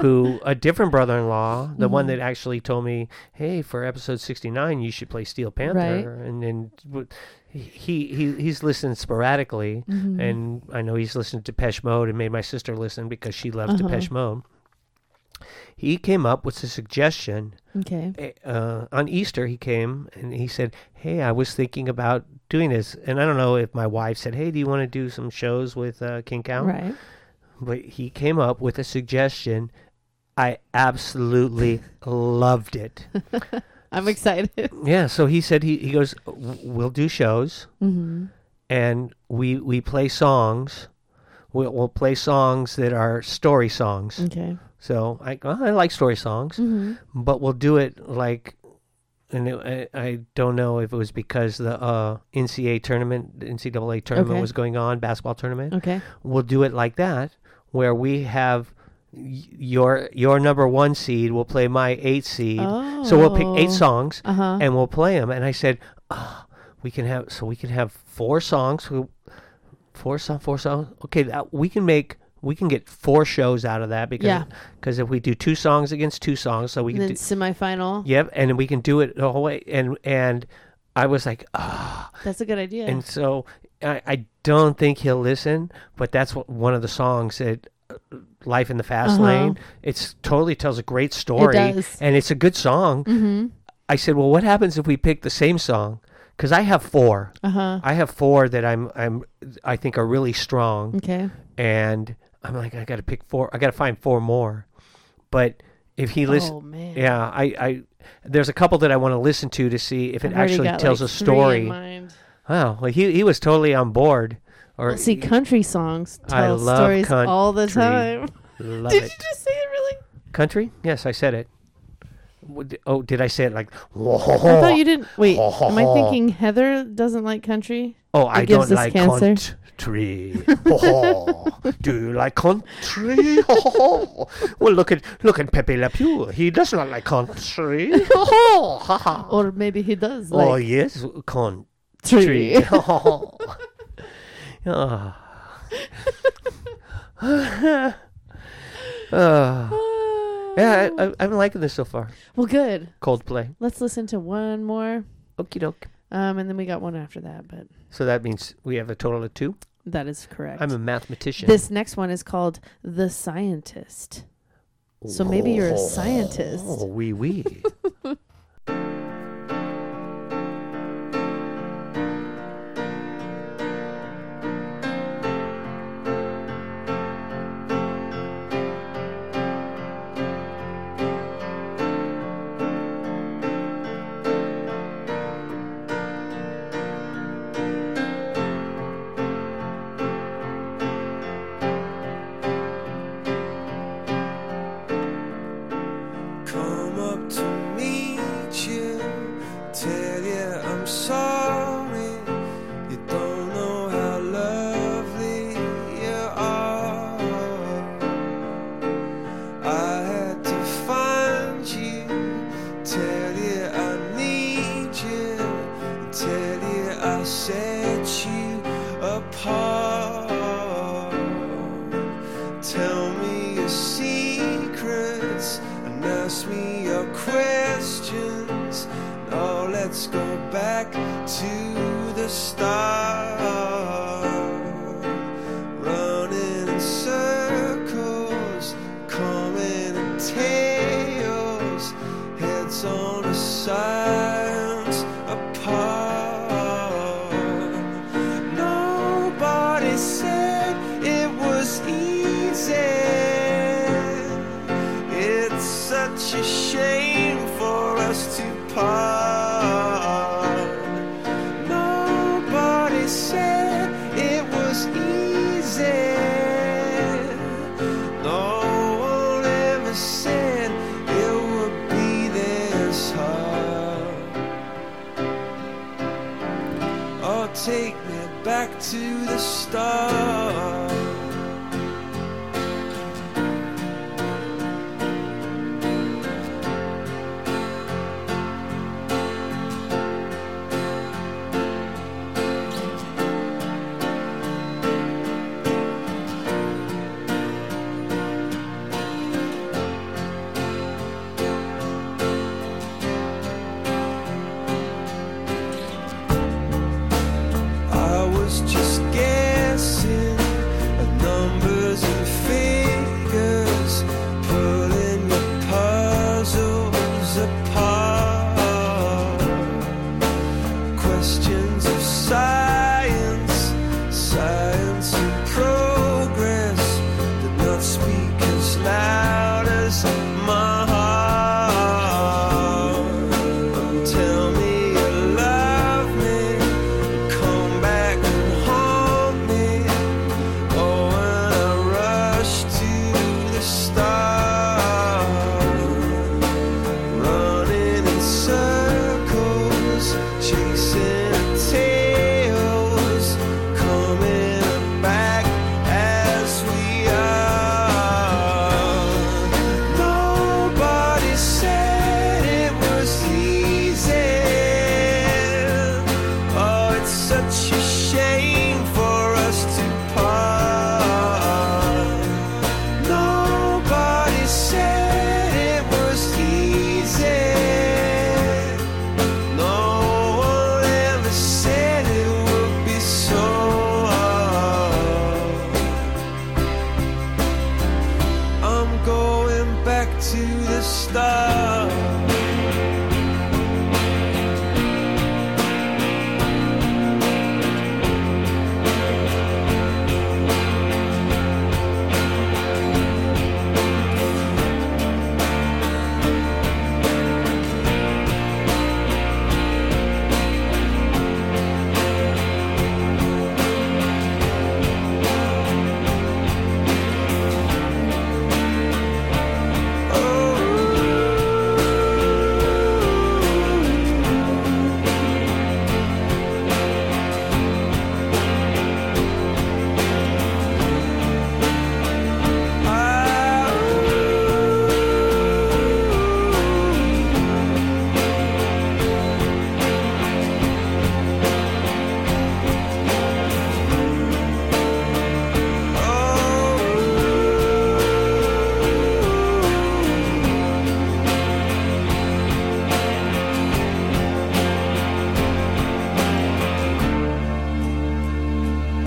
[SPEAKER 2] who a different brother-in-law, the one
[SPEAKER 3] Mhm.
[SPEAKER 2] that actually told me, "Hey, for episode 69, you should play Steel Panther,"
[SPEAKER 3] Right.
[SPEAKER 2] and then w- he he he's listened sporadically.
[SPEAKER 3] Mm-hmm.
[SPEAKER 2] And I know he's listened to Depeche Mode and made my sister listen because she loves
[SPEAKER 3] Uh-huh.
[SPEAKER 2] Depeche Mode. He came up with a suggestion.
[SPEAKER 3] Mm-hmm. Okay.
[SPEAKER 2] eh, Uh, on Easter, he came and he said, Hey, I was thinking about doing this. And I don't know if my wife said, Hey, do you want to do some shows with uh, King Cow?
[SPEAKER 3] Right.
[SPEAKER 2] But he came up with a suggestion. I absolutely loved it.
[SPEAKER 3] I'm excited.
[SPEAKER 2] Yeah. So he said, He, he goes, "W- We'll do shows
[SPEAKER 3] hmm
[SPEAKER 2] and we we play songs. We'll, we'll play songs that are story songs.
[SPEAKER 3] Okay.
[SPEAKER 2] So I well, I like story songs,
[SPEAKER 3] hmm
[SPEAKER 2] but we'll do it like. And it, I, I don't know if it was because the uh, NCAA tournament, the NCAA tournament
[SPEAKER 3] Okay.
[SPEAKER 2] was going on, basketball tournament.
[SPEAKER 3] Okay.
[SPEAKER 2] We'll do it like that, where we have y- your your number one seed will play my eight seed.
[SPEAKER 3] Oh.
[SPEAKER 2] So we'll pick eight songs
[SPEAKER 3] Uh huh.
[SPEAKER 2] and we'll play them. And I said, oh, we can have so we can have four songs, we- four song, four songs. Okay, that we can make we can get four shows out of that because
[SPEAKER 3] Yeah.
[SPEAKER 2] cause if we do two songs against two songs, so we
[SPEAKER 3] And
[SPEAKER 2] can
[SPEAKER 3] then
[SPEAKER 2] do,
[SPEAKER 3] semifinal.
[SPEAKER 2] yep, and we can do it the whole way. And and I was like, ah,
[SPEAKER 3] That's a good idea.
[SPEAKER 2] and so I, I don't think he'll listen, but that's what, one of the songs that. uh, Life in the Fast
[SPEAKER 3] Uh-huh.
[SPEAKER 2] Lane. It's totally tells a great story,
[SPEAKER 3] does.
[SPEAKER 2] and it's a good song.
[SPEAKER 3] hmm
[SPEAKER 2] I said, "Well, what happens if we pick the same song? Because I have four.
[SPEAKER 3] Uh huh.
[SPEAKER 2] I have four that I'm I'm I think are really strong,
[SPEAKER 3] Okay.
[SPEAKER 2] and I'm like, I got to pick four. I got to find four more. But if he listens,
[SPEAKER 3] oh man.
[SPEAKER 2] yeah, I I there's a couple that I want to listen to to see if it
[SPEAKER 3] I've already
[SPEAKER 2] actually
[SPEAKER 3] got,
[SPEAKER 2] tells
[SPEAKER 3] like,
[SPEAKER 2] a
[SPEAKER 3] three in
[SPEAKER 2] story.
[SPEAKER 3] mind.
[SPEAKER 2] Oh, well, he he was totally on board. Or
[SPEAKER 3] Well, see, country songs tell
[SPEAKER 2] I love
[SPEAKER 3] stories all the
[SPEAKER 2] country.
[SPEAKER 3] time.
[SPEAKER 2] love
[SPEAKER 3] Did
[SPEAKER 2] it.
[SPEAKER 3] you just say it really?
[SPEAKER 2] Country? Yes, I said it. What di- Oh, did I say it like?
[SPEAKER 3] I thought you didn't. Wait, am I thinking Heather doesn't like country?
[SPEAKER 2] Oh, I
[SPEAKER 3] gives
[SPEAKER 2] don't
[SPEAKER 3] us
[SPEAKER 2] like
[SPEAKER 3] cancer.
[SPEAKER 2] country. Ho, ho. Do you like country? Ho, ho, ho. well, look at look at Pepe Le Pew. He does not like country. Ho, ho. Ha, ha.
[SPEAKER 3] Or maybe he does
[SPEAKER 2] oh
[SPEAKER 3] like
[SPEAKER 2] yes, country.
[SPEAKER 3] country.
[SPEAKER 2] Ho, ho, ho. Oh. Ah. Ah. yeah, I, I, I'm liking this so far.
[SPEAKER 3] well, good.
[SPEAKER 2] Coldplay.
[SPEAKER 3] Let's listen to one more.
[SPEAKER 2] Okie doke.
[SPEAKER 3] Um, and then we got one after that, but
[SPEAKER 2] So that means we have a total of two.
[SPEAKER 3] that is correct.
[SPEAKER 2] I'm a mathematician.
[SPEAKER 3] this next one is called The Scientist. So maybe you're a
[SPEAKER 2] Oh,
[SPEAKER 3] scientist.
[SPEAKER 2] wee wee.
[SPEAKER 4] Come up to meet you, tell you I'm sorry. You don't know how lovely you are. I had to find you, tell you I need you, tell you I set you apart. Tell me your secrets and ask me your questions. Oh, let's go back to the start. Running in circles, coming in tails, heads on the sides apart. Nobody said it was easy. It's such a shame for us to part. Nobody said it was easy. No one ever said it would be this hard. Oh, take me back to the start. Oh, Oh,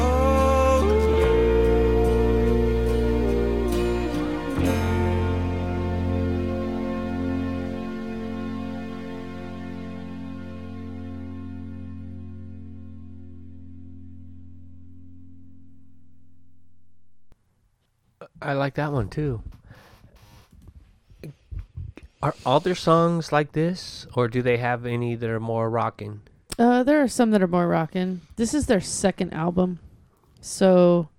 [SPEAKER 4] Oh,
[SPEAKER 2] I like that one too. Are all their songs like this, or do they have any that are more rocking?
[SPEAKER 3] Uh, there are some that are more rockin'. This is their second album, so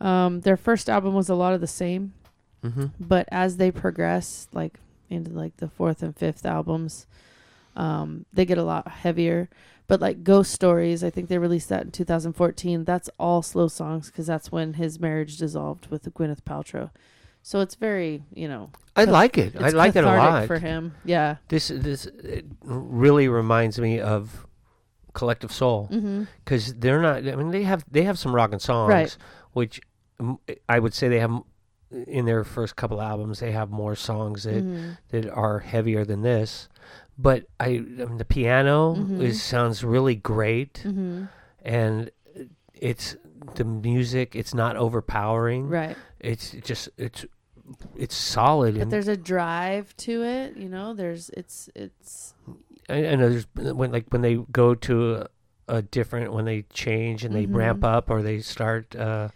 [SPEAKER 3] um, their first album was a lot of the same.
[SPEAKER 2] Mm-hmm.
[SPEAKER 3] but as they progress like into like the fourth and fifth albums um they get a lot heavier but like ghost stories i think they released that in 2014 that's all slow songs because that's when his marriage dissolved with gwyneth paltrow so it's very you know
[SPEAKER 2] I
[SPEAKER 3] Cath-
[SPEAKER 2] like it.
[SPEAKER 3] it's
[SPEAKER 2] I like it a
[SPEAKER 3] cathartic
[SPEAKER 2] lot.
[SPEAKER 3] for him yeah
[SPEAKER 2] This this it really reminds me of Collective Soul
[SPEAKER 3] mm-hmm.
[SPEAKER 2] because they're not. I mean, they have they have some rocking songs,
[SPEAKER 3] Right.
[SPEAKER 2] which mm, I would say they have m- in their first couple albums. They have more songs that
[SPEAKER 3] Mhm.
[SPEAKER 2] that are heavier than this. But I, I mean, the piano
[SPEAKER 3] Mhm.
[SPEAKER 2] is, sounds really great,
[SPEAKER 3] Mhm.
[SPEAKER 2] and it's the music. It's not overpowering.
[SPEAKER 3] right
[SPEAKER 2] It's just it's it's solid.
[SPEAKER 3] but
[SPEAKER 2] and,
[SPEAKER 3] there's a drive to it you know there's it's it's
[SPEAKER 2] I, I know there's when like when they go to a, a different when they change and they ramp
[SPEAKER 3] Mhm.
[SPEAKER 2] up or they start uh,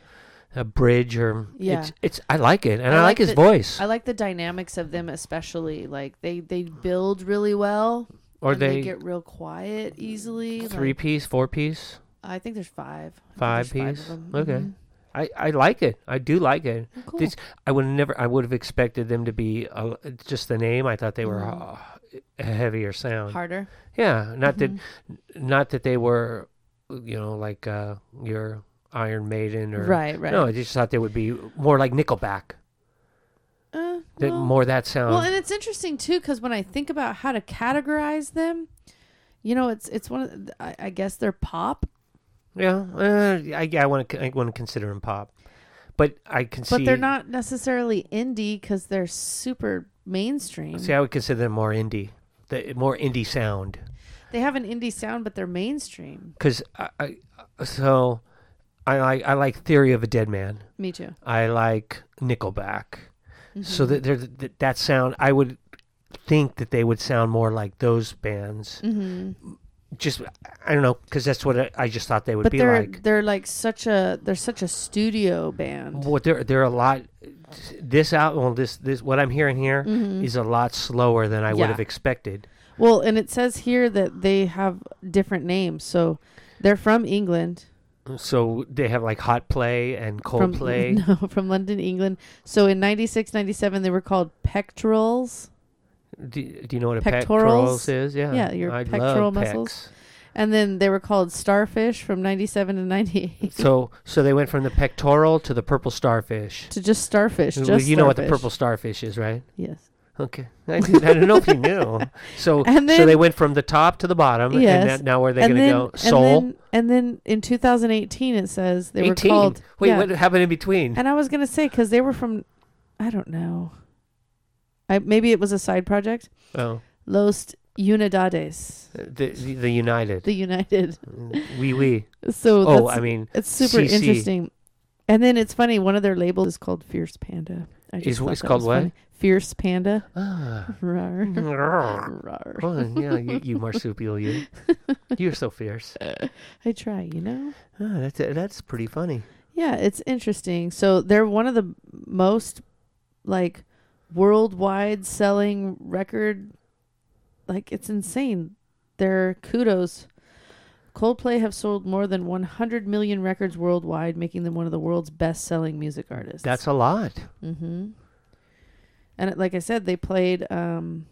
[SPEAKER 2] a bridge or
[SPEAKER 3] Yeah.
[SPEAKER 2] it's it's I like it and I,
[SPEAKER 3] I like
[SPEAKER 2] like his
[SPEAKER 3] that-
[SPEAKER 2] voice
[SPEAKER 3] i like the dynamics of them especially like they they build really well
[SPEAKER 2] or
[SPEAKER 3] and they,
[SPEAKER 2] they,
[SPEAKER 3] get real quiet easily.
[SPEAKER 2] three
[SPEAKER 3] like,
[SPEAKER 2] piece four piece.
[SPEAKER 3] I think there's five. I think
[SPEAKER 2] Five
[SPEAKER 3] there's
[SPEAKER 2] piece?
[SPEAKER 3] of 'em.
[SPEAKER 2] Okay.
[SPEAKER 3] Mhm.
[SPEAKER 2] I, I like it. I do like it.
[SPEAKER 3] Oh, Cool.
[SPEAKER 2] This- I would never. I would have expected them to be uh, just the name. I thought they were
[SPEAKER 3] Mhm.
[SPEAKER 2] uh, a heavier sound.
[SPEAKER 3] Harder.
[SPEAKER 2] Yeah, not
[SPEAKER 3] Mhm.
[SPEAKER 2] that not that they were, you know, like uh, your Iron Maiden or
[SPEAKER 3] Right. Right.
[SPEAKER 2] No, I just thought they would be more like Nickelback.
[SPEAKER 3] Uh,
[SPEAKER 2] That
[SPEAKER 3] well,
[SPEAKER 2] more um, that sound.
[SPEAKER 3] well, and it's interesting too because when I think about how to categorize them, you know, it's it's one of the, I, I guess they're pop,
[SPEAKER 2] yeah, uh, I, yeah, I want to I want to consider him pop, but I can
[SPEAKER 3] but
[SPEAKER 2] see.
[SPEAKER 3] they're not necessarily indie because they're super mainstream.
[SPEAKER 2] See, I would consider them more indie, the more indie sound.
[SPEAKER 3] They have an indie sound, but they're mainstream.
[SPEAKER 2] Because I, I, so I like I like Theory of a Dead Man.
[SPEAKER 3] Me too.
[SPEAKER 2] I like Nickelback.
[SPEAKER 3] Mm-hmm.
[SPEAKER 2] So that they're, that that sound, I would think that they would sound more like those bands.
[SPEAKER 3] Mm-hmm.
[SPEAKER 2] Just I don't know because that's what I, I just thought they would
[SPEAKER 3] But
[SPEAKER 2] be
[SPEAKER 3] they're
[SPEAKER 2] like.
[SPEAKER 3] they're like such a they're such a studio band.
[SPEAKER 2] Well, there there are a lot. This out well, this this what I'm hearing here is
[SPEAKER 3] Mhm.
[SPEAKER 2] a lot slower than I would
[SPEAKER 3] Yeah.
[SPEAKER 2] have expected.
[SPEAKER 3] Well, and it says here that they have different names. So they're from England.
[SPEAKER 2] So they have like hot play and cold
[SPEAKER 3] from,
[SPEAKER 2] play.
[SPEAKER 3] No, from London, England. So in 96, 97, they were called pectorals.
[SPEAKER 2] Do, do you know what a
[SPEAKER 3] Pectorals?
[SPEAKER 2] pectorals is? Yeah,
[SPEAKER 3] Yeah, your
[SPEAKER 2] I
[SPEAKER 3] pectoral
[SPEAKER 2] love
[SPEAKER 3] muscles. And then they were called starfish from 97 to 98.
[SPEAKER 2] pecs. so so they went from the pectoral to the purple starfish.
[SPEAKER 3] to just starfish.
[SPEAKER 2] Well,
[SPEAKER 3] Just
[SPEAKER 2] you know what the
[SPEAKER 3] starfish.
[SPEAKER 2] purple starfish is, right?
[SPEAKER 3] Yes.
[SPEAKER 2] Okay, I, didn't- I don't know if you knew. So
[SPEAKER 3] And
[SPEAKER 2] so they
[SPEAKER 3] then-
[SPEAKER 2] went from the top to the bottom,
[SPEAKER 3] Yes.
[SPEAKER 2] and that, now where are they
[SPEAKER 3] and
[SPEAKER 2] going to
[SPEAKER 3] then,
[SPEAKER 2] go?
[SPEAKER 3] and
[SPEAKER 2] Soul.
[SPEAKER 3] then- And then, in 2018, it says they were
[SPEAKER 2] 18.
[SPEAKER 3] called.
[SPEAKER 2] Wait,
[SPEAKER 3] yeah.
[SPEAKER 2] what happened in between?
[SPEAKER 3] And I was gonna say because they were from, I don't know. I maybe it was a side project.
[SPEAKER 2] oh.
[SPEAKER 3] Los Unidades,
[SPEAKER 2] The the, the United.
[SPEAKER 3] the United.
[SPEAKER 2] we we.
[SPEAKER 3] So
[SPEAKER 2] oh,
[SPEAKER 3] that's,
[SPEAKER 2] I mean,
[SPEAKER 3] it's super
[SPEAKER 2] CC.
[SPEAKER 3] interesting. And then it's funny. One of their labels is called Fierce Panda. I
[SPEAKER 2] Is-
[SPEAKER 3] thought
[SPEAKER 2] it's
[SPEAKER 3] that
[SPEAKER 2] called
[SPEAKER 3] was
[SPEAKER 2] what?
[SPEAKER 3] funny. Fierce Panda.
[SPEAKER 2] ah.
[SPEAKER 3] Rawr.
[SPEAKER 2] Grrr.
[SPEAKER 3] Rawr.
[SPEAKER 2] Oh, yeah, you, you marsupial, you. You're so fierce.
[SPEAKER 3] I try, you know.
[SPEAKER 2] Ah, that's that's pretty funny.
[SPEAKER 3] Yeah, it's interesting. So they're one of the most like worldwide selling record. Like it's insane. They're kudos. Coldplay have sold more than 100 million records worldwide, making them one of the world's best-selling music artists.
[SPEAKER 2] That's a lot.
[SPEAKER 3] Mm-hmm. And it, like I said, they played um,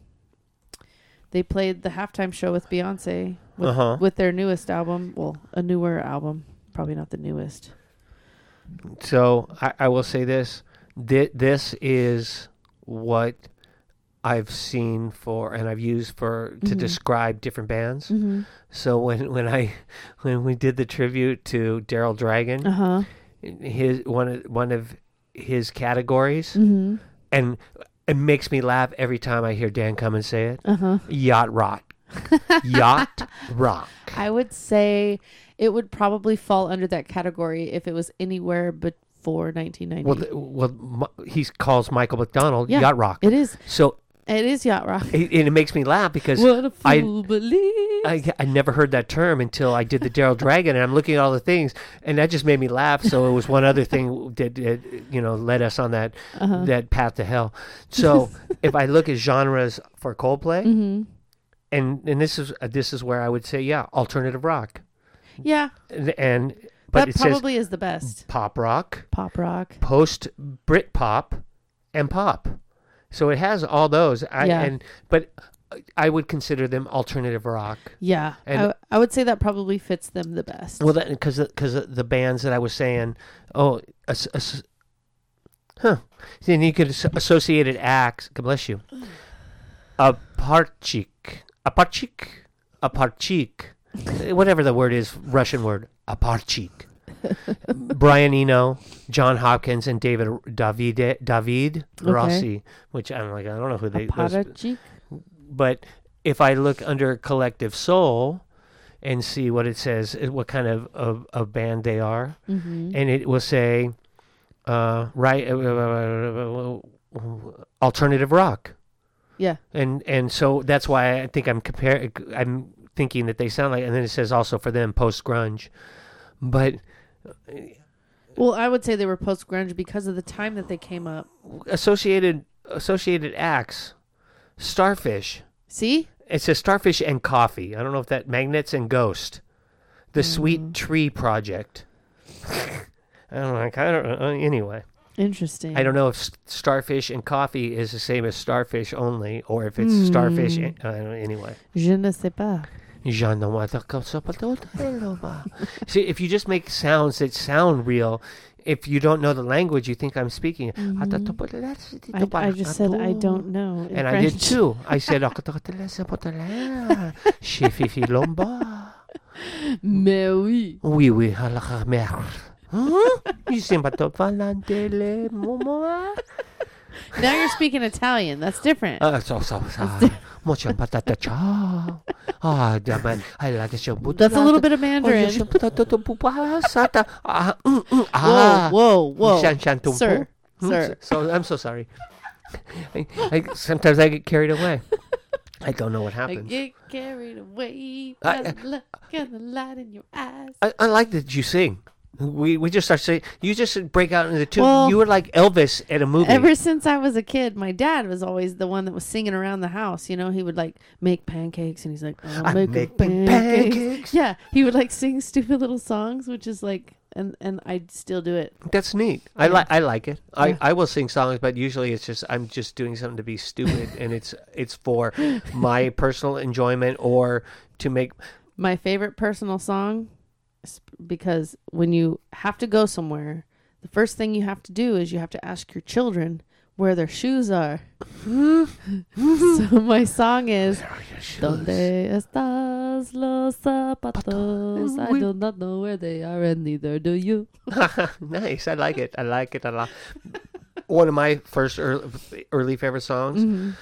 [SPEAKER 3] they played the halftime show with Beyonce with,
[SPEAKER 2] Uh-huh.
[SPEAKER 3] with their newest album. Well, a newer album, probably not the newest.
[SPEAKER 2] So I, I will say this: Thi- this is what I've seen for, and I've used for to
[SPEAKER 3] Mhm.
[SPEAKER 2] describe different bands.
[SPEAKER 3] Mm-hmm.
[SPEAKER 2] So when when I when we did the tribute to Daryl Dragon,
[SPEAKER 3] Uh huh.
[SPEAKER 2] his one of one of his categories,
[SPEAKER 3] Mm-hmm.
[SPEAKER 2] and it makes me laugh every time I hear Dan Cummins say it.
[SPEAKER 3] Uh huh.
[SPEAKER 2] Yacht rock, yacht rock.
[SPEAKER 3] I would say it would probably fall under that category if it was anywhere before 1990.
[SPEAKER 2] Well, th- well, Mi- he calls Michael McDonald
[SPEAKER 3] Yeah,
[SPEAKER 2] yacht rock.
[SPEAKER 3] it is,
[SPEAKER 2] so
[SPEAKER 3] It is yacht rock.
[SPEAKER 2] It, and it makes me laugh because
[SPEAKER 3] What a
[SPEAKER 2] I-
[SPEAKER 3] fool believes.
[SPEAKER 2] I, I never heard that term until I did the Daryl Dragon, and I'm looking at all the things, and that just made me laugh. So it was one other thing that, that you know led us on that
[SPEAKER 3] Uh-huh.
[SPEAKER 2] that path to hell. So if I look at genres for Coldplay,
[SPEAKER 3] Mm-hmm.
[SPEAKER 2] and and this is this is where I would say yeah, alternative rock,
[SPEAKER 3] yeah,
[SPEAKER 2] and, and but
[SPEAKER 3] that
[SPEAKER 2] it says
[SPEAKER 3] probably is the best.
[SPEAKER 2] pop rock,
[SPEAKER 3] Pop rock.
[SPEAKER 2] post Brit pop, and pop. So it has all those. I,
[SPEAKER 3] Yeah.
[SPEAKER 2] And but I would consider them alternative rock.
[SPEAKER 3] Yeah, I
[SPEAKER 2] And-
[SPEAKER 3] w- I would say that probably fits them the best.
[SPEAKER 2] Well, because because the bands that I was saying, oh, as, as, huh, then you could as- associate it acts. God bless you. Aparchik, aparchik, aparchik, whatever the word is, Russian word, aparchik. Brian Eno, John Hopkins, and David David David
[SPEAKER 3] Okay.
[SPEAKER 2] Rossi, which I'm like I don't know who they. those-
[SPEAKER 3] Aparachi?
[SPEAKER 2] but if I look under collective soul and see what it says, uh, what kind of of, of band they are,
[SPEAKER 3] Mm-hmm.
[SPEAKER 2] and it will say, uh, right, uh, uh, uh, alternative rock,
[SPEAKER 3] Yeah.
[SPEAKER 2] and and so that's why I think I'm comparing. I'm thinking that they sound like, and then it says also for them post grunge, but
[SPEAKER 3] Well, I would say they were post grunge because of the time that they came up.
[SPEAKER 2] associated associated acts, starfish.
[SPEAKER 3] See?
[SPEAKER 2] It says starfish and coffee. I don't know if that magnets and ghost, the
[SPEAKER 3] Mm.
[SPEAKER 2] sweet tree project. I don't know. I kind of uh, anyway.
[SPEAKER 3] Interesting.
[SPEAKER 2] I don't know if s- starfish and coffee is the same as starfish only, or if it's starfish.
[SPEAKER 3] Mm.
[SPEAKER 2] And, uh, anyway,
[SPEAKER 3] Je ne sais pas.
[SPEAKER 2] Je ne vois pas comme ça, pas d'autre loi. see if you just make sounds that sound real. If you don't know the language, you think I'm speaking.
[SPEAKER 3] Mm-hmm.
[SPEAKER 2] Ah,
[SPEAKER 3] I, I just said I don't know. in
[SPEAKER 2] And I did
[SPEAKER 3] French.
[SPEAKER 2] too. I said, Chez Fifi Lombard.
[SPEAKER 3] Mais oui.
[SPEAKER 2] Oui, oui, à la merde. Hein? Je sais pas top les moments.
[SPEAKER 3] Now you're speaking Italian. That's different.
[SPEAKER 2] Ah, ça, ça, ça. Moi, j'aime patata ciao. Ah, demain, I like your butt.
[SPEAKER 3] That's a little bit
[SPEAKER 2] Oh,
[SPEAKER 3] of Mandarin.
[SPEAKER 2] Ah, mm, mm,
[SPEAKER 3] Whoa,
[SPEAKER 2] ah.
[SPEAKER 3] whoa, whoa.
[SPEAKER 2] Shan- shan tum
[SPEAKER 3] Sir,
[SPEAKER 2] pum. Hmm,
[SPEAKER 3] sir.
[SPEAKER 2] So, so- I'm so sorry. I, I, sometimes I get carried away. I don't know what
[SPEAKER 3] I
[SPEAKER 2] happens.
[SPEAKER 3] get carried away
[SPEAKER 2] I-
[SPEAKER 3] by the look and the light in your eyes.
[SPEAKER 2] I, I like that you sing. We we just start saying you just break out into two.
[SPEAKER 3] Well-
[SPEAKER 2] you were like Elvis at a movie.
[SPEAKER 3] Ever since I was a kid, my dad was always the one that was singing around the house. You know, he would like make pancakes, and he's like,
[SPEAKER 2] I
[SPEAKER 3] "I'll make,
[SPEAKER 2] make
[SPEAKER 3] make
[SPEAKER 2] pan-
[SPEAKER 3] pancakes.
[SPEAKER 2] pancakes.
[SPEAKER 3] Yeah, he would like sing stupid little songs, which is like, and and I still do it.
[SPEAKER 2] That's neat. I like I like it. I,
[SPEAKER 3] Yeah.
[SPEAKER 2] I will sing songs, but usually it's just I'm just doing something to be stupid, and it's it's for my personal enjoyment or to make.
[SPEAKER 3] My favorite personal song, is because when you have to go somewhere, the first thing you have to do is you have to ask your children where their shoes are. so my song is Donde estás los zapatos? I do not know where they are, and neither do you.
[SPEAKER 2] nice. I like it. I like it a lot. One of my first early, early favorite songs.
[SPEAKER 3] Mm.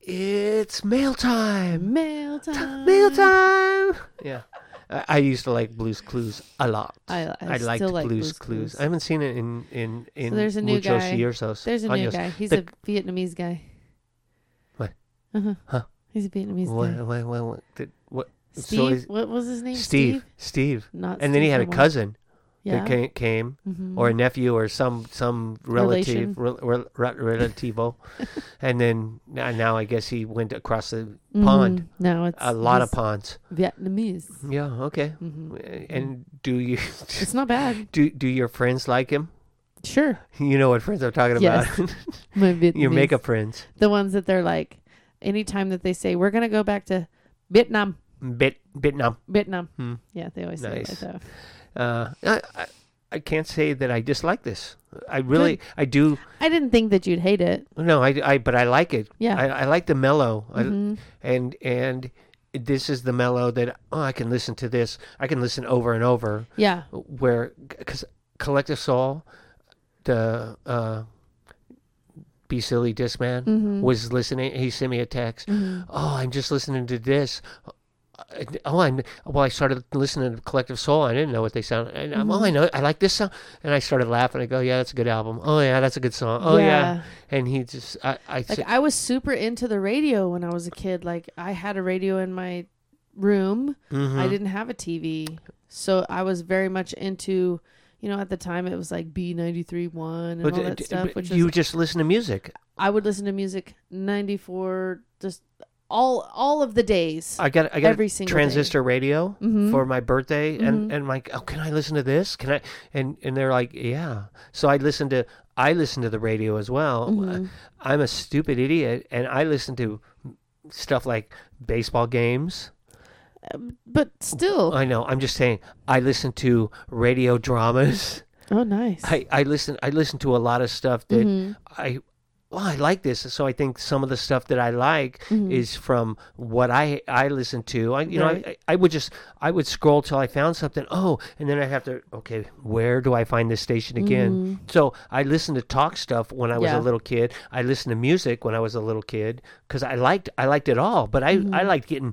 [SPEAKER 2] It's mail time.
[SPEAKER 3] Mail time.
[SPEAKER 2] Mail time. Yeah. I I used to like Blues Clues a lot.
[SPEAKER 3] I- I still
[SPEAKER 2] liked
[SPEAKER 3] like
[SPEAKER 2] Blues,
[SPEAKER 3] Blues
[SPEAKER 2] Clues.
[SPEAKER 3] Clues.
[SPEAKER 2] I haven't seen it in in in Oh,
[SPEAKER 3] So there's a new
[SPEAKER 2] muchos
[SPEAKER 3] guy.
[SPEAKER 2] years.
[SPEAKER 3] There's a new
[SPEAKER 2] años.
[SPEAKER 3] guy. He's
[SPEAKER 2] The-
[SPEAKER 3] a Vietnamese guy.
[SPEAKER 2] What?
[SPEAKER 3] Uh huh.
[SPEAKER 2] Huh?
[SPEAKER 3] He's a Vietnamese
[SPEAKER 2] What,
[SPEAKER 3] guy.
[SPEAKER 2] what, what, what, did- what- so
[SPEAKER 3] Steve.
[SPEAKER 2] is-
[SPEAKER 3] what was his name?
[SPEAKER 2] Steve, Steve,
[SPEAKER 3] Not.
[SPEAKER 2] and then he
[SPEAKER 3] Steve
[SPEAKER 2] had a
[SPEAKER 3] Irwin.
[SPEAKER 2] cousin
[SPEAKER 3] Yeah.
[SPEAKER 2] that came, came
[SPEAKER 3] Mhm.
[SPEAKER 2] or a nephew, or some some
[SPEAKER 3] Relation.
[SPEAKER 2] relative, rel, rel, rel- relativo, and then now, now I guess he went across the pond.
[SPEAKER 3] Mhm. No, it's
[SPEAKER 2] A lot of
[SPEAKER 3] he's
[SPEAKER 2] ponds.
[SPEAKER 3] Vietnamese.
[SPEAKER 2] Yeah. Okay.
[SPEAKER 3] Mhm.
[SPEAKER 2] And do you
[SPEAKER 3] It's not bad.
[SPEAKER 2] do do your friends like him?
[SPEAKER 3] Sure.
[SPEAKER 2] You know what friends I'm talking
[SPEAKER 3] Yes.
[SPEAKER 2] about.
[SPEAKER 3] My Vietnamese.
[SPEAKER 2] your makeup friends.
[SPEAKER 3] The ones that they're like, anytime that they say we're gonna go back to Vietnam,
[SPEAKER 2] Bit Vietnam.
[SPEAKER 3] Vietnam.
[SPEAKER 2] Hmm.
[SPEAKER 3] Yeah, they always say
[SPEAKER 2] Nice.
[SPEAKER 3] it like that.
[SPEAKER 2] Uh, I, I I can't say that I dislike this. I really I do.
[SPEAKER 3] I didn't think that you'd hate it.
[SPEAKER 2] No, I, I but I like it.
[SPEAKER 3] Yeah. Mm-hmm.
[SPEAKER 2] I, I like the mellow. I- and and this is the mellow that oh I can listen to this. I can listen over and over.
[SPEAKER 3] Yeah.
[SPEAKER 2] Where because Collective Soul, the uh, Be Silly
[SPEAKER 3] Mm-hmm.
[SPEAKER 2] Disc Man was listening. He sent me a text. Oh, I'm just listening to this. I- oh, I well, I started listening to Collective Soul. I didn't know what they sound. And I'm,
[SPEAKER 3] Mm-hmm.
[SPEAKER 2] oh, I know, I like this song, and I started laughing. I go, yeah, that's a good album. Oh yeah, that's a good song. Oh yeah,
[SPEAKER 3] Yeah.
[SPEAKER 2] and he just, I, I
[SPEAKER 3] Like
[SPEAKER 2] said,
[SPEAKER 3] I was super into the radio when I was a kid. Like I had a radio in my room.
[SPEAKER 2] "Mm-hmm."
[SPEAKER 3] I didn't have a TV. So I was very much into you know, at the time it was like B ninety three one and all that
[SPEAKER 2] d-
[SPEAKER 3] stuff,
[SPEAKER 2] but
[SPEAKER 3] which
[SPEAKER 2] you
[SPEAKER 3] is
[SPEAKER 2] just listen to music.
[SPEAKER 3] I would listen to music ninety four just all all of the days.
[SPEAKER 2] I got I got
[SPEAKER 3] Every
[SPEAKER 2] a
[SPEAKER 3] single Mm-hmm.
[SPEAKER 2] transistor radio for my birthday, and and like, oh, can I listen to this? Can I? And and they're like, yeah. So I listened to I listened to the radio as well.
[SPEAKER 3] Mm-hmm.
[SPEAKER 2] I, am a stupid idiot, and I listen to stuff like baseball games.
[SPEAKER 3] but still
[SPEAKER 2] I know. I'm just saying. I listen to radio dramas.
[SPEAKER 3] Oh nice.
[SPEAKER 2] I, I listen I listen to a lot of stuff
[SPEAKER 3] Mm-hmm.
[SPEAKER 2] that I well I like this so I think some of the stuff that I like is from what I I listen to I you know
[SPEAKER 3] Right.
[SPEAKER 2] I, I would just I would scroll till I found something oh and then I have to okay where do I find this station
[SPEAKER 3] Mm-hmm.
[SPEAKER 2] again so I listened to talk stuff when I was
[SPEAKER 3] Yeah.
[SPEAKER 2] a little kid I listened to music when I was a little kid because I liked I liked it all but I
[SPEAKER 3] Mm-hmm.
[SPEAKER 2] I liked getting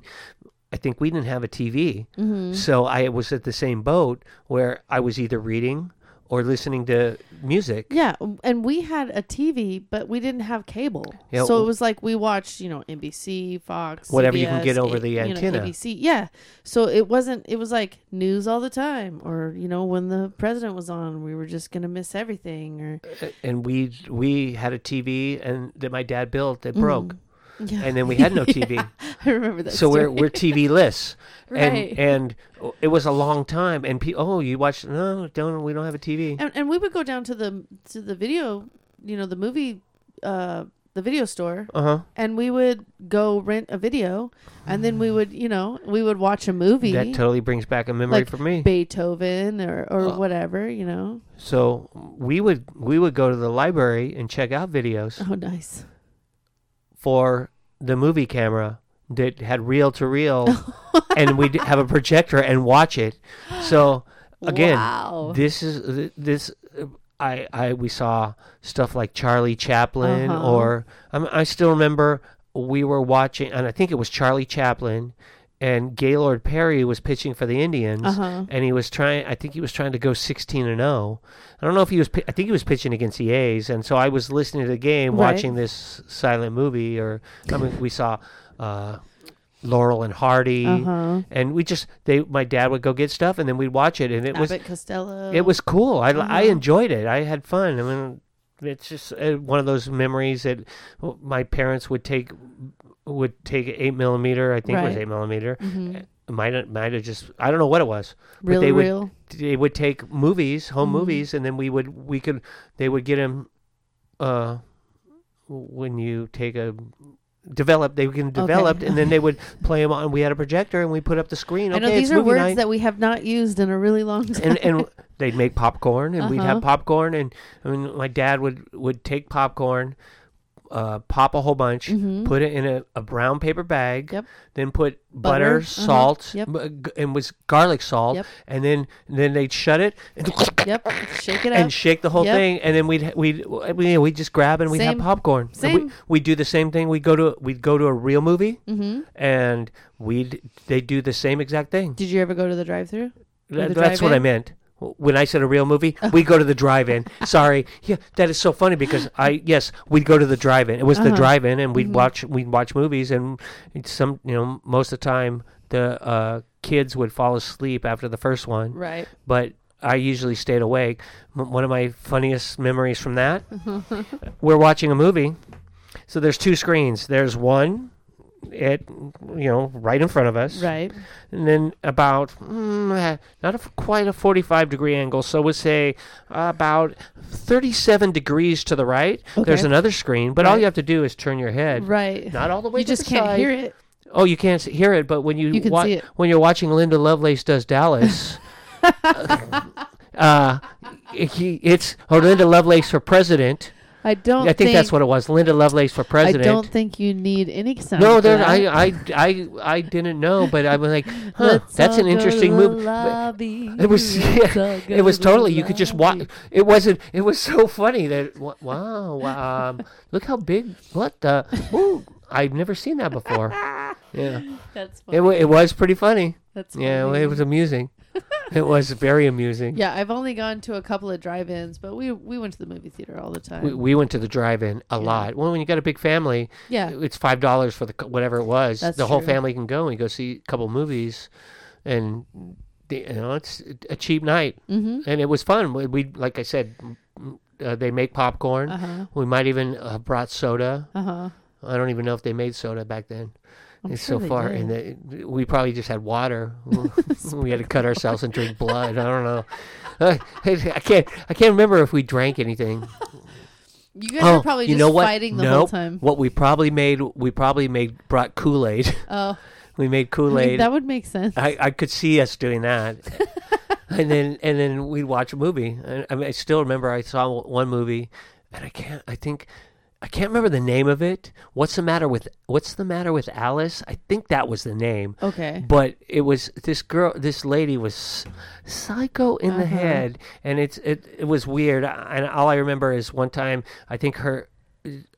[SPEAKER 2] I think we didn't have a TV. So I was at the same boat where I was either reading or listening to music.
[SPEAKER 3] Yeah, and we had a TV, but we didn't have cable.
[SPEAKER 2] Yeah,
[SPEAKER 3] so it
[SPEAKER 2] w-
[SPEAKER 3] was like we watched, you know, NBC, Fox,
[SPEAKER 2] Whatever you can
[SPEAKER 3] CBS,
[SPEAKER 2] get over
[SPEAKER 3] A-
[SPEAKER 2] the
[SPEAKER 3] you know,
[SPEAKER 2] antenna.
[SPEAKER 3] ABC, yeah. So it wasn't. It was like news all the time, or you know, when the president was on, we were just gonna miss everything. Or
[SPEAKER 2] uh, And we we had a TV and that my dad built that broke.
[SPEAKER 3] Mm-hmm. Mm. Yeah.
[SPEAKER 2] And then we had no TV.
[SPEAKER 3] I remember that.
[SPEAKER 2] So
[SPEAKER 3] story.
[SPEAKER 2] we're we're TV less.
[SPEAKER 3] Right.
[SPEAKER 2] And and it was a long time and pe- oh you watched no don't we don't have a TV.
[SPEAKER 3] and, and we would go down to the to the video, you know, the movie, uh, the video store,
[SPEAKER 2] Uh-huh.
[SPEAKER 3] and we would go rent a video, and then we would, you know, we would watch a movie.
[SPEAKER 2] Mm. That totally brings back a memory for me.
[SPEAKER 3] Beethoven or, or
[SPEAKER 2] Uh.
[SPEAKER 3] whatever, you know.
[SPEAKER 2] so we would we would go to the library and check out videos.
[SPEAKER 3] Oh, nice.
[SPEAKER 2] for the movie camera that had reel to reel, and we'd have a projector and watch it. So again,
[SPEAKER 3] Wow.
[SPEAKER 2] this is this. I, I we saw stuff like Charlie Chaplin,
[SPEAKER 3] Uh-huh.
[SPEAKER 2] or I, I still remember we were watching, and I think it was Charlie Chaplin, and Gaylord Perry was pitching for the Indians,
[SPEAKER 3] Uh-huh.
[SPEAKER 2] and he was trying. I think he was trying to go sixteen and zero. I don't know if he was. pi- I think he was pitching against the A's, and so I was listening to the game,
[SPEAKER 3] Right.
[SPEAKER 2] watching this silent movie, or I mean, we saw uh, Laurel and Hardy,
[SPEAKER 3] Uh-huh.
[SPEAKER 2] and we just they. My dad would go get stuff, and then we'd watch it, and it was
[SPEAKER 3] Abbott Costello.
[SPEAKER 2] it was cool. I,
[SPEAKER 3] Uh-huh.
[SPEAKER 2] I enjoyed it. I had fun. I mean, it's just uh, one of those memories that well, my parents would take would take eight millimeter. I think it was
[SPEAKER 3] Right.
[SPEAKER 2] eight millimeter. Might have, might have just I don't know what it was.
[SPEAKER 3] Mm-hmm. really
[SPEAKER 2] they would
[SPEAKER 3] real.
[SPEAKER 2] they would take movies, home
[SPEAKER 3] Mm-hmm.
[SPEAKER 2] movies, and then we would we could they would get them. Uh, when you take a develop, they can developed, and then they would play them on. We had a projector, and we put up the screen.
[SPEAKER 3] I know
[SPEAKER 2] Okay,
[SPEAKER 3] these
[SPEAKER 2] it's
[SPEAKER 3] are
[SPEAKER 2] movie
[SPEAKER 3] words
[SPEAKER 2] night
[SPEAKER 3] that we have not used in a really long time.
[SPEAKER 2] and and they'd make popcorn, and we'd
[SPEAKER 3] Uh-huh.
[SPEAKER 2] have popcorn, and I mean, my dad would would take popcorn, uh, pop a whole bunch, put it in a, a brown paper bag,
[SPEAKER 3] Mm-hmm. Yep.
[SPEAKER 2] then put
[SPEAKER 3] Butter,
[SPEAKER 2] butter,
[SPEAKER 3] uh-huh,
[SPEAKER 2] salt,
[SPEAKER 3] yep.
[SPEAKER 2] m- uh, g- and was garlic salt,
[SPEAKER 3] Yep.
[SPEAKER 2] and then then they'd shut it and,
[SPEAKER 3] yep. Shake it up.
[SPEAKER 2] and shake the whole
[SPEAKER 3] Yep.
[SPEAKER 2] thing, and then we'd we'd we we'd just grab and we'd have
[SPEAKER 3] Same.
[SPEAKER 2] popcorn. And
[SPEAKER 3] Same.
[SPEAKER 2] We, we'd do the same thing. We'd go to we'd go to a real movie,
[SPEAKER 3] Mm-hmm.
[SPEAKER 2] and we'd they would do the same exact thing.
[SPEAKER 3] Did you ever go to the drive-through?
[SPEAKER 2] Th-
[SPEAKER 3] the
[SPEAKER 2] that's what I
[SPEAKER 3] drive-in? Oh.
[SPEAKER 2] meant. W- When I said a real movie, we go to the drive-in. Sorry, yeah, that is so funny because I yes, we'd go to the drive-in. It was
[SPEAKER 3] Uh-huh.
[SPEAKER 2] the drive-in, and
[SPEAKER 3] Mm-hmm.
[SPEAKER 2] we'd watch we'd watch movies, and it's some you know most of the time the uh, kids would fall asleep after the first one,
[SPEAKER 3] Right.
[SPEAKER 2] but I usually stayed awake. M- one of my funniest memories from that, we're watching a movie, so there's two screens. There's one, it you know right in front of us,
[SPEAKER 3] Right.
[SPEAKER 2] and then about mm, eh, not a, quite a 45 degree angle so we'll say about 37 degrees to the right there's
[SPEAKER 3] Okay.
[SPEAKER 2] another screen but all
[SPEAKER 3] Right.
[SPEAKER 2] you have to do is turn your head
[SPEAKER 3] Right.
[SPEAKER 2] not all the way
[SPEAKER 3] you
[SPEAKER 2] to
[SPEAKER 3] just
[SPEAKER 2] the
[SPEAKER 3] can't
[SPEAKER 2] side.
[SPEAKER 3] hear it.
[SPEAKER 2] oh you can't s- hear it but when you,
[SPEAKER 3] You can
[SPEAKER 2] wa-
[SPEAKER 3] see it.
[SPEAKER 2] when you're watching linda lovelace does dallas uh, he, it's or linda lovelace for president
[SPEAKER 3] I don't
[SPEAKER 2] i think, that's what it was linda lovelace for
[SPEAKER 3] I
[SPEAKER 2] president
[SPEAKER 3] don't think you need any sound.
[SPEAKER 2] no,
[SPEAKER 3] for
[SPEAKER 2] there.
[SPEAKER 3] that.
[SPEAKER 2] I, I, I, I didn't know, but I was like, huh,
[SPEAKER 3] Let's
[SPEAKER 2] that's
[SPEAKER 3] all
[SPEAKER 2] an
[SPEAKER 3] go to
[SPEAKER 2] interesting
[SPEAKER 3] the
[SPEAKER 2] move. But-
[SPEAKER 3] lobby.
[SPEAKER 2] It was
[SPEAKER 3] Let's all
[SPEAKER 2] yeah,
[SPEAKER 3] go
[SPEAKER 2] it was
[SPEAKER 3] to the
[SPEAKER 2] totally. You could just watch.
[SPEAKER 3] lobby.
[SPEAKER 2] It wasn't. It was so funny that wa- wow, wow um, look how big. What the? Ooh, I've never seen that before. Yeah.
[SPEAKER 3] That's funny.
[SPEAKER 2] It, wa- it was pretty funny.
[SPEAKER 3] That's
[SPEAKER 2] Yeah,
[SPEAKER 3] funny.
[SPEAKER 2] it was amusing. it was very amusing.
[SPEAKER 3] Yeah, I've only gone to a couple of drive-ins, but we we went to the movie theater all the time.
[SPEAKER 2] We, we went to the drive-in a lot. Well, when you got a big family,
[SPEAKER 3] yeah,
[SPEAKER 2] uh, it's five dollars for the co- whatever it was.
[SPEAKER 3] That's
[SPEAKER 2] the whole
[SPEAKER 3] true.
[SPEAKER 2] family can go and go see a couple movies, and the, you know it's a cheap night,
[SPEAKER 3] mm-hmm.
[SPEAKER 2] and it was fun. We, we like I said, m- uh, they make popcorn.
[SPEAKER 3] Uh huh.
[SPEAKER 2] We might even uh, brought soda.
[SPEAKER 3] Uh huh.
[SPEAKER 2] I don't even know if they made soda back then.
[SPEAKER 3] I'm
[SPEAKER 2] it's
[SPEAKER 3] sure
[SPEAKER 2] so
[SPEAKER 3] they
[SPEAKER 2] far,
[SPEAKER 3] did.
[SPEAKER 2] and the, we probably just had water. we had to cut ourselves and drink blood. I don't know. Uh, I can't. I can't remember if we drank anything.
[SPEAKER 3] you guys
[SPEAKER 2] Oh,
[SPEAKER 3] were probably just fighting the whole
[SPEAKER 2] Nope.
[SPEAKER 3] time.
[SPEAKER 2] What we probably made, we probably made brought Kool Aid.
[SPEAKER 3] Oh,
[SPEAKER 2] we made
[SPEAKER 3] I mean,
[SPEAKER 2] Kool Aid.
[SPEAKER 3] that would make sense.
[SPEAKER 2] I, I could see us doing that. and then and then we'd watch a movie. And I, mean, I still remember I saw one movie, and I can't. I think I can't remember the name of it. What's the matter with What's the matter with Alice? I think that was the name.
[SPEAKER 3] okay.
[SPEAKER 2] But it was this girl, this lady was psycho in the
[SPEAKER 3] Uh-huh.
[SPEAKER 2] head, and it's it, it was weird. And all I remember is one time I think her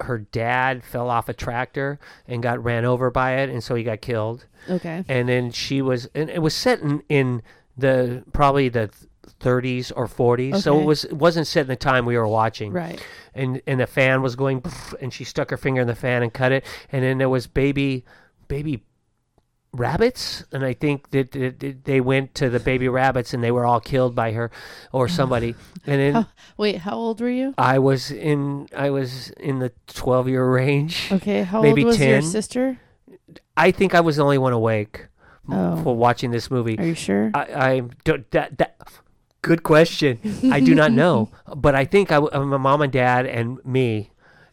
[SPEAKER 2] her dad fell off a tractor and got ran over by it, and so he got killed
[SPEAKER 3] Okay.
[SPEAKER 2] and then she was and it was set in, in the probably the 30s or 40s so it
[SPEAKER 3] Okay.
[SPEAKER 2] was it wasn't set in the time we were watching
[SPEAKER 3] Right.
[SPEAKER 2] and and the fan was going pff, and she stuck her finger in the fan and cut it and then there was baby baby rabbits and i think that, that that they went to the baby rabbits and they were all killed by her or somebody and then
[SPEAKER 3] How, wait, how old were you?
[SPEAKER 2] i was in i was in the 12 year range
[SPEAKER 3] Okay. How
[SPEAKER 2] Maybe
[SPEAKER 3] old was your
[SPEAKER 2] 10.
[SPEAKER 3] sister?
[SPEAKER 2] i think i was the only one awake
[SPEAKER 3] Oh.
[SPEAKER 2] for watching this movie
[SPEAKER 3] Are you sure?
[SPEAKER 2] I, I don't that that good question. I do not know, but I think I, w- uh, my mom and dad and me,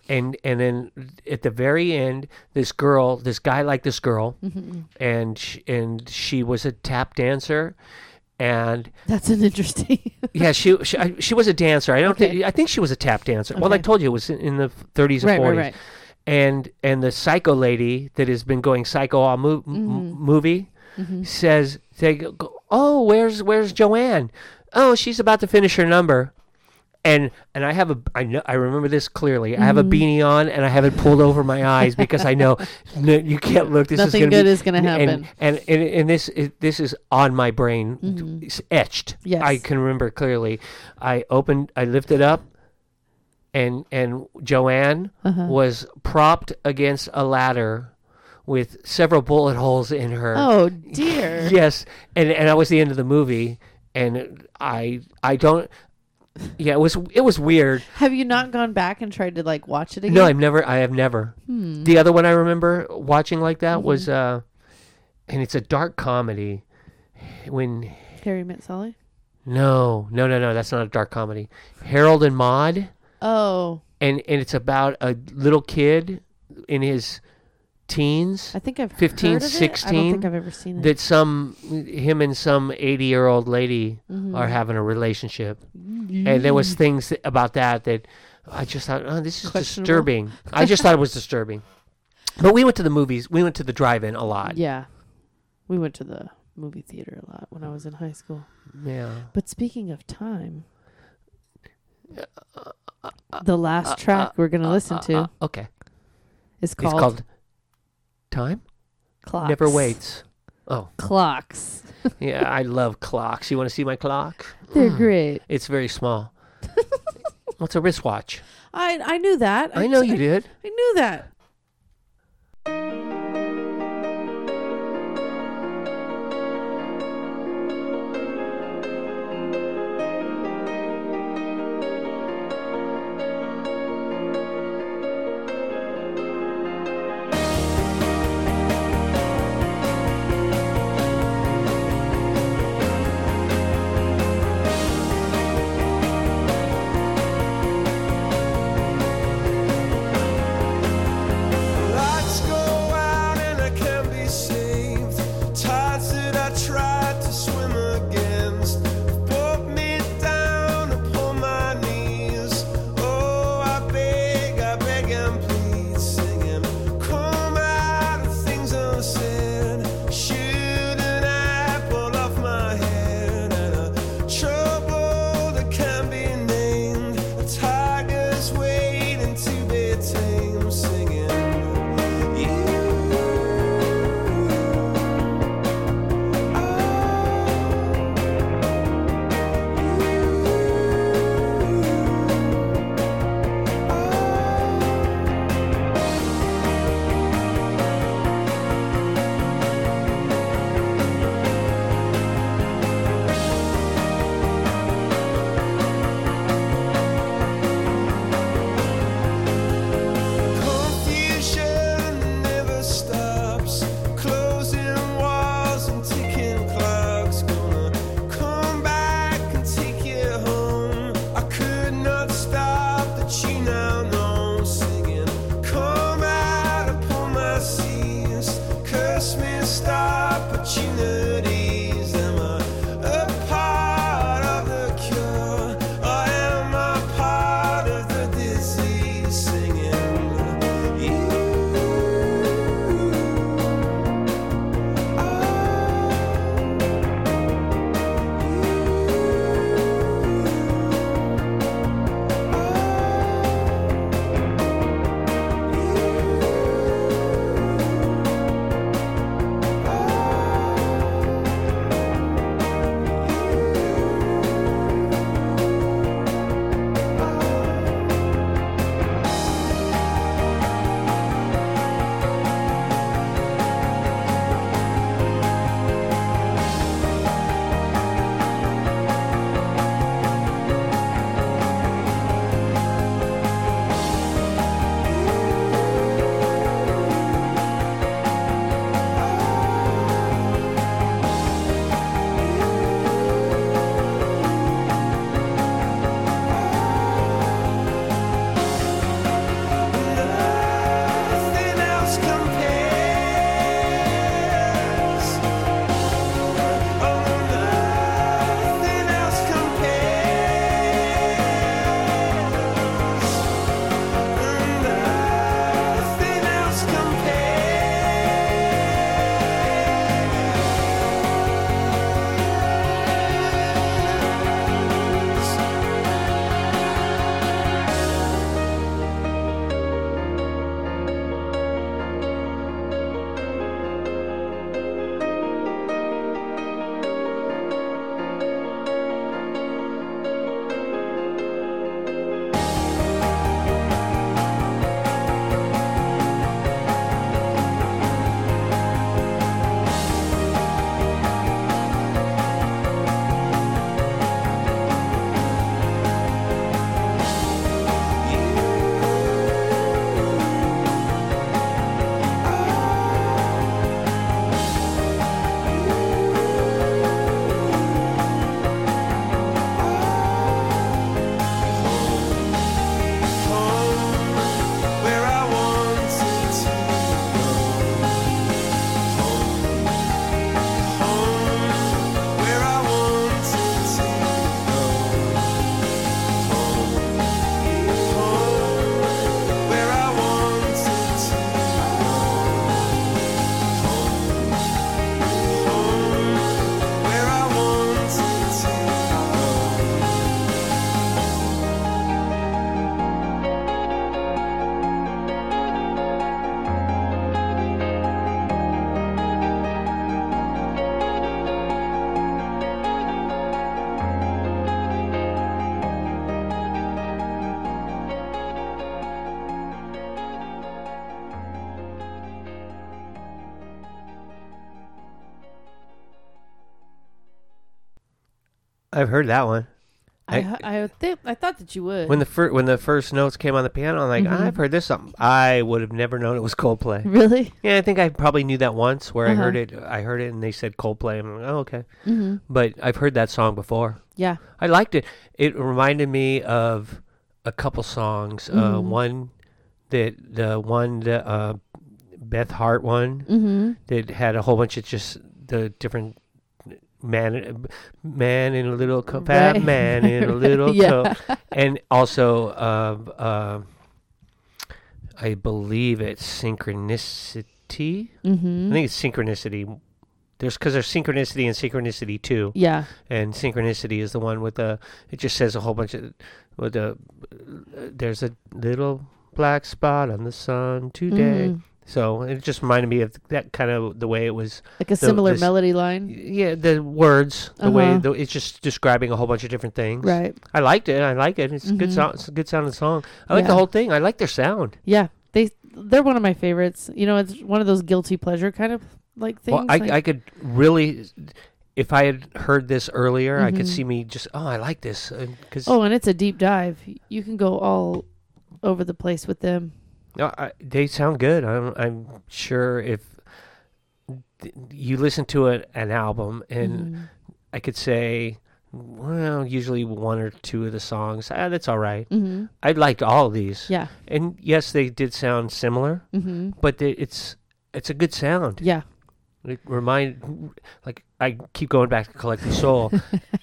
[SPEAKER 2] and and then at the very end, this girl, this guy liked this girl,
[SPEAKER 3] Mm-hmm.
[SPEAKER 2] and sh- and she was a tap dancer, and
[SPEAKER 3] That's an interesting.
[SPEAKER 2] yeah, she she, I, she was a dancer. I don't
[SPEAKER 3] Okay.
[SPEAKER 2] think I think she was a tap dancer. Well, I
[SPEAKER 3] Okay.
[SPEAKER 2] told you it was in, in the 30s and
[SPEAKER 3] right.
[SPEAKER 2] 40s
[SPEAKER 3] Right. Right.
[SPEAKER 2] and and the psycho lady that has been going psycho all mo- m-
[SPEAKER 3] Mm-hmm.
[SPEAKER 2] movie says they go, go, oh where's where's Joanne oh she's about to finish her number and and I have a I know I remember this clearly I
[SPEAKER 3] Mm-hmm.
[SPEAKER 2] have a beanie on and I have it pulled over my eyes because I know no, you can't look this
[SPEAKER 3] Nothing
[SPEAKER 2] is gonna
[SPEAKER 3] good
[SPEAKER 2] be,
[SPEAKER 3] is gonna
[SPEAKER 2] and-
[SPEAKER 3] happen.
[SPEAKER 2] and and, and this is, this is on my brain It's etched
[SPEAKER 3] Mm-hmm. Yes.
[SPEAKER 2] I can remember clearly I opened I lifted up and and Joanne
[SPEAKER 3] Uh-huh. Uh.
[SPEAKER 2] was propped against a ladder with several bullet holes in her.
[SPEAKER 3] Oh dear.
[SPEAKER 2] Yes, and and that was the end of the movie, and I I don't. Yeah, it was it was weird.
[SPEAKER 3] Have you not gone back and tried to like watch it again? Hmm.
[SPEAKER 2] No, I've never I have never. The other one I remember watching like that was
[SPEAKER 3] Mm-hmm.
[SPEAKER 2] uh, and it's a dark comedy. When
[SPEAKER 3] Harry Met Sally.
[SPEAKER 2] no no no no that's not a dark comedy. Harold and Maude.
[SPEAKER 3] Oh,
[SPEAKER 2] and and it's about a little kid in his teens
[SPEAKER 3] I think I've
[SPEAKER 2] 15,
[SPEAKER 3] heard of It. I
[SPEAKER 2] 16,
[SPEAKER 3] don't think I've ever seen it.
[SPEAKER 2] that some him and some 80 year old lady
[SPEAKER 3] Mm-hmm.
[SPEAKER 2] are having a relationship and there
[SPEAKER 3] Mm.
[SPEAKER 2] was things that, about that that i just thought oh this is
[SPEAKER 3] Questionable.
[SPEAKER 2] disturbing i just thought it was disturbing but we went to the movies we went to the drive-in a lot
[SPEAKER 3] yeah, we went to the movie theater a lot when I was in high school.
[SPEAKER 2] yeah
[SPEAKER 3] But speaking of time, the last track we're gonna listen to
[SPEAKER 2] Uh, okay
[SPEAKER 3] is called,
[SPEAKER 2] it's called time
[SPEAKER 3] Clocks.
[SPEAKER 2] never waits oh
[SPEAKER 3] Clocks.
[SPEAKER 2] yeah i love clocks you want to see my clock Hmm.
[SPEAKER 3] They're great.
[SPEAKER 2] It's very small. What's a wristwatch?
[SPEAKER 3] I I knew that.
[SPEAKER 2] I know you did.
[SPEAKER 3] I knew that.
[SPEAKER 4] Oh, Oh. Oh, Oh,
[SPEAKER 2] I've heard that one.
[SPEAKER 3] I
[SPEAKER 2] I-
[SPEAKER 3] I, I, th- I thought that you would.
[SPEAKER 2] When the first when the first notes came on the piano, I'm like,
[SPEAKER 3] Mhm.
[SPEAKER 2] I've heard this something. I would have never known it was Coldplay.
[SPEAKER 3] really?
[SPEAKER 2] Yeah, I think I probably knew that once where
[SPEAKER 3] Uh-huh.
[SPEAKER 2] I heard it. I heard it, and they said Coldplay. I'm like, oh okay,
[SPEAKER 3] hmm
[SPEAKER 2] but I've heard that song before.
[SPEAKER 3] Yeah.
[SPEAKER 2] I liked it. It reminded me of a couple songs. Uh,
[SPEAKER 3] Mhm.
[SPEAKER 2] one that the one the uh, Beth Hart one
[SPEAKER 3] Mm-hmm.
[SPEAKER 2] that had a whole bunch of just the different man man in a little coat, fat
[SPEAKER 3] Right.
[SPEAKER 2] man in a little
[SPEAKER 3] Yeah.
[SPEAKER 2] coat, and also um um I believe it's synchronicity.
[SPEAKER 3] Mm-hmm.
[SPEAKER 2] I think it's synchronicity. There's because there's synchronicity and synchronicity too
[SPEAKER 3] yeah.
[SPEAKER 2] and synchronicity is the one with the it just says a whole bunch of with the there's a little black spot on the sun today
[SPEAKER 3] Mhm.
[SPEAKER 2] so it just reminded me of that kind of the way it was
[SPEAKER 3] Like a similar
[SPEAKER 2] this-
[SPEAKER 3] melody line.
[SPEAKER 2] yeah the words the way
[SPEAKER 3] Uh-huh.
[SPEAKER 2] the, it's just describing a whole bunch of different things
[SPEAKER 3] Right.
[SPEAKER 2] i liked it i like it it's a good
[SPEAKER 3] Mhm.
[SPEAKER 2] sound it's a good sounding song i like the
[SPEAKER 3] Yeah.
[SPEAKER 2] whole thing i like their sound
[SPEAKER 3] Yeah. They they're one of my favorites. You know, it's one of those guilty pleasure kind of like things.
[SPEAKER 2] well I,
[SPEAKER 3] like,
[SPEAKER 2] I could really if i had heard this earlier i could
[SPEAKER 3] Mhm.
[SPEAKER 2] see me just oh i like this because
[SPEAKER 3] oh, and it's a deep dive. You can go all over the place with them.
[SPEAKER 2] No, I, they sound good. I'm I'm sure if th- you listen to a, an album, and
[SPEAKER 3] Mhm.
[SPEAKER 2] I could say, well, usually one or two of the songs, ah, that's all right.
[SPEAKER 3] Mhm.
[SPEAKER 2] I liked all of these,
[SPEAKER 3] Yeah.
[SPEAKER 2] and yes, they did sound similar,
[SPEAKER 3] Mm-hmm.
[SPEAKER 2] but they, it's it's a good sound.
[SPEAKER 3] Yeah.
[SPEAKER 2] It remind like I keep going back to Collect the Soul.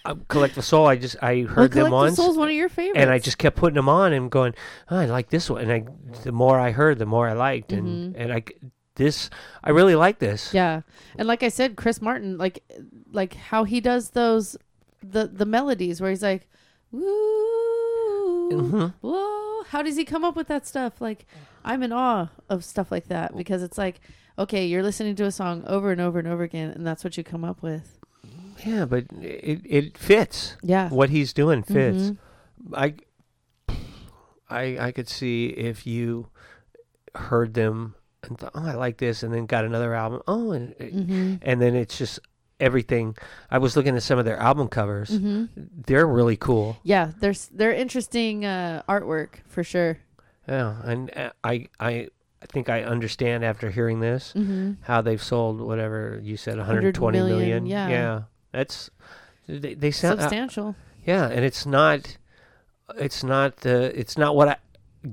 [SPEAKER 2] um, Collect the Soul. I just I
[SPEAKER 3] Well,
[SPEAKER 2] heard
[SPEAKER 3] Collect
[SPEAKER 2] them once.
[SPEAKER 3] The Soul's one of your favorites.
[SPEAKER 2] and I just kept putting them on and going, oh, I like this one. And I, the more I heard, the more I liked, and
[SPEAKER 3] Mhm.
[SPEAKER 2] and I this I really like this.
[SPEAKER 3] Yeah. And like I said, Chris Martin, like like how he does those the the melodies where he's like, Woo
[SPEAKER 2] Mhm.
[SPEAKER 3] Whoa. How does he come up with that stuff? Like I'm in awe of stuff like that because it's like, okay, you're listening to a song over and over and over again and that's what you come up with.
[SPEAKER 2] Yeah, but it it fits.
[SPEAKER 3] Yeah.
[SPEAKER 2] What he's doing fits.
[SPEAKER 3] Mhm.
[SPEAKER 2] I I I could see if you heard them and thought, oh, I like this, and then got another album. Oh, and
[SPEAKER 3] Mhm.
[SPEAKER 2] and then it's just everything. I was looking at some of their album covers.
[SPEAKER 3] Mhm.
[SPEAKER 2] They're really cool.
[SPEAKER 3] Yeah, there's they're interesting uh, artwork for sure.
[SPEAKER 2] Yeah, and uh, I I I think I understand after hearing this
[SPEAKER 3] Mhm.
[SPEAKER 2] how they've sold whatever you said
[SPEAKER 3] 100
[SPEAKER 2] 120 million.
[SPEAKER 3] million, yeah.
[SPEAKER 2] that's they, they sound uh,
[SPEAKER 3] Substantial.
[SPEAKER 2] yeah, and it's not it's not the it's not what I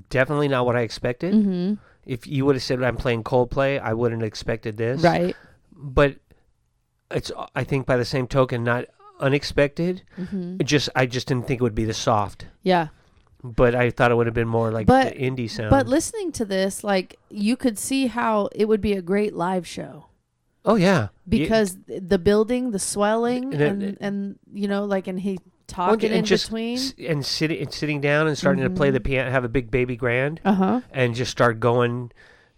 [SPEAKER 2] definitely not what I expected.
[SPEAKER 3] Mhm.
[SPEAKER 2] If you would have said I'm playing Coldplay, I wouldn't have expected this.
[SPEAKER 3] Mm-hmm. Right.
[SPEAKER 2] But it's uh, I think by the same token not unexpected.
[SPEAKER 3] Mhm.
[SPEAKER 2] It Just I just didn't think it would be the soft,
[SPEAKER 3] Yeah.
[SPEAKER 2] but I thought it would have been more like
[SPEAKER 3] But-
[SPEAKER 2] the indie sound.
[SPEAKER 3] But listening to this, like you could see how it would be a great live show
[SPEAKER 2] oh yeah. Ye-
[SPEAKER 3] because the building, the swelling,
[SPEAKER 2] And it-
[SPEAKER 3] and, and, you know, like and he
[SPEAKER 2] Well,
[SPEAKER 3] talking in between.
[SPEAKER 2] s- and sitting and sitting down and starting to play
[SPEAKER 3] Mm-hmm.
[SPEAKER 2] the piano, have a big baby grand,
[SPEAKER 3] Uh huh.
[SPEAKER 2] and just start going.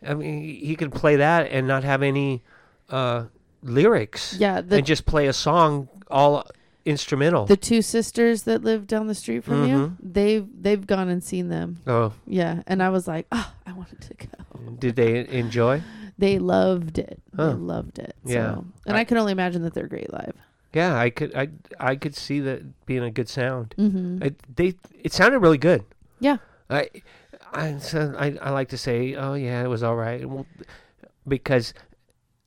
[SPEAKER 2] I mean, he- he could play that and not have any uh, lyrics,
[SPEAKER 3] Yeah. The
[SPEAKER 2] and just play a song all instrumental.
[SPEAKER 3] the two sisters that live down the street from you,
[SPEAKER 2] Mhm.
[SPEAKER 3] they've they've gone and seen them.
[SPEAKER 2] oh,
[SPEAKER 3] Yeah, and I was like, oh, I wanted to go.
[SPEAKER 2] did they enjoy?
[SPEAKER 3] They loved it. They
[SPEAKER 2] Huh.
[SPEAKER 3] loved it.
[SPEAKER 2] Yeah.
[SPEAKER 3] So. And I,
[SPEAKER 2] I-
[SPEAKER 3] can only imagine that they're great live.
[SPEAKER 2] Yeah, I could, I, I could see that being a good sound.
[SPEAKER 3] Mm-hmm.
[SPEAKER 2] It, they, it sounded really good.
[SPEAKER 3] Yeah.
[SPEAKER 2] I, I, so I, I like to say, oh yeah, it was all right, Well, because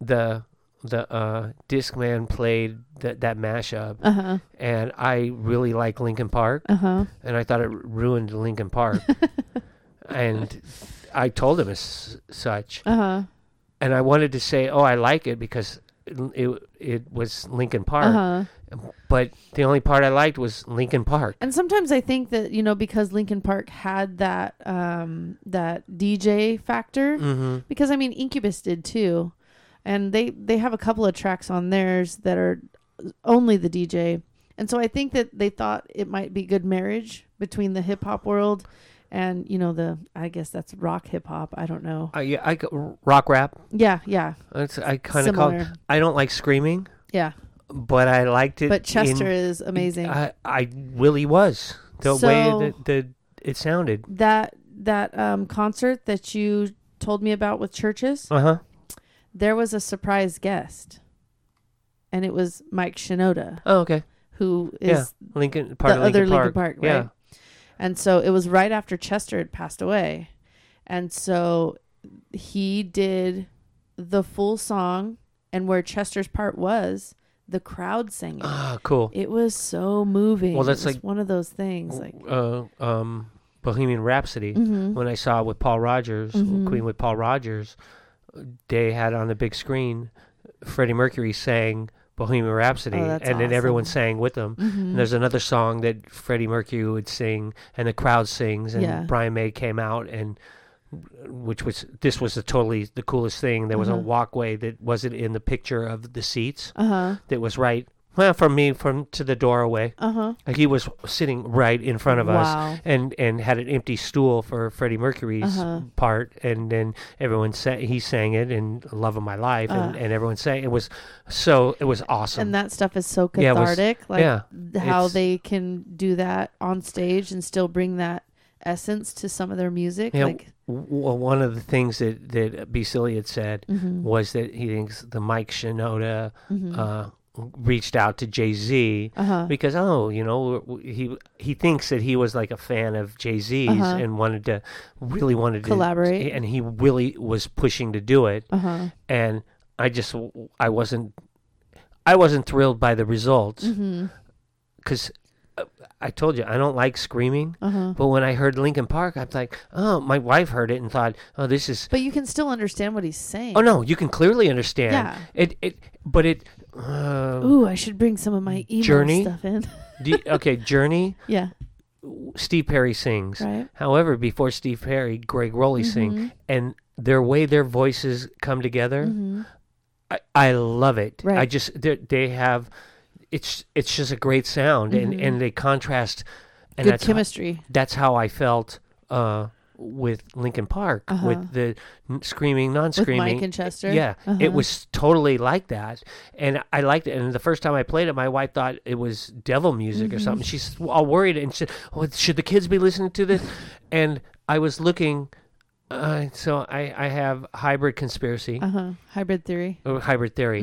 [SPEAKER 2] the the uh, Discman played that that mashup,
[SPEAKER 3] Uh huh.
[SPEAKER 2] and I really like Linkin Park,
[SPEAKER 3] Uh huh.
[SPEAKER 2] and I thought it ruined Linkin Park, and I told him as such,
[SPEAKER 3] Uh huh.
[SPEAKER 2] and I wanted to say, oh, I like it because it it, it was Linkin Park,
[SPEAKER 3] Uh huh.
[SPEAKER 2] but the only part I liked was Linkin Park.
[SPEAKER 3] And sometimes I think that you know because Linkin Park had that um, that DJ factor
[SPEAKER 2] hmm
[SPEAKER 3] because I mean Incubus did too, and they they have a couple of tracks on theirs that are only the DJ, and so I think that they thought it might be good marriage between the hip hop world and you know the I guess that's rock hip hop I don't know
[SPEAKER 2] I, yeah, I g- rock rap.
[SPEAKER 3] yeah yeah
[SPEAKER 2] It's, I kind of call.
[SPEAKER 3] Similar.
[SPEAKER 2] I don't like screaming,
[SPEAKER 3] yeah
[SPEAKER 2] but I liked it.
[SPEAKER 3] but Chester
[SPEAKER 2] in-
[SPEAKER 3] is amazing
[SPEAKER 2] I, I really was the
[SPEAKER 3] So-
[SPEAKER 2] way that the it sounded.
[SPEAKER 3] that that um, concert that you told me about with churches
[SPEAKER 2] Uh huh.
[SPEAKER 3] there was a surprise guest, and it was Mike Shinoda,
[SPEAKER 2] Oh okay.
[SPEAKER 3] who is
[SPEAKER 2] yeah, Lincoln part of
[SPEAKER 3] the
[SPEAKER 2] Lincoln
[SPEAKER 3] other
[SPEAKER 2] Park.
[SPEAKER 3] Lincoln Park, right?
[SPEAKER 2] Yeah,
[SPEAKER 3] And so it was right after Chester had passed away. And so he did the full song and where Chester's part was, the crowd sang it.
[SPEAKER 2] ah, cool.
[SPEAKER 3] It was so moving.
[SPEAKER 2] Well, that's
[SPEAKER 3] It was
[SPEAKER 2] like-
[SPEAKER 3] one of those things like
[SPEAKER 2] uh, um, Bohemian Rhapsody.
[SPEAKER 3] Mhm.
[SPEAKER 2] When I saw it with Paul Rogers,
[SPEAKER 3] Mhm.
[SPEAKER 2] Queen with Paul Rogers, they had on the big screen Freddie Mercury sang Bohemian Rhapsody,
[SPEAKER 3] Oh,
[SPEAKER 2] and
[SPEAKER 3] that's
[SPEAKER 2] then everyone
[SPEAKER 3] awesome.
[SPEAKER 2] sang with them.
[SPEAKER 3] Mhm.
[SPEAKER 2] And there's another song that Freddie Mercury would sing, and the crowd sings, and
[SPEAKER 3] Yeah.
[SPEAKER 2] Brian May came out, and which was this was the totally the coolest thing. There was a
[SPEAKER 3] Uh-huh.
[SPEAKER 2] walkway that wasn't in the picture of the seats
[SPEAKER 3] Uh-huh.
[SPEAKER 2] that was right well from me from to the doorway.
[SPEAKER 3] Uh-huh.
[SPEAKER 2] Like he was sitting right in front of us,
[SPEAKER 3] Wow.
[SPEAKER 2] and and had an empty stool for Freddie Mercury's
[SPEAKER 3] Uh-huh.
[SPEAKER 2] part, and then everyone sang. He sang it in "Love of My Life," and,
[SPEAKER 3] Uh.
[SPEAKER 2] and everyone sang. It was so it was awesome.
[SPEAKER 3] And that stuff is so
[SPEAKER 2] Yeah, it was-
[SPEAKER 3] cathartic. like
[SPEAKER 2] yeah,
[SPEAKER 3] how
[SPEAKER 2] it's-
[SPEAKER 3] they can do that on stage and still bring that essence to some of their music.
[SPEAKER 2] Yeah,
[SPEAKER 3] Like
[SPEAKER 2] w- w- one of the things that that B. Silly had said
[SPEAKER 3] Mhm.
[SPEAKER 2] was that he thinks the Mike Shinoda
[SPEAKER 3] Mhm.
[SPEAKER 2] uh, reached out to Jay Z
[SPEAKER 3] uh-huh.
[SPEAKER 2] because oh, you know, w- w- he he thinks that he was like a fan of Jay Z's
[SPEAKER 3] Uh-huh.
[SPEAKER 2] and wanted to really wanted to
[SPEAKER 3] Collaborate.
[SPEAKER 2] and he really was pushing to do it.
[SPEAKER 3] Uh-huh.
[SPEAKER 2] and I just I wasn't I wasn't thrilled by the results
[SPEAKER 3] Mhm.
[SPEAKER 2] because I told you I don't like screaming.
[SPEAKER 3] Uh-huh.
[SPEAKER 2] But when I heard Lincoln Park, I'm like, oh, my wife heard it and thought, oh, this is.
[SPEAKER 3] But you can still understand what he's saying.
[SPEAKER 2] Oh no, you can clearly understand.
[SPEAKER 3] Yeah.
[SPEAKER 2] It it but it. Uh,
[SPEAKER 3] Ooh, I should bring some of my emo
[SPEAKER 2] Journey?
[SPEAKER 3] stuff in.
[SPEAKER 2] do, okay, Journey.
[SPEAKER 3] yeah.
[SPEAKER 2] Steve Perry sings.
[SPEAKER 3] Right.
[SPEAKER 2] However, before Steve Perry, Greg Rowley sing,
[SPEAKER 3] Mhm.
[SPEAKER 2] and their way their voices come together.
[SPEAKER 3] Mhm.
[SPEAKER 2] I, I love it. I
[SPEAKER 3] Right.
[SPEAKER 2] just they, they have it's it's just a great sound and and they contrast and
[SPEAKER 3] Mm-hmm. Good
[SPEAKER 2] that's
[SPEAKER 3] chemistry.
[SPEAKER 2] How, that's how I felt uh with Lincoln Park
[SPEAKER 3] Uh-huh.
[SPEAKER 2] with the n- screaming
[SPEAKER 3] with
[SPEAKER 2] non-screaming
[SPEAKER 3] Mike and Chester.
[SPEAKER 2] yeah,
[SPEAKER 3] Uh-huh.
[SPEAKER 2] it was totally like that, and I liked it. And the first time I played it, my wife thought it was devil music or
[SPEAKER 3] Mm-hmm.
[SPEAKER 2] something. She's all worried and said, oh, "Should the kids be listening to this?" And I was looking, uh, so I, I have hybrid conspiracy
[SPEAKER 3] uh-huh. Mm-hmm. hybrid theory.
[SPEAKER 2] or hybrid theory.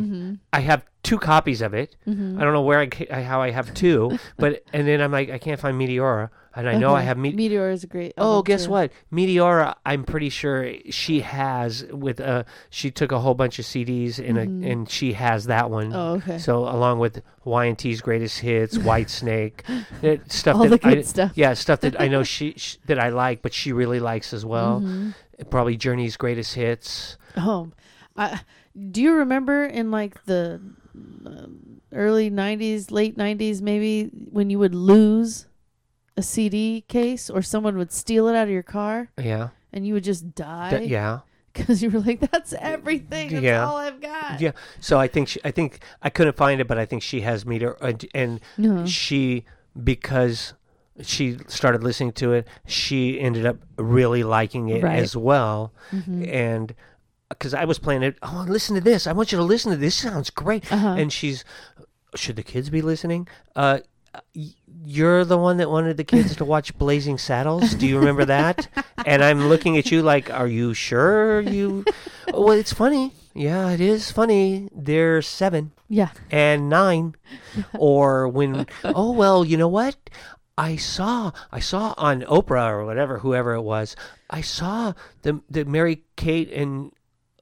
[SPEAKER 2] I have two copies of it.
[SPEAKER 3] Mm-hmm.
[SPEAKER 2] I don't know where I, ca- I- how I have two, but and then I'm like I can't find Meteora, and I know I
[SPEAKER 3] Okay.
[SPEAKER 2] have Meteora.
[SPEAKER 3] Uh-huh. Meteor is a great.
[SPEAKER 2] Oh,
[SPEAKER 3] album,
[SPEAKER 2] guess
[SPEAKER 3] too.
[SPEAKER 2] what? Meteora, I'm pretty sure she has with uh she took a whole bunch of CDs in a and she has that one.
[SPEAKER 3] Mm-hmm. Oh, okay.
[SPEAKER 2] So along with Y&T's greatest hits, White Snake, that stuff
[SPEAKER 3] All
[SPEAKER 2] that
[SPEAKER 3] the good
[SPEAKER 2] I,
[SPEAKER 3] stuff.
[SPEAKER 2] Yeah, stuff that I know she, sh that I like but she really likes as well.
[SPEAKER 3] Mm-hmm.
[SPEAKER 2] Probably Journey's greatest hits.
[SPEAKER 3] Oh, I, do you remember in like the um, early '90s, late '90s, maybe when you would lose a CD case or someone would steal it out of your car
[SPEAKER 2] Yeah.
[SPEAKER 3] and you would just die?
[SPEAKER 2] Th- yeah.
[SPEAKER 3] because you were like, "That's everything. That's
[SPEAKER 2] Yeah.
[SPEAKER 3] all I've got."
[SPEAKER 2] Yeah. So I think she, I think I couldn't find it, but I think she has meter, and, and
[SPEAKER 3] Uh-huh.
[SPEAKER 2] she because she started listening to it, she ended up really liking it
[SPEAKER 3] Right.
[SPEAKER 2] as well,
[SPEAKER 3] Mm-hmm.
[SPEAKER 2] and. Because I was playing it, oh, listen to this! I want you to listen to this. This sounds great.
[SPEAKER 3] Uh-huh.
[SPEAKER 2] And she's, should the kids be listening? Uh, y- you're the one that wanted the kids to watch Blazing Saddles. Do you remember that? and I'm looking at you like, are you sure you? well, it's funny. Yeah, it is funny. They're seven
[SPEAKER 3] Yeah.
[SPEAKER 2] and nine or when oh well you know what i saw i saw on oprah or whatever whoever it was i saw the the mary kate and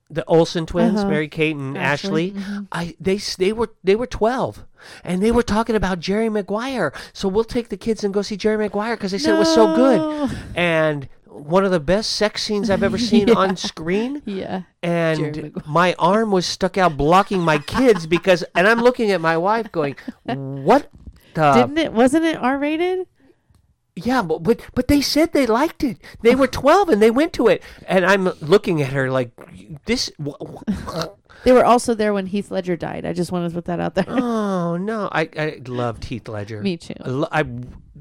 [SPEAKER 2] the olsen twins
[SPEAKER 3] Uh-huh.
[SPEAKER 2] mary kate and ashley,
[SPEAKER 3] Ashley, mhm.
[SPEAKER 2] i they s- they were they were 12 and they were talking about jerry maguire so we'll take the kids and go see jerry maguire because they said it was so
[SPEAKER 3] No.
[SPEAKER 2] good and one of the best sex scenes i've ever seen
[SPEAKER 3] Yeah.
[SPEAKER 2] on screen
[SPEAKER 3] Yeah.
[SPEAKER 2] and
[SPEAKER 3] Maguire.
[SPEAKER 2] my arm was stuck out blocking my kids because and I'm looking at my wife going, "What the
[SPEAKER 3] Didn't it? Wasn't it R rated?
[SPEAKER 2] Yeah, but, but but they said they liked it. They were 12 and they went to it." And I'm looking at her like, "This wh- wh-
[SPEAKER 3] They were also there when Heath Ledger died. I just wanted to put that out there.
[SPEAKER 2] Oh, no. I I loved Heath Ledger.
[SPEAKER 3] Me too.
[SPEAKER 2] I, lo- I-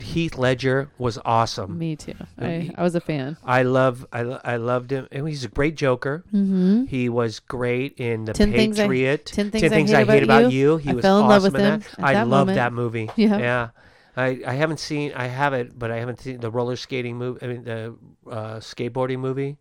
[SPEAKER 2] Heath Ledger was awesome.
[SPEAKER 3] Me too. I, I was a fan.
[SPEAKER 2] I love I, lo- I loved him. And He's a great Joker.
[SPEAKER 3] Mm-hmm.
[SPEAKER 2] He was great in the
[SPEAKER 3] Ten Things I-
[SPEAKER 2] Patriot.
[SPEAKER 3] 10 Things I Hate About You.
[SPEAKER 2] He
[SPEAKER 3] I
[SPEAKER 2] was
[SPEAKER 3] fell in
[SPEAKER 2] awesome
[SPEAKER 3] love with
[SPEAKER 2] in
[SPEAKER 3] him
[SPEAKER 2] that.
[SPEAKER 3] at
[SPEAKER 2] I
[SPEAKER 3] that
[SPEAKER 2] love
[SPEAKER 3] moment.
[SPEAKER 2] that movie.
[SPEAKER 3] Yeah.
[SPEAKER 2] yeah. I, I haven't seen I have it, but I haven't seen the roller skating movie. I mean the uh, skateboarding movie.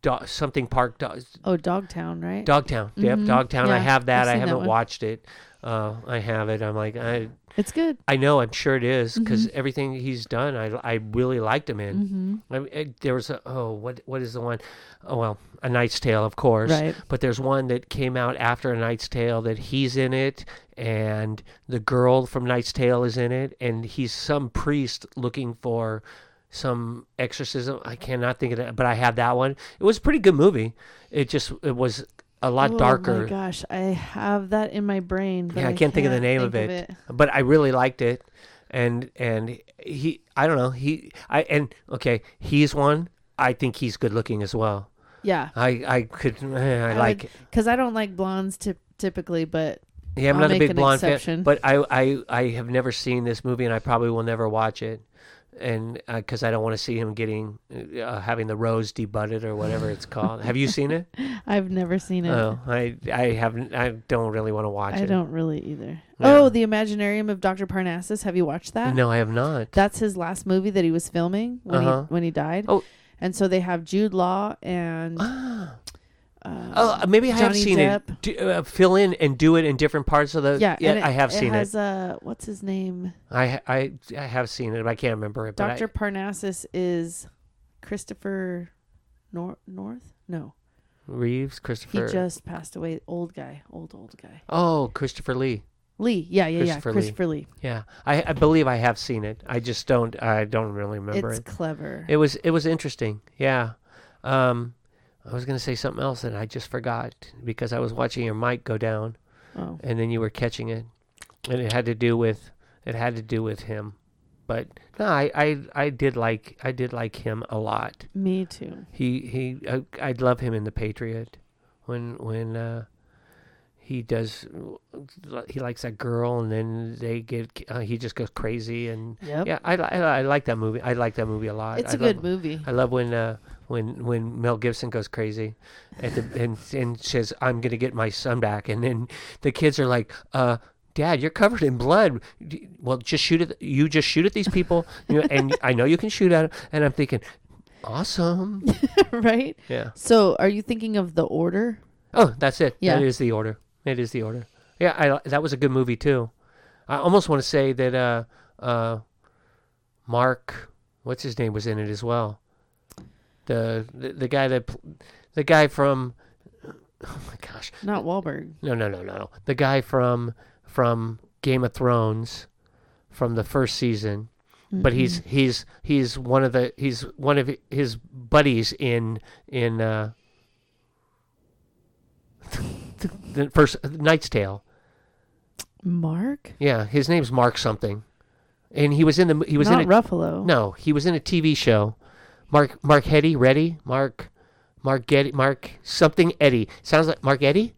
[SPEAKER 2] Do- something Park. Do-
[SPEAKER 3] Oh, Dogtown, right?
[SPEAKER 2] Dogtown. Yep,
[SPEAKER 3] Mhm.
[SPEAKER 2] Dogtown. I
[SPEAKER 3] Yeah,
[SPEAKER 2] have that.
[SPEAKER 3] I've
[SPEAKER 2] I
[SPEAKER 3] seen that
[SPEAKER 2] haven't
[SPEAKER 3] one.
[SPEAKER 2] watched it. Uh, I have it. I'm like, I,
[SPEAKER 3] it's good.
[SPEAKER 2] I know. I'm sure it is because everything he's done, I, I really liked him in.
[SPEAKER 3] Mm-hmm.
[SPEAKER 2] I, I- there was a oh what what is the one oh well a Knight's Tale of course
[SPEAKER 3] Right.
[SPEAKER 2] but there's one that came out after a Knight's Tale that he's in it and the girl from Knight's Tale is in it and he's some priest looking for some exorcism I cannot think of that but I have that one it was a pretty good movie it just it was a lot
[SPEAKER 3] Oh my
[SPEAKER 2] darker
[SPEAKER 3] gosh, I have that in my brain. But
[SPEAKER 2] yeah
[SPEAKER 3] I,
[SPEAKER 2] I can't think of the name
[SPEAKER 3] think
[SPEAKER 2] of it but I really liked it, and and he I don't know he I and okay he's one I think he's good looking as well.
[SPEAKER 3] Yeah,
[SPEAKER 2] I I could eh, I, like it.
[SPEAKER 3] because I don't like blondes ty- typically, but
[SPEAKER 2] yeah I'm
[SPEAKER 3] I'll
[SPEAKER 2] not a
[SPEAKER 3] make
[SPEAKER 2] big
[SPEAKER 3] an
[SPEAKER 2] blonde fan,
[SPEAKER 3] exception.
[SPEAKER 2] but I I I have never seen this movie and I probably will never watch it. And because I don't want to see him getting uh, having the rose debudded or whatever it's called. have you seen it?
[SPEAKER 3] I've never seen it.
[SPEAKER 2] Oh, I I haven't. I don't really want to watch
[SPEAKER 3] I
[SPEAKER 2] it.
[SPEAKER 3] don't really either.
[SPEAKER 2] Yeah.
[SPEAKER 3] Oh, the Imaginarium of Dr. Parnassus. Have you watched that?
[SPEAKER 2] Uh, No, I have not.
[SPEAKER 3] That's his last movie that he was filming when
[SPEAKER 2] Uh-huh.
[SPEAKER 3] he when he died.
[SPEAKER 2] Oh.
[SPEAKER 3] and so they have Jude Law and
[SPEAKER 2] Oh, uh, maybe I have
[SPEAKER 3] Um, Johnny
[SPEAKER 2] seen
[SPEAKER 3] Depp.
[SPEAKER 2] it. Do, uh, fill in and do it in different parts of the.
[SPEAKER 3] yeah, and it-
[SPEAKER 2] I have
[SPEAKER 3] it
[SPEAKER 2] seen
[SPEAKER 3] has,
[SPEAKER 2] it.
[SPEAKER 3] Uh, what's his name?
[SPEAKER 2] I ha- I I have seen it. but I can't remember it.
[SPEAKER 3] Doctor
[SPEAKER 2] But
[SPEAKER 3] Parnassus is Christopher Nor- North. No,
[SPEAKER 2] I, Reeves,
[SPEAKER 3] he
[SPEAKER 2] Christopher.
[SPEAKER 3] just passed away. Old guy, old old guy.
[SPEAKER 2] oh, Christopher Lee.
[SPEAKER 3] Lee, yeah, yeah,
[SPEAKER 2] Christopher Lee.
[SPEAKER 3] yeah. Christopher Lee.
[SPEAKER 2] Yeah, I, I believe I have seen it. I just don't. I don't really remember
[SPEAKER 3] It's
[SPEAKER 2] it.
[SPEAKER 3] clever.
[SPEAKER 2] It was it was interesting. Yeah. Um, I was gonna say something else and I just forgot because I was watching your mic go down
[SPEAKER 3] oh,
[SPEAKER 2] and then you were catching it, and it had to do with it had to do with him. But no, I, I, I did like I did like him a lot.
[SPEAKER 3] me too.
[SPEAKER 2] He he I, I'd love him in The Patriot when when uh he does he likes that girl and then they get uh, he just goes crazy and
[SPEAKER 3] Yep.
[SPEAKER 2] yeah I, li- I, li- I like that movie I like that movie a lot
[SPEAKER 3] It's
[SPEAKER 2] a
[SPEAKER 3] a good movie.
[SPEAKER 2] I love when uh when when Mel Gibson goes crazy at the and and says I'm going to get my son back and then the kids are like uh Dad, you're covered in blood. D- Well, just shoot at you. Just shoot at these people, you know, and I know you can shoot at them. And I'm thinking, awesome.
[SPEAKER 3] right?
[SPEAKER 2] Yeah.
[SPEAKER 3] So, are you thinking of The Order?
[SPEAKER 2] Oh, that's it.
[SPEAKER 3] Yeah.
[SPEAKER 2] That is the order. It is the order. Yeah, I, li- that was a good movie too. I almost want to say that uh, uh, Mark, what's his name, was in it as well. The the, the guy that pl- the guy from oh my gosh
[SPEAKER 3] Not Wahlberg.
[SPEAKER 2] no no no no no the guy from from Game of Thrones from the first season. But he's he's he's one of the he's one of his buddies in in uh, the first Knight's Tale.
[SPEAKER 3] Mm-hmm. Mark.
[SPEAKER 2] Yeah, his name's Mark something, and he was in the mo- he was
[SPEAKER 3] Not
[SPEAKER 2] in a,
[SPEAKER 3] Ruffalo.
[SPEAKER 2] no he was in a TV show. Mark Mark Hetty Reddy Mark Mark Getty Mark something Eddie sounds like Mark Eddie.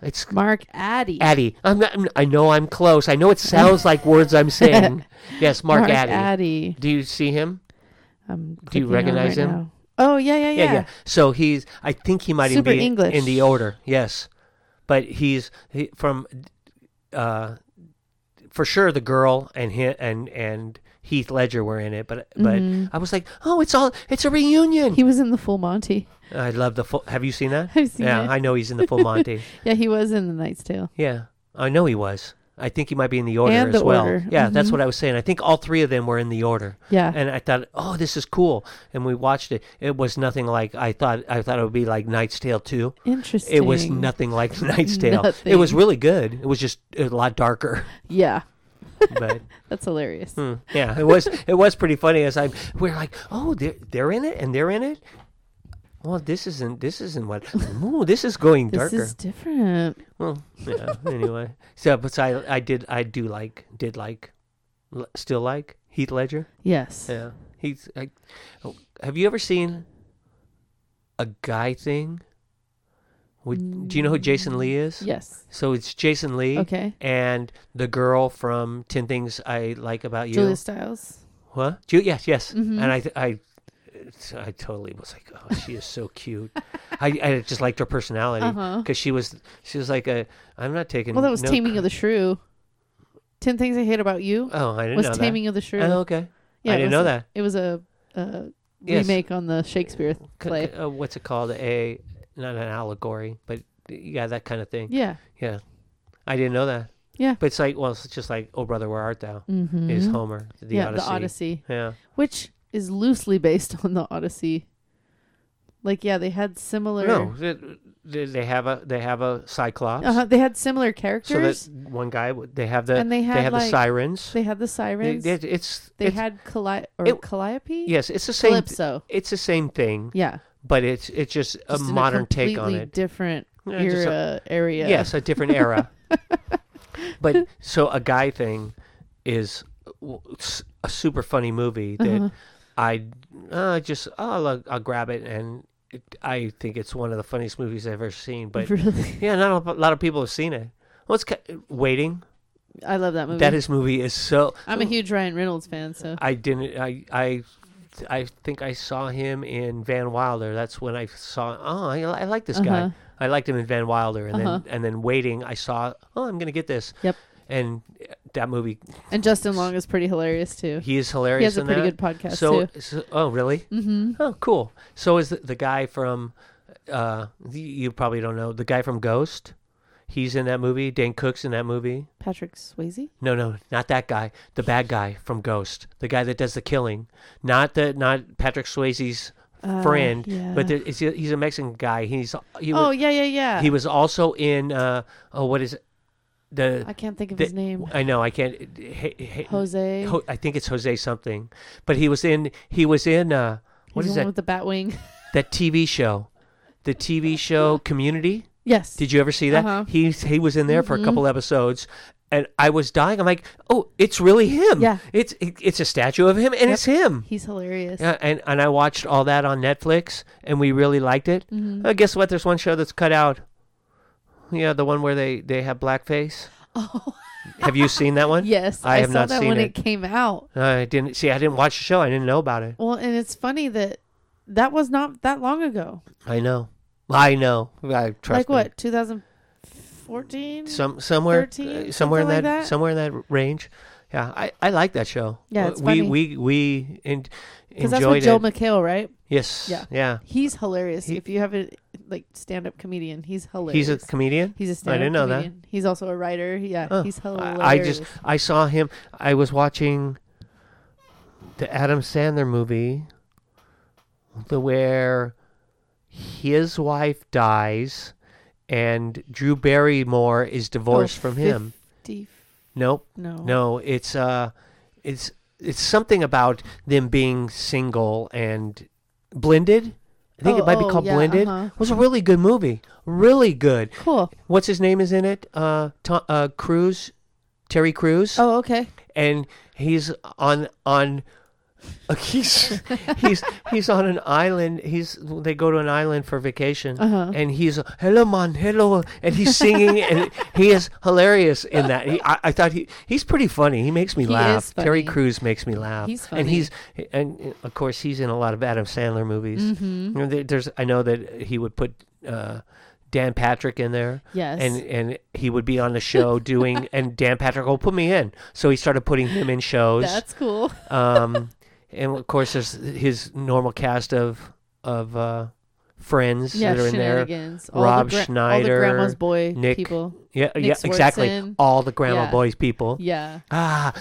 [SPEAKER 2] It's
[SPEAKER 3] Mark Addy.
[SPEAKER 2] Addy. I'm not. I'm- I know I'm close. I know it sounds like words I'm saying. Yes, Mark, Addy.
[SPEAKER 3] Addy.
[SPEAKER 2] Do you see him?
[SPEAKER 3] I'm
[SPEAKER 2] Do you
[SPEAKER 3] clicking on
[SPEAKER 2] recognize
[SPEAKER 3] right
[SPEAKER 2] him?
[SPEAKER 3] now. Oh yeah, yeah, yeah.
[SPEAKER 2] So he's. I think he might even
[SPEAKER 3] Super
[SPEAKER 2] be
[SPEAKER 3] English.
[SPEAKER 2] in the order. Yes, but he's he, from. Uh, for sure, the girl and he, and and Heath Ledger were in it, but but I was like, oh, it's all it's a reunion.
[SPEAKER 3] Mm-hmm. He was in the Full Monty.
[SPEAKER 2] I love the full. Have you seen that?
[SPEAKER 3] I've seen
[SPEAKER 2] yeah,
[SPEAKER 3] it.
[SPEAKER 2] I know he's in the full Monty.
[SPEAKER 3] Yeah, he was in The Knight's Tale.
[SPEAKER 2] Yeah, I know he was. I think he might be in the order
[SPEAKER 3] And
[SPEAKER 2] as
[SPEAKER 3] the
[SPEAKER 2] well.
[SPEAKER 3] order. Mm-hmm.
[SPEAKER 2] Yeah, that's what I was saying. I think all three of them were in the order.
[SPEAKER 3] Yeah.
[SPEAKER 2] And I thought, oh, this is cool. And we watched it. It was nothing like I thought. I thought it would be like Knight's Tale two.
[SPEAKER 3] Interesting.
[SPEAKER 2] It was nothing like Knight's Tale. It was
[SPEAKER 3] Nothing.
[SPEAKER 2] really good. It was just a lot darker.
[SPEAKER 3] Yeah,
[SPEAKER 2] But
[SPEAKER 3] that's hilarious.
[SPEAKER 2] hmm, yeah, it was it was pretty funny. As I we're like, oh, they're they're in it and they're in it. Well, this isn't this isn't what. Ooh, this is going
[SPEAKER 3] This
[SPEAKER 2] darker.
[SPEAKER 3] is different.
[SPEAKER 2] Well, yeah. anyway, so but so I I did I do like did like, l- still like Heath Ledger.
[SPEAKER 3] Yes.
[SPEAKER 2] Yeah, he's. I, oh, have you ever seen a guy thing? Would, do you know who Jason Lee is?
[SPEAKER 3] Yes.
[SPEAKER 2] So it's Jason Lee.
[SPEAKER 3] Okay.
[SPEAKER 2] And the girl from Ten Things I Like About You.
[SPEAKER 3] Julia Stiles.
[SPEAKER 2] Huh? Ju- yes, yes.
[SPEAKER 3] Mm-hmm.
[SPEAKER 2] And I, th- I, it's- I totally was like, oh, she is so cute. I, I just liked her personality because
[SPEAKER 3] Uh-huh.
[SPEAKER 2] she was, she was like a. I'm not taking.
[SPEAKER 3] Well, that was
[SPEAKER 2] no
[SPEAKER 3] Taming
[SPEAKER 2] cr-
[SPEAKER 3] of the Shrew. Ten Things I Hate About You
[SPEAKER 2] Oh, I didn't
[SPEAKER 3] was
[SPEAKER 2] know
[SPEAKER 3] Taming of the Shrew.
[SPEAKER 2] that. Oh, okay.
[SPEAKER 3] Yeah,
[SPEAKER 2] I
[SPEAKER 3] it
[SPEAKER 2] didn't
[SPEAKER 3] was
[SPEAKER 2] know
[SPEAKER 3] a-
[SPEAKER 2] that.
[SPEAKER 3] It was a, a
[SPEAKER 2] Yes.
[SPEAKER 3] remake on the Shakespeare
[SPEAKER 2] C-
[SPEAKER 3] play.
[SPEAKER 2] c- uh, what's it called? A not an allegory, but yeah, that kind of thing.
[SPEAKER 3] Yeah.
[SPEAKER 2] Yeah, I didn't know that.
[SPEAKER 3] Yeah.
[SPEAKER 2] but it's like well, it's just like Oh brother, where art thou?
[SPEAKER 3] Mm-hmm.
[SPEAKER 2] Is Homer the
[SPEAKER 3] yeah,
[SPEAKER 2] Odyssey?
[SPEAKER 3] the Odyssey,
[SPEAKER 2] Yeah,
[SPEAKER 3] which is loosely based on the Odyssey. Like, yeah, they had similar.
[SPEAKER 2] no, th- th- they have a they have a Cyclops.
[SPEAKER 3] Uh-huh, they had similar
[SPEAKER 2] So
[SPEAKER 3] characters.
[SPEAKER 2] that one guy, w- they have the
[SPEAKER 3] And they had,
[SPEAKER 2] have the
[SPEAKER 3] like-
[SPEAKER 2] sirens.
[SPEAKER 3] they had the
[SPEAKER 2] They-
[SPEAKER 3] sirens.
[SPEAKER 2] they-
[SPEAKER 3] They,
[SPEAKER 2] it's it's-
[SPEAKER 3] had Cali- or
[SPEAKER 2] it-
[SPEAKER 3] Calliope.
[SPEAKER 2] yes, it's the same.
[SPEAKER 3] Calypso.
[SPEAKER 2] It's the same thing,
[SPEAKER 3] Yeah,
[SPEAKER 2] but it's it's just a
[SPEAKER 3] Just in
[SPEAKER 2] modern
[SPEAKER 3] a
[SPEAKER 2] take on
[SPEAKER 3] completely
[SPEAKER 2] it.
[SPEAKER 3] Different
[SPEAKER 2] Yeah, just a-
[SPEAKER 3] era area.
[SPEAKER 2] Yes, a different era. but so a guy thing is w- s- a super funny movie
[SPEAKER 3] Uh-huh.
[SPEAKER 2] that I uh, just I'll, uh, I'll grab it and it, I think it's one of the funniest movies I've ever seen. But
[SPEAKER 3] really,
[SPEAKER 2] yeah, not a lot of people have seen it. Well, it's ki- waiting.
[SPEAKER 3] I love that movie.
[SPEAKER 2] That is movie is so.
[SPEAKER 3] I'm a huge Ryan Reynolds fan, so
[SPEAKER 2] I didn't. I I I think I saw him in Van Wilder. That's when I saw. Oh, I, I like this
[SPEAKER 3] Uh-huh.
[SPEAKER 2] guy. I liked him in Van Wilder, and
[SPEAKER 3] Uh-huh.
[SPEAKER 2] then and then waiting, I saw. Oh, I'm gonna get this.
[SPEAKER 3] Yep.
[SPEAKER 2] And that movie,
[SPEAKER 3] and Justin Long is pretty hilarious too.
[SPEAKER 2] he is hilarious.
[SPEAKER 3] He has a
[SPEAKER 2] in
[SPEAKER 3] pretty
[SPEAKER 2] that.
[SPEAKER 3] good podcast
[SPEAKER 2] so,
[SPEAKER 3] too.
[SPEAKER 2] so- oh really? Mm-hmm. Oh, cool. So is the, the guy from? Uh, y- you probably don't know the guy from Ghost. He's in that movie. Dan Cook's in that movie.
[SPEAKER 3] Patrick Swayze.
[SPEAKER 2] No, no, not that guy. The bad guy from Ghost. The guy that does the killing. Not the not Patrick Swayze's
[SPEAKER 3] Uh,
[SPEAKER 2] friend, but
[SPEAKER 3] yeah.
[SPEAKER 2] there, is he, he's a Mexican guy. He's he
[SPEAKER 3] oh
[SPEAKER 2] was,
[SPEAKER 3] yeah, yeah, yeah.
[SPEAKER 2] he was also in uh oh what is it? the
[SPEAKER 3] I can't think of
[SPEAKER 2] the-
[SPEAKER 3] his name.
[SPEAKER 2] I know I can't he, he-
[SPEAKER 3] Jose.
[SPEAKER 2] Ho- I think it's Jose something. But he was in he was in uh what
[SPEAKER 3] He's
[SPEAKER 2] is
[SPEAKER 3] the one
[SPEAKER 2] that
[SPEAKER 3] with the bat wing?
[SPEAKER 2] that TV show? The TV show Community?
[SPEAKER 3] yes.
[SPEAKER 2] Did you ever see that?
[SPEAKER 3] Uh-huh. Mm-hmm.
[SPEAKER 2] He he was in there for a couple episodes, and I was dying. I'm like, oh, it's really him.
[SPEAKER 3] Yeah.
[SPEAKER 2] it's it, it's a statue of him, and it's him.
[SPEAKER 3] He's hilarious.
[SPEAKER 2] Yeah, and and I watched all that on Netflix, and we really liked it.
[SPEAKER 3] Mm-hmm.
[SPEAKER 2] Uh, guess what? There's one show that's cut out. Yeah, the one where they they have blackface.
[SPEAKER 3] Oh.
[SPEAKER 2] Have you seen that one?
[SPEAKER 3] Yes,
[SPEAKER 2] I
[SPEAKER 3] I,
[SPEAKER 2] have
[SPEAKER 3] saw
[SPEAKER 2] not
[SPEAKER 3] that
[SPEAKER 2] seen
[SPEAKER 3] when
[SPEAKER 2] it.
[SPEAKER 3] it came out.
[SPEAKER 2] I didn't see. I didn't watch the show. I didn't know about it.
[SPEAKER 3] Well, and it's funny that that was not that long ago.
[SPEAKER 2] I know. I know. I trust.
[SPEAKER 3] like
[SPEAKER 2] me.
[SPEAKER 3] what, 2014?
[SPEAKER 2] Some somewhere,
[SPEAKER 3] 13,
[SPEAKER 2] uh, somewhere in
[SPEAKER 3] something like
[SPEAKER 2] that,
[SPEAKER 3] that?
[SPEAKER 2] somewhere in that range. Yeah, I, I like that show.
[SPEAKER 3] Yeah,
[SPEAKER 2] Uh,
[SPEAKER 3] it's
[SPEAKER 2] we
[SPEAKER 3] funny.
[SPEAKER 2] we we en-
[SPEAKER 3] Because that's with
[SPEAKER 2] enjoyed
[SPEAKER 3] Joel
[SPEAKER 2] it.
[SPEAKER 3] McHale, right?
[SPEAKER 2] yes.
[SPEAKER 3] Yeah.
[SPEAKER 2] Yeah.
[SPEAKER 3] He's hilarious.
[SPEAKER 2] He-
[SPEAKER 3] if you have a like stand-up comedian, he's hilarious.
[SPEAKER 2] He's a comedian.
[SPEAKER 3] he's a
[SPEAKER 2] I
[SPEAKER 3] stand-up
[SPEAKER 2] didn't know
[SPEAKER 3] comedian. He's also a writer. Yeah,
[SPEAKER 2] Oh,
[SPEAKER 3] he's hilarious.
[SPEAKER 2] I, I just I saw him. I was watching the Adam Sandler movie, the where his wife dies, and Drew Barrymore is divorced from him.
[SPEAKER 3] 50
[SPEAKER 2] Nope.
[SPEAKER 3] Oh, No.
[SPEAKER 2] No, it's uh, it's it's something about them being single and blended. I think
[SPEAKER 3] Oh,
[SPEAKER 2] it might be
[SPEAKER 3] oh,
[SPEAKER 2] called
[SPEAKER 3] yeah,
[SPEAKER 2] blended.
[SPEAKER 3] uh-huh.
[SPEAKER 2] It was a really good movie. Really good.
[SPEAKER 3] Cool.
[SPEAKER 2] What's his name is in it? Uh, Tom, uh, Cruz, Terry Cruz,
[SPEAKER 3] Oh, okay.
[SPEAKER 2] and he's on on. He's he's he's on an island. He's they go to an island for vacation,
[SPEAKER 3] Uh-huh.
[SPEAKER 2] and he's hello man, hello, and he's singing, and he is hilarious in that. He, I, I thought he he's pretty funny. He makes me
[SPEAKER 3] He
[SPEAKER 2] laugh.
[SPEAKER 3] is
[SPEAKER 2] Terry
[SPEAKER 3] funny.
[SPEAKER 2] Crews makes me laugh.
[SPEAKER 3] He's
[SPEAKER 2] and
[SPEAKER 3] funny.
[SPEAKER 2] he's and of course he's in a lot of Adam Sandler movies.
[SPEAKER 3] Mm-hmm.
[SPEAKER 2] You know, there- there's I know that he would put uh, Dan Patrick in there.
[SPEAKER 3] Yes.
[SPEAKER 2] And and he would be on the show doing and Dan Patrick will put me in. So he started putting him in shows.
[SPEAKER 3] That's cool.
[SPEAKER 2] Um, and of course, there's his normal cast of of uh, friends
[SPEAKER 3] Yeah,
[SPEAKER 2] that are in there.
[SPEAKER 3] shenanigans.
[SPEAKER 2] Rob
[SPEAKER 3] gra-
[SPEAKER 2] Schneider,
[SPEAKER 3] all the grandma's boy
[SPEAKER 2] Nick-
[SPEAKER 3] people.
[SPEAKER 2] Yeah,
[SPEAKER 3] Nick
[SPEAKER 2] yeah, exactly.
[SPEAKER 3] Swardson.
[SPEAKER 2] All the grandma
[SPEAKER 3] Yeah.
[SPEAKER 2] boys people.
[SPEAKER 3] Yeah.
[SPEAKER 2] Ah,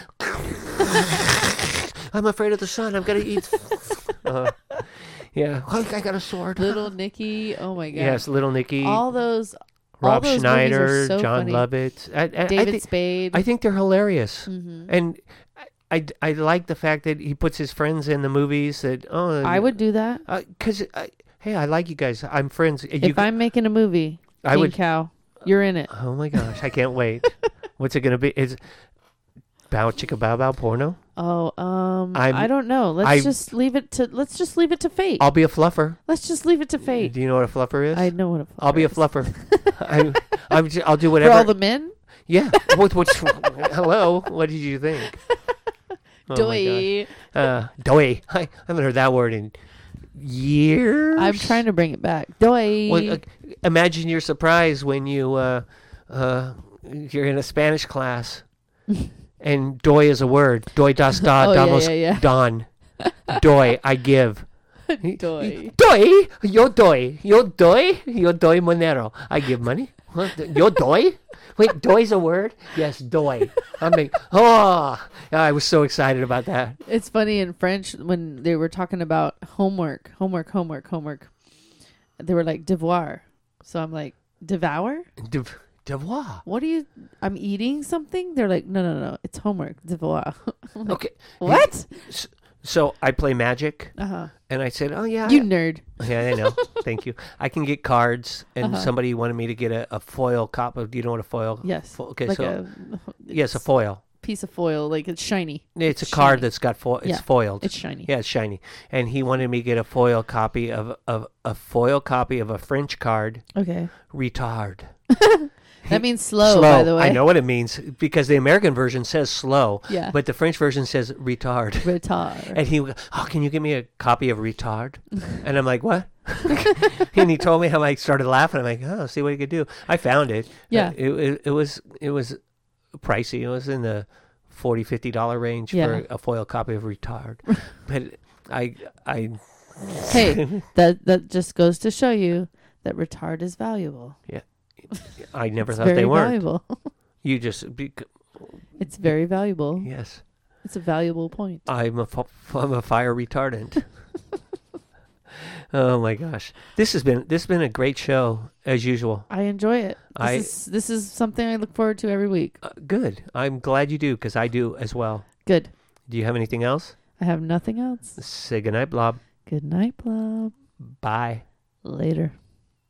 [SPEAKER 2] I'm afraid of the sun. I'm gonna eat. uh, yeah, I got a sword.
[SPEAKER 3] Little Nicky. Oh my god.
[SPEAKER 2] yes, little Nicky,
[SPEAKER 3] All those all
[SPEAKER 2] Rob
[SPEAKER 3] those movies are
[SPEAKER 2] Schneider,
[SPEAKER 3] so
[SPEAKER 2] John
[SPEAKER 3] funny.
[SPEAKER 2] Lovitz. I, I, I
[SPEAKER 3] David
[SPEAKER 2] think,
[SPEAKER 3] Spade.
[SPEAKER 2] I think they're hilarious,
[SPEAKER 3] Mhm.
[SPEAKER 2] and. I- I, I like the fact that he puts his friends in the movies that oh
[SPEAKER 3] I would do that.
[SPEAKER 2] because I, hey, I like you guys. I'm friends. You,
[SPEAKER 3] if I'm making a movie,
[SPEAKER 2] I
[SPEAKER 3] King
[SPEAKER 2] would-
[SPEAKER 3] Cow, you're in it.
[SPEAKER 2] oh my gosh, I can't wait. What's it gonna be? Is bow chicka bow bow porno?
[SPEAKER 3] Oh, um,
[SPEAKER 2] I'm-
[SPEAKER 3] I don't know. Let's
[SPEAKER 2] I-
[SPEAKER 3] just leave it to let's just leave it to fate.
[SPEAKER 2] I'll be a fluffer.
[SPEAKER 3] let's just leave it to fate.
[SPEAKER 2] Do you know what a fluffer is?
[SPEAKER 3] I know what a
[SPEAKER 2] I'll be a
[SPEAKER 3] fluffer is.
[SPEAKER 2] fluffer. I, I'm. Just, I'll do
[SPEAKER 3] for
[SPEAKER 2] whatever.
[SPEAKER 3] all the men.
[SPEAKER 2] yeah. What, what's, hello. What did you think? Oh my gosh.
[SPEAKER 3] Doy.
[SPEAKER 2] Uh, doy. I haven't heard that word in years.
[SPEAKER 3] I'm trying to bring it back. Doy.
[SPEAKER 2] Well, uh, imagine your surprise when you uh, uh, you're in a Spanish class, and doy is a word. Doy das da
[SPEAKER 3] Oh, yeah,
[SPEAKER 2] damos
[SPEAKER 3] yeah, yeah.
[SPEAKER 2] don. Doy, I give.
[SPEAKER 3] Doy.
[SPEAKER 2] Doy, yo doy, yo doy, yo doy monero. I give money. Huh? Yo doy? Wait, doy's a word? Yes, doy. I mean, oh, I was so excited about that.
[SPEAKER 3] It's funny in French when they were talking about homework, homework, homework, homework. They were like devoir. So I'm like, devour?
[SPEAKER 2] De- devoir.
[SPEAKER 3] What are you? I'm eating something? They're like, no, no, no. It's homework. Devoir. I'm like,
[SPEAKER 2] Okay,
[SPEAKER 3] What?
[SPEAKER 2] so I play magic,
[SPEAKER 3] Uh huh.
[SPEAKER 2] and I said, oh, yeah.
[SPEAKER 3] You nerd.
[SPEAKER 2] Yeah, I know. Thank you. I can get cards, and somebody wanted me to get a, a foil cop. of- Do you know what a foil?
[SPEAKER 3] Uh-huh. Yes.
[SPEAKER 2] Fo- okay,
[SPEAKER 3] like
[SPEAKER 2] so
[SPEAKER 3] a,
[SPEAKER 2] yes, a
[SPEAKER 3] it's
[SPEAKER 2] foil.
[SPEAKER 3] piece of foil. Like it's shiny.
[SPEAKER 2] It's a card
[SPEAKER 3] shiny.
[SPEAKER 2] that's got foil. It's
[SPEAKER 3] Yeah,
[SPEAKER 2] foiled.
[SPEAKER 3] It's shiny.
[SPEAKER 2] Yeah, it's shiny. And he wanted me to get a foil copy of, of a foil copy of a French card,
[SPEAKER 3] Okay.
[SPEAKER 2] retard.
[SPEAKER 3] That means slow, by the
[SPEAKER 2] I
[SPEAKER 3] way.
[SPEAKER 2] know what it means because the American version says slow,
[SPEAKER 3] Yeah.
[SPEAKER 2] but the French version says retard.
[SPEAKER 3] Retard.
[SPEAKER 2] And he would go, Oh, can you give me a copy of retard? and I'm like, What? and he told me how I started laughing. I'm like, Oh, see what he could do. I found it.
[SPEAKER 3] Yeah.
[SPEAKER 2] It, it, it was it was pricey. It was in the 40 50 dollar range
[SPEAKER 3] Yeah.
[SPEAKER 2] for a foil copy of retard. but I I
[SPEAKER 3] hey, that that just goes to show you that retard is valuable.
[SPEAKER 2] I never
[SPEAKER 3] It's
[SPEAKER 2] thought
[SPEAKER 3] very
[SPEAKER 2] they weren't.
[SPEAKER 3] valuable.
[SPEAKER 2] You just bec
[SPEAKER 3] It's very valuable.
[SPEAKER 2] yes.
[SPEAKER 3] It's a valuable point.
[SPEAKER 2] I'm a f- I'm a fire retardant. oh my gosh, this has been this has been a great show as usual.
[SPEAKER 3] I enjoy it. This
[SPEAKER 2] I-
[SPEAKER 3] is this is something I look forward to every week.
[SPEAKER 2] Uh, good. I'm glad you do because I do as well.
[SPEAKER 3] Good.
[SPEAKER 2] Do you have anything else?
[SPEAKER 3] I have nothing else.
[SPEAKER 2] Say goodnight, Blob.
[SPEAKER 3] Good night, Blob.
[SPEAKER 2] Bye.
[SPEAKER 3] Later.